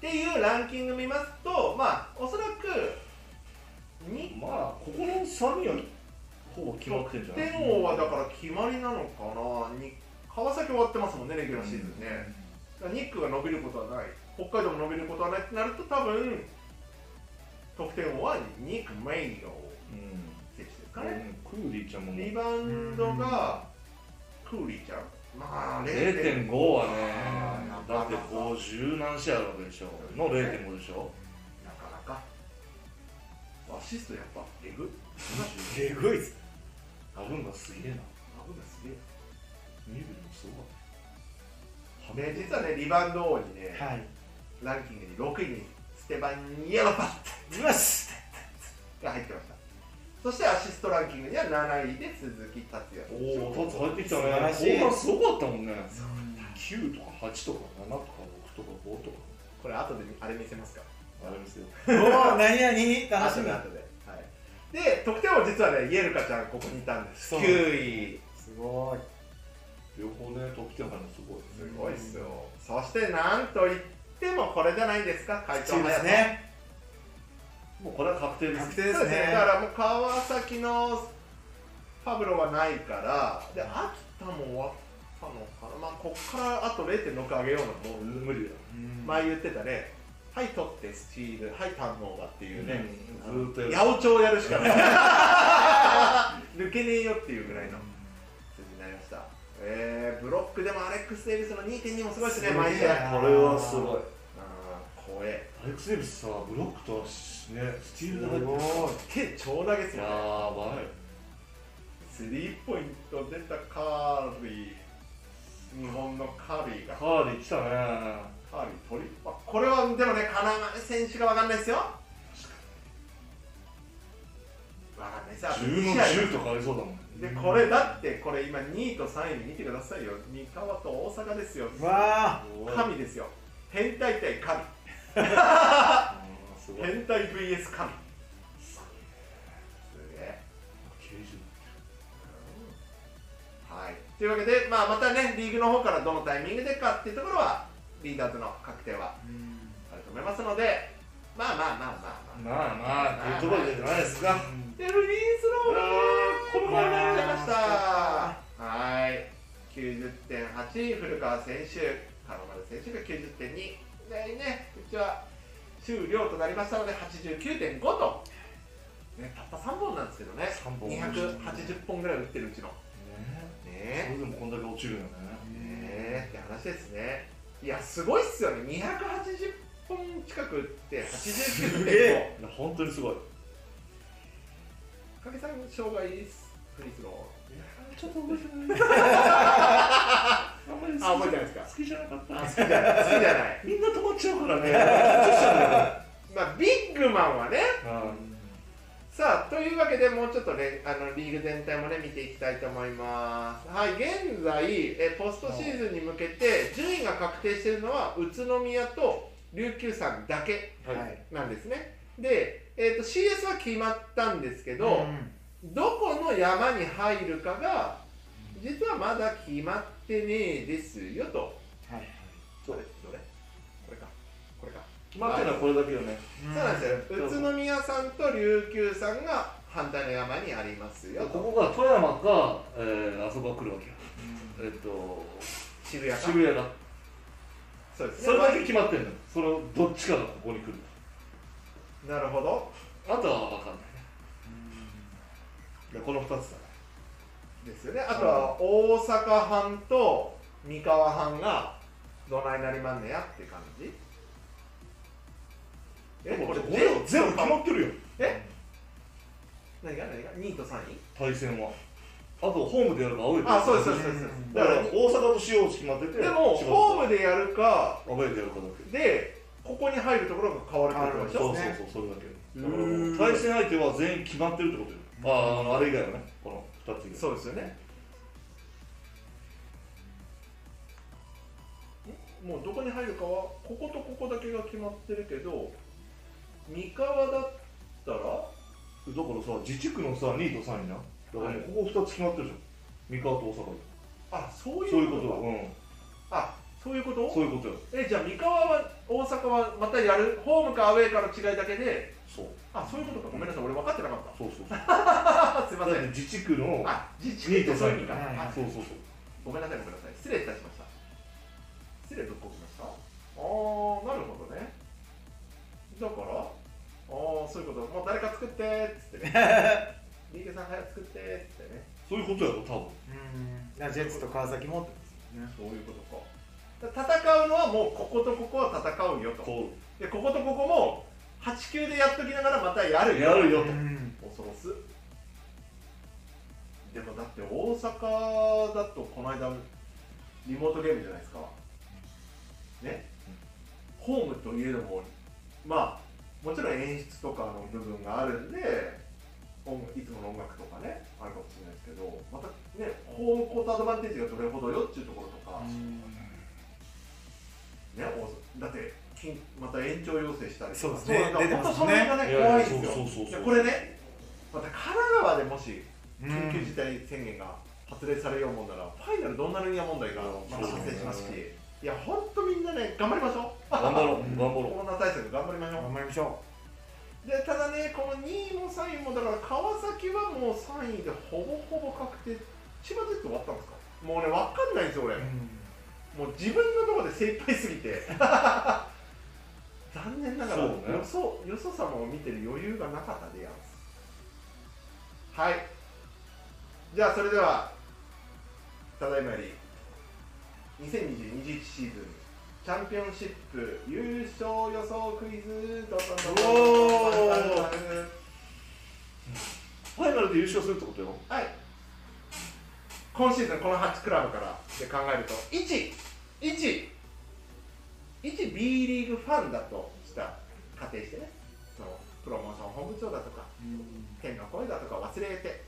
ていうランキング見ますと、まあ、おそらく2
まあここの三人はほぼ決まってんじゃない
点王はだから決まりなのかな、に川崎終わってますもんね、レギュラーシーズンね。だからニックが伸びることはない、北海道も伸びることはないってなると、多分得点王はニック・メイヨ
う
選手ですか
ん、
ね。
クーリーちゃんも
リバウンドがクーリーちゃん、まあ0.5
0.5はね
あー
だって50何試合あるわけでしょの0.5でしょ
なかなか。アシストやっぱえぐ
えぐいっす
ラブンがすげえな
あごめんすげえ
ミルもすごかった
ね、実はね、リバウンド王にね、
はい
ランキングに6位にステバン・イエロパッ
うわっす
が入ってましたそしてアシストランキングには7位で鈴木達也
おおー、立つ入ってきたね。
素晴らしい
ホームランすごかったもんね。9とか8とか7とか6とか5とか。
これ後であれ見せますか
あれですよ。
おお何何楽し
後
み
で後ではいで得点王実はねイエルカちゃんここにいたんです
そう
9位
すごい
両方ね、得点感がすごい。
すごいっすよそしてなんといってもこれじゃないですか会長
そうですね
もうこれは確定です。
確
そ
定
う
で
です
す
ね
ね
だからもう川崎のパブロはないからで秋田も終わったのかなまあこっからあと0.6上げようのもう
無理だよ。
うん
前言ってたねはい取ってスチールはい堪能だっていうね、
ずーっとやる
八百長やるしかない 抜けねえよっていうぐらいの数字になりましたえー、ブロックでもアレックス・デイビスの2.2もすごいですね
すげえ
毎試合あ
これはすごい。
ー怖え
アレックス・デイビスさ、ブロックとしね、スチールで入ってる。
手超投げっす
や
よね
ばい。
スリーポイント出たカービー日本のカービーが
カーディ来たね。
カービー取りあこれはでもね金丸選手が分かんないですよ分かんないですよあと
10
二
の
試合
10とかありそうだもん。
でこれだってこれ今2位と3位見てくださいよ三河と大阪ですよ
わあ
神ですよ変態対神
すごい。90。
変態 VS 神すげえはいというわけで、まあ、またねリーグの方からどのタイミングでかっていうところはリーダーズの確定はあると思いますのでまあまあまあまあまあ
まあまあ、というところでじゃないですか。
でフリースローがねこのままやっちゃいましたはい90.8古川選手金丸選手が90.2でねうちは終了となりましたので89.5と、ね、たった3本なんですけどね
3本
280本ぐらい打ってるうちの
ねそ
ね
れでもこんだけ落ちるよね。
えねえって話ですねいやすごいっすよね280本近く打って
す
89.5
げえ本当にすごい。
かけさん障害ですフリースロー
ちょっと覚えてない。
あ覚えてないですか
好きじゃなかった。
好きじゃない好きじゃない
みんな止まっちゃうからね。緊張しちゃ
まあビッグマンはね
うんだよね。うん
さあというわけでもうちょっとねあのリーグ全体もね見ていきたいと思いますはい現在えポストシーズンに向けて順位が確定しているのは宇都宮と琉球さんだけ
はい。
なんですねで、えー、と CS は決まったんですけど、
ん
どこの山に入るかが実はまだ決まってねえですよと
はい
どれどれこれかこれか
まあ、ていうのはこれだけよね。
そうなんですよ宇都宮さんと琉球さんが反対の山にありますよと
ここが富山か、えー、あそこが来るわけよ。えっと、
渋谷か
渋谷が。
そうですね
それだけ決まってるの。そのどっちかがここに来る。
なるほど
あとは分かんないね。でこの2つだね。
ですよねあとは大阪藩と三河藩がどないなりまんねやって感じえこれゼロ
全部決まってるよ。
え何が何が2位と3位
対戦は。あと、ホームでやるか、青い
あそうですそうですそうです
だ
だ
か
からら
大阪と塩を決まってて、
でも
千
ホ
葉
ームでやるか
とアウェーでやるかだけ。
でここに入るところが変わるってことでし
そ
ょ
う
う
そう
ね
そう、それだけ。
う
だ
ーん
から対戦相手は全員決まってるってことよ。ああ、あのあれ以外はね、この2つ以外。
そうですよねんもうどこに入るかはこことここだけが決まってるけど三河だったら
だからさ、自治区のさ、2位と3位な。だからね、ここ2つ決まってるじゃん。三河と大阪
あそう
で。そう
い
いうう
こ
こと
か
とだ。うん。
あそういうこと
そういうことよ。
えじゃあ三河は大阪はまたやるホームかアウェーかの違いだけで
そう。
あそういうことかごめんなさい俺分かってなかっ
そうそうそう。
たあすいま
だっ
せ
て
ん
自治区の
あ自治
2位と3位
か
だ
はい
そうそうそう。
ごめんなさい、ごめんなさい。失礼いたしました。失礼ぶっこきましたあー、なるほどね。だから、あー、そういうこと。もう誰か作ってーっつっ てね。リーグさん早く作ってーっつってね。
そういうことやろ、多分。
うんだからジェッツと川崎もってことですよね
そういうことか。だ戦うのはもうこことここは戦うよと。
こ
で、こことここも8球でやっときながらまたや
う、
るよ。
やるよと。
ん
恐ろす。でもだって大阪だとこの間リモートゲームじゃないですか。ね、ホームといえども、まあ、もちろん演出とかの部分があるんで、いつもの音楽とかねあるかもしれないですけどまたねこうコートアドバンテージがどれほどよっていうところとか、ね、おだって金また延長要請したりとか
そうですね
なん
出
か
て
本当そ
ます
の辺
ね
がね
いやいや
怖いんですよ
そうそうそうそう
でこれねまた神奈川でもし緊急事態宣言が発令されようもんなら、ファイナルどんなルニア問題がまた発生しますし、いや本当みんなね頑張りましょう
頑張ろう、頑
コ
張ろ
ロナ対策頑張りましょう
頑張りましょ
でただね、この2位も3位も、だから川崎はもう3位でほぼほぼ確定、千葉ジェット終わったんですかもうね、分かんないんですよ、俺、
う、
もう自分のところで精一杯すぎて、 残念ながら、
そうね
よそよそ様を見てる余裕がなかったでやんす。はい、じゃあ、それでは、ただいまより、2020-21シーズン、チャンピオンシップ優勝予想クイズ、どうぞどうぞ
おー
う。ファイナルで優勝するってことよ。
はい、今シーズンこの8クラブからで考えると1、1、1 B リーグファンだとした仮定してねそのプロモーション本部長だとか天の声だとか忘れて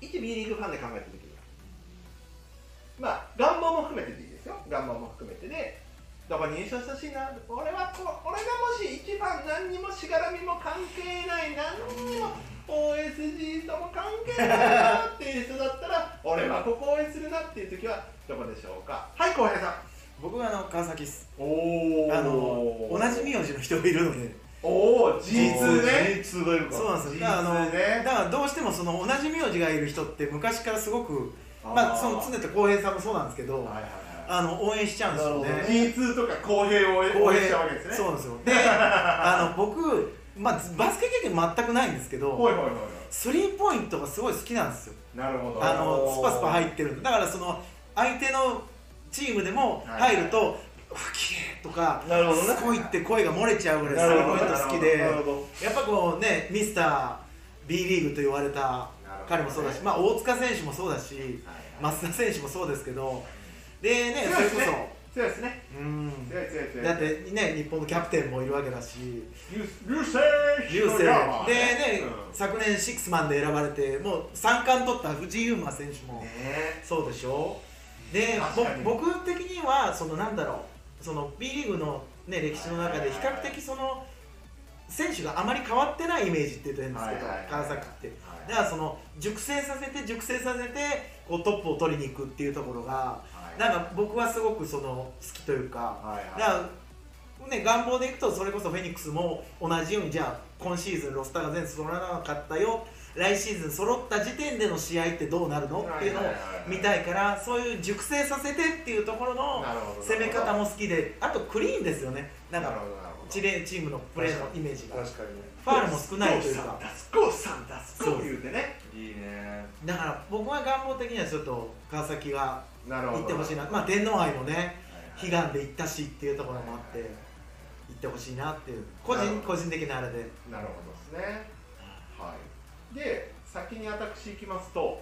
1 B リーグファンで考えた時にまあ願望も含めてでいいですよ願望も含めてでどこに優勝してほしいな俺はこう俺がもし一番何にもしがらみも関係ない何にも OSG とも関係ないなっていう人だったら 俺はここを応援するなっていう時はどこでしょうかはい浩平さん
僕はあの川崎っす
お
あの同じ名字の人がいるので
おお G2 ね
G2 がいるか
そ
ら。
うなんですよだからあの
人数ね
だからどうしてもその同じ名字がいる人って昔からすごくまあその常田浩平さんもそうなんですけど、
はいはいは
あの応援しちゃうんですよね
い G2 とか公平を応
公
援し
平
たわけですね
そうなんですよであの僕、まあ、バスケ経験全くないんですけ
ほ
ど
いほいほいほ
スリーポイントがすごい好きなんですよ
いなるほど
あのスパスパ入ってるだからその相手のチームでも入ると「うわ綺麗とか「
なるほどね
すごい」って声が漏れちゃうぐらい
な
ス
る
リ
ほ
ー
ど
ポイント好きで
なるほど。
やっぱこうねミスター B リーグと言われた彼もそうだし、まあ、大塚選手もそうだし
ま
増田選手もそうですけどでねそ
強い
れ
で
こ
すね強いですね
そうん
強い強い強い
だってね日本のキャプテンもいるわけだし
流星
流星でね、
うん
昨年シックスマンで選ばれてもう3冠取った藤井優馬選手も
ねえ
そうでしょで
確かに
ぼ僕的にはそのなんだろうその B リーグの、ね、歴史の中で比較的その選手があまり変わってないイメージって言うと変ですけど、
はいはいはい
川崎って
はい
だからその熟成させて熟成させてこうトップを取りに行くっていうところが
はい
なんか僕はすごくその好きというか、
はいはい
だから、ね、願望でいくとそれこそフェニックスも同じようにじゃあ今シーズンロスターが全部揃らなかったよ来シーズン揃った時点での試合ってどうなるのっていうの
はいはいは
を
いはい
見たいからそういう熟成させてっていうところの
なるほど
攻め方も好きであとクリーンですよねなん
なる
か
ほどなるほど
チレチームのプレーのイメージが
確かにね。
ファウルも少ないというか
ゴースさん出すゴースさん出すゴー言うてね
いいね。
だから僕は願望的にはちょっと川崎が
なるほど
行ってほしいなまあ天皇杯もね悲願で行ったしっていうところもあって行ってほしいなっていう個
なる
人
ほ
個人的なあれで。
なるほどですね。はい。で、先に私行きますと、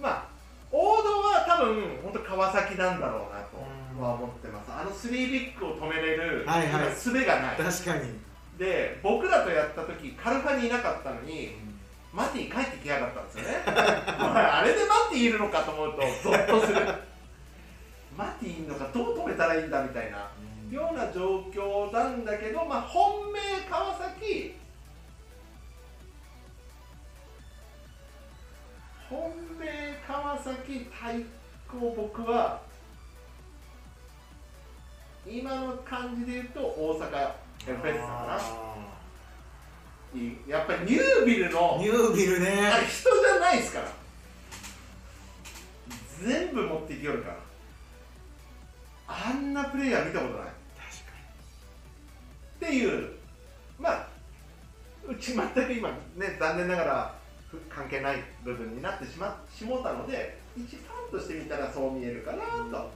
まあ、王道は多分、本当川崎なんだろうな
うん
とは思ってます。あのスリービッグを止めれる、
はいはい
今術がない。
確かに
で、僕らとやった時、カルファにいなかったのに、マティ帰ってきやがったんですよね。お前あれでマティいるのかと思うと、ゾッとする。マティいんのか、どう止めたらいいんだみたいな。ような状況なんだけど、まあ、本命川崎本命川崎対抗僕は今の感じで言うと大阪エルフェッツかないやっぱりニュービルの
ニュービル
あれ
ね
人じゃないですから全部持っていきよるからあんなプレイヤー見たことないっていうまあうち全く今ね残念ながらふ関係ない部分になってしましもうたので一ファンとしてみたらそう見えるかなと、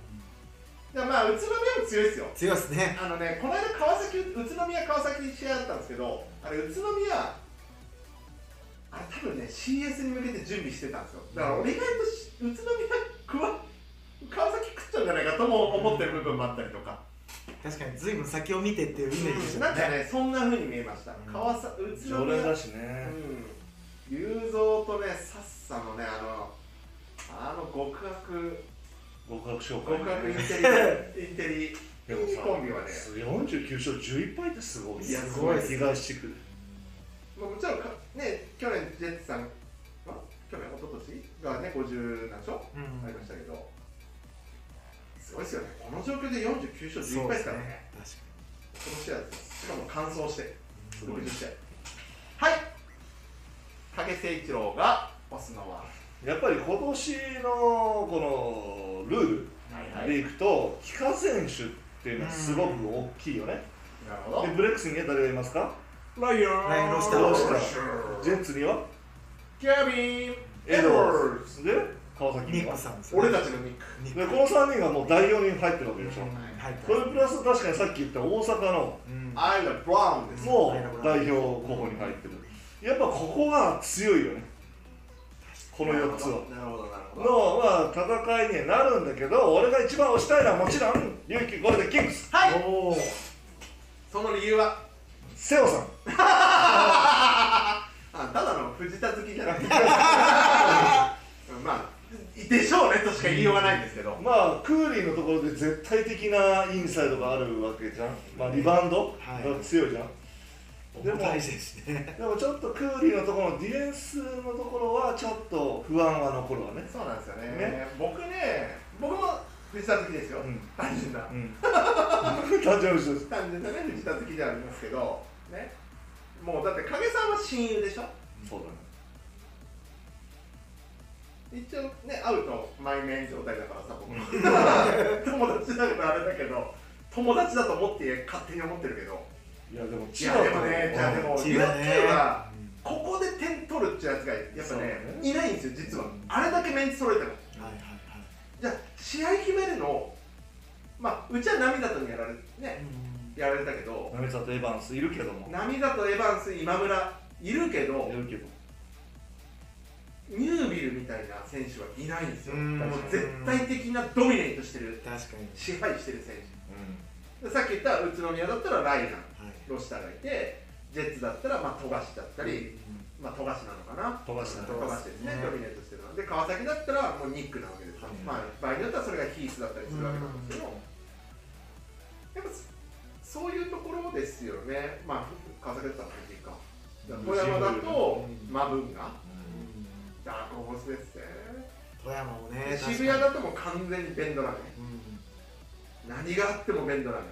でまあ宇都宮も強いですよ
強いっすね
あのねこの間川崎宇都宮川崎に試合あったんですけどあれ宇都宮あれ多分ね CS に向けて準備してたんですよだから俺意外とし宇都宮くわ川崎食っちゃうんじゃないかとも思ってる部分もあったりとか
確かに随分先を見てっていうイメージでし
な
た
んか
ね
ねそんな風に見えました、川さ宇都
常
宮
連だしね、
うん、雄三とね、さっさのね、あの、あの極悪、
極悪紹介
極悪イン
ね
テリ、インテリ、
でも
いい
さ
コンビはね、
49勝11敗ってすごい
いやすごいです
東地区
まあ、もちろんか、ね、去年、ジェッツさん、まあ、去年、一昨年がね、50何勝、
うん
ありましたけど、すごいですよね、この状況で49勝11敗ですからね、こ
確か
の試合です、しかも完走して、
すごい
60試合。はい、武誠一郎が押すのは、
やっぱり今年のこのルールでいくと帰化選手っていうのはすごく大きいよね
なるほ
でブレックスには誰がいますかライオン
ライオンロシター
ロシタージェッツには
キャビン・
エ
エ
ド
ド
ワ
ワ
ー
ー
ズ
ズ
で川崎
にニ
に
ッ
は
クさんです
俺たちのニック
ニック
でこの3人がもう第4人入ってるわけでしょ、
入った
それプラス確かにさっき言った大阪の
うん
アイラ・ブラウンです
もう代表候補に入ってる、やっぱここが強いよねこの4つは
なるほどなるほど
の、まあ、戦いにはなるんだけど俺が一番推したいのはもちろん勇気ゴールデンキングス
はい
おー
その理由は
瀬尾さん
あただの藤田好きじゃなく てまあでしょうねとしか言いようがないんですけど、
まあクーリーのところで絶対的なインサイドがあるわけじゃん、まあ、リバウンドが強いじゃん、でも
大事ですね
でもちょっとクーリーのところのディフェンスのところはちょっと不安は残るわね
そうなんですよね
ね
僕ね僕も藤田好きですよ、
うん
単純な
うん 誕生日です
単純なね藤田好きではありますけどねもうだって影さんは親友でしょ
そうだね
一応ね会うとマイメン状態だからさ僕 友達だからあれだけど友達だと思って勝手に思ってるけど
いやでも
いやでもねじゃあでも
違うね
ユッケはここで点取るってやつがやっ
そ
ぱ
う
ね
ね
いないんですよ実はあれだけメンツ揃えても
はいはいはい
じゃあ試合決めるのまあうちは涙とにやられねやられたけど
なめちゃんとエヴァンスいるけども
涙とエヴァンス今村いるけど
いるけど
ニュービルみたいな選手はいないんですよ
うん
もう絶対的なドミネートしてる
確かに
支配してる選手でさっき言った宇都宮だったらライナーロシターがいてジェッツだったらまあ富樫だったりまあ富樫なのかな
飛ばしたね
富樫ですね
ね
ドミネートしてるのはで川崎だったらもうニックなわけですよ、まあ場合によってはそれがヒースだったりするわけなんですけどやっぱそそういうところですよねまあ川崎だったら藤井か富山だとマブンがダークホースですね
富山も
で
ね
渋谷だともう完全にベンドラメ
うん
何があってもベンドラメ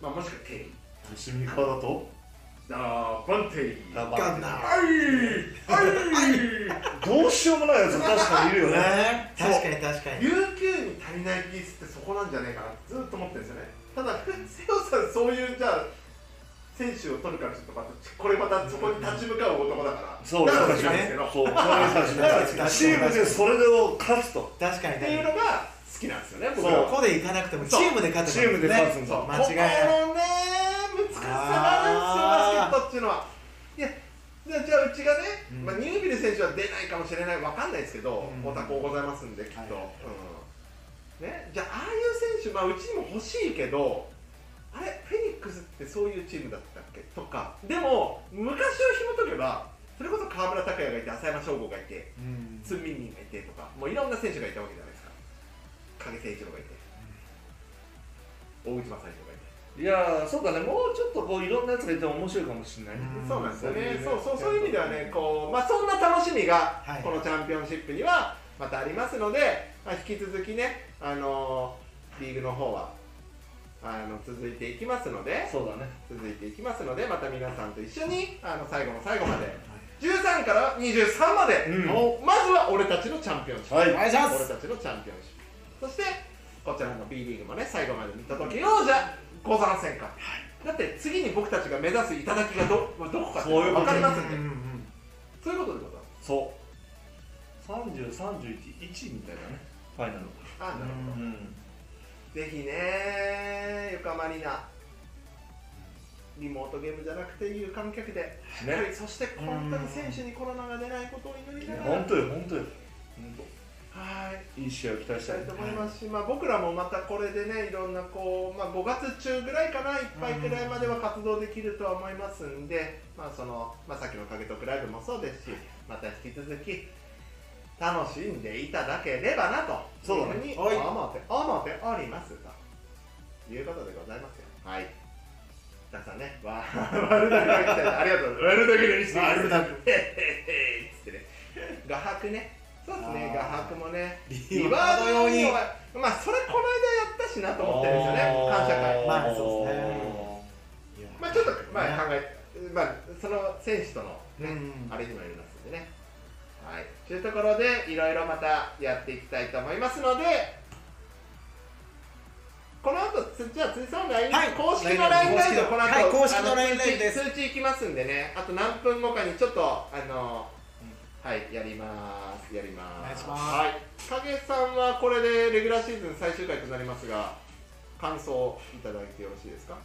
まあもしくはケイ
西三河だと
ダーバンテイ
ラバ
ガ
ー
ンナー
あいあい
どうしようもないやつ確かにいるよね
ね確かに確かに
琉球に足りないピースってそこなんじゃないかなってずっと思ってるんですよねただ瀬尾さんそういうじゃあ選手を取るからちょっとまたこれまたそこに立ち向かう男だから
そう
だか
だから
違う
ら
んですけど
そうだからチームでそれを勝つと
確かに
っていうの
ね
が好きなんですよね僕
そう
は
ここで行かなくてもチームで勝てば
チームで勝つん
ね
だ
そう
間違いない
ここのね難しさがあるんですよバスケットっていうのはいやじゃあじゃあうちがね、
うん
まあ、ニュービル選手は出ないかもしれないわかんないですけど、
うん
おたこございますんできっと、
はいはいはい
うんね、じゃあああいう選手、まあ、うちにも欲しいけどあれフェニックスってそういうチームだったっけとかでも昔を紐解けばそれこそ川村拓也がいて浅山翔吾がいて
うん
ツンミンミンがいてとかもういろんな選手がいたわけじゃないですか影誠一郎がいて、大内正弘がいて
いやーそうだねもうちょっとこういろんなやつがいても面白いかもしれないね
うん
そうなんですよね。そうそうそういう意味ではね、
う
こうまあそんな楽しみが
はい
このチャンピオンシップにはまたありますので、まあ引き続きね、あのーリーグの方はあの続いていきますので、
そうだね
続いていきますので、また皆さんと一緒にあの最後の最後まで、13から23まで、
うん
もうまずは俺たちのチャンピオンシップ、
はい
お願いしま
俺
す
たちのチャンピオンシップ、そしてこちらの B リーグもね最後まで見届けようじゃございませんか。だって次に僕たちが目指す頂がどどこかって
そういうこ
分
と
かりますんで
うんうんうん
そういうことでございます。
そう3031みたいなねファイナル
あなるほど。
うん
ぜひね、横浜アリーナ、リモートゲームじゃなくて有観客で、
ね
そして本当に選手にコロナが出ないことを祈りながら、
本当よ本当よ
はい
いい試合を期待し
したた
い
いと思いますし、まあ、僕らもまたこれでねいろんなこう、まあ、5月中ぐらいかないっぱいくらいまでは活動できるとは思いますんで、まあそのまあ、さっきの「影とクライブ」もそうですしまた引き続き楽しんでいただければなと
そうだね
いふに思
はい
って思っておりますということでございますよはい皆さんねわ悪だけの一点ありがとうございます悪だけにして
悪だ
けへへへいっつってね画伯ねそうですね
あー
画伯もね
リ
リ
ワ
ワ
ー
ー
ド
ド
用
用
に
に、まあ、それこの間やったしなと思ってるんですよね、感謝会。
まあそうですね
まあ、ちょっと、まあ、考え、まあ、その選手との、
う
ね
ん
あれにもよりますんでね。はい、というところで、いろいろまたやっていきたいと思いますので。この後、つじゃあ、辻さんの LINE、
はい
公式の LINE ライブ、この後、
はい公式の
あ
LINE ライブです
通知通知いきますんでね、あと何分後かにちょっと、あの。はい、やります。やります。
お願いします
はい、影さんはこれでレギュラーシーズン最終回となりますが、感想をいただいてよろしいですか。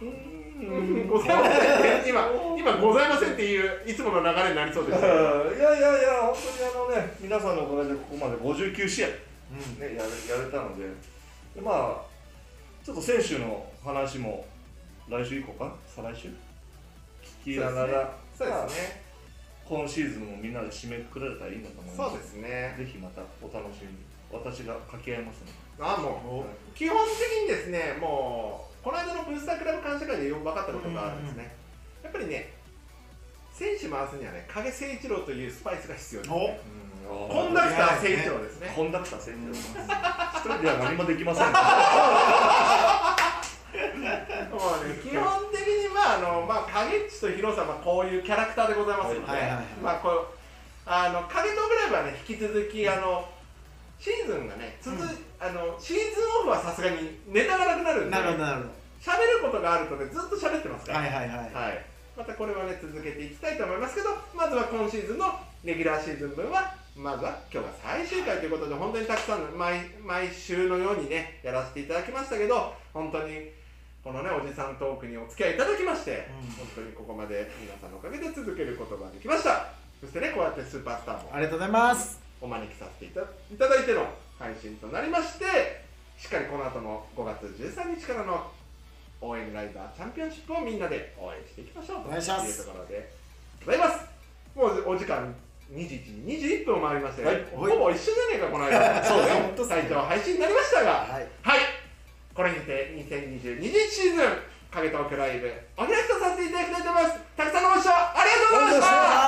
うーん、ございませんって今、今ございませんっていういつもの流れになりそうです。はい
やいやいや、本当にあのね、皆さんのおかげでここまで59試合、ねやれやれたのでで、まあ、ちょっと選手の話も来週以降か、再来週聞きながら、
そうですね。
今シーズンもみんなで締めくくられたらいいんだと思います。
そうですね。
ぜひまたお楽しみに。私が掛け合いますので。
あ、もう基本的にですね、もうこの間のブースタークラブ感謝会でよく分かったことがあるんですね。やっぱりね、選手回すにはね、影誠一郎というスパイスが必要です、ね。コンダクター誠一郎ですね。
コンダクター選手です。一人では何もできませんから。
もうね、基本的に、まあ、あの、まあ、影っちと広さんはこういうキャラクターでございますので、
はいはいはい
まあ、こう。あの、影とグラブはね、引き続き、あの。シーズンがね、続、
うん
あの、シーズンオフはさすがに、ネタがなくなるんで。
なるほどなる
喋ることがあるとね、ずっと喋ってます
ほ
か
ど
ら。
はいはいはい
はいまたこれはね、続けていきたいと思いますけど、まずは今シーズンのレギュラーシーズン分は、まずは今日が最終回ということで、本当にたくさんの毎、毎週のようにね、やらせていただきましたけど、本当にこのね、おじさんトークにお付き合いいただきまして、
うん
本当にここまで皆さんのおかげで続けることができました。そしてね、こうやってスーパースターも
ありがとうございます
お招きさせていたいただいての配信となりましてしっかりこの後の5月13日からの応援ライダーチャンピオンシップをみんなで応援していきましょうと
お願いします
いうところでございますもうお時間21時21分を回りまして、
はい
ほぼ一緒じゃねえかこの 間
そうですね
本当最長配信になりましたが
はい
はい、これにて2022シーズン影トークライブお開きとさせていただきたいと思いますたくさんのご視聴ありがとうございました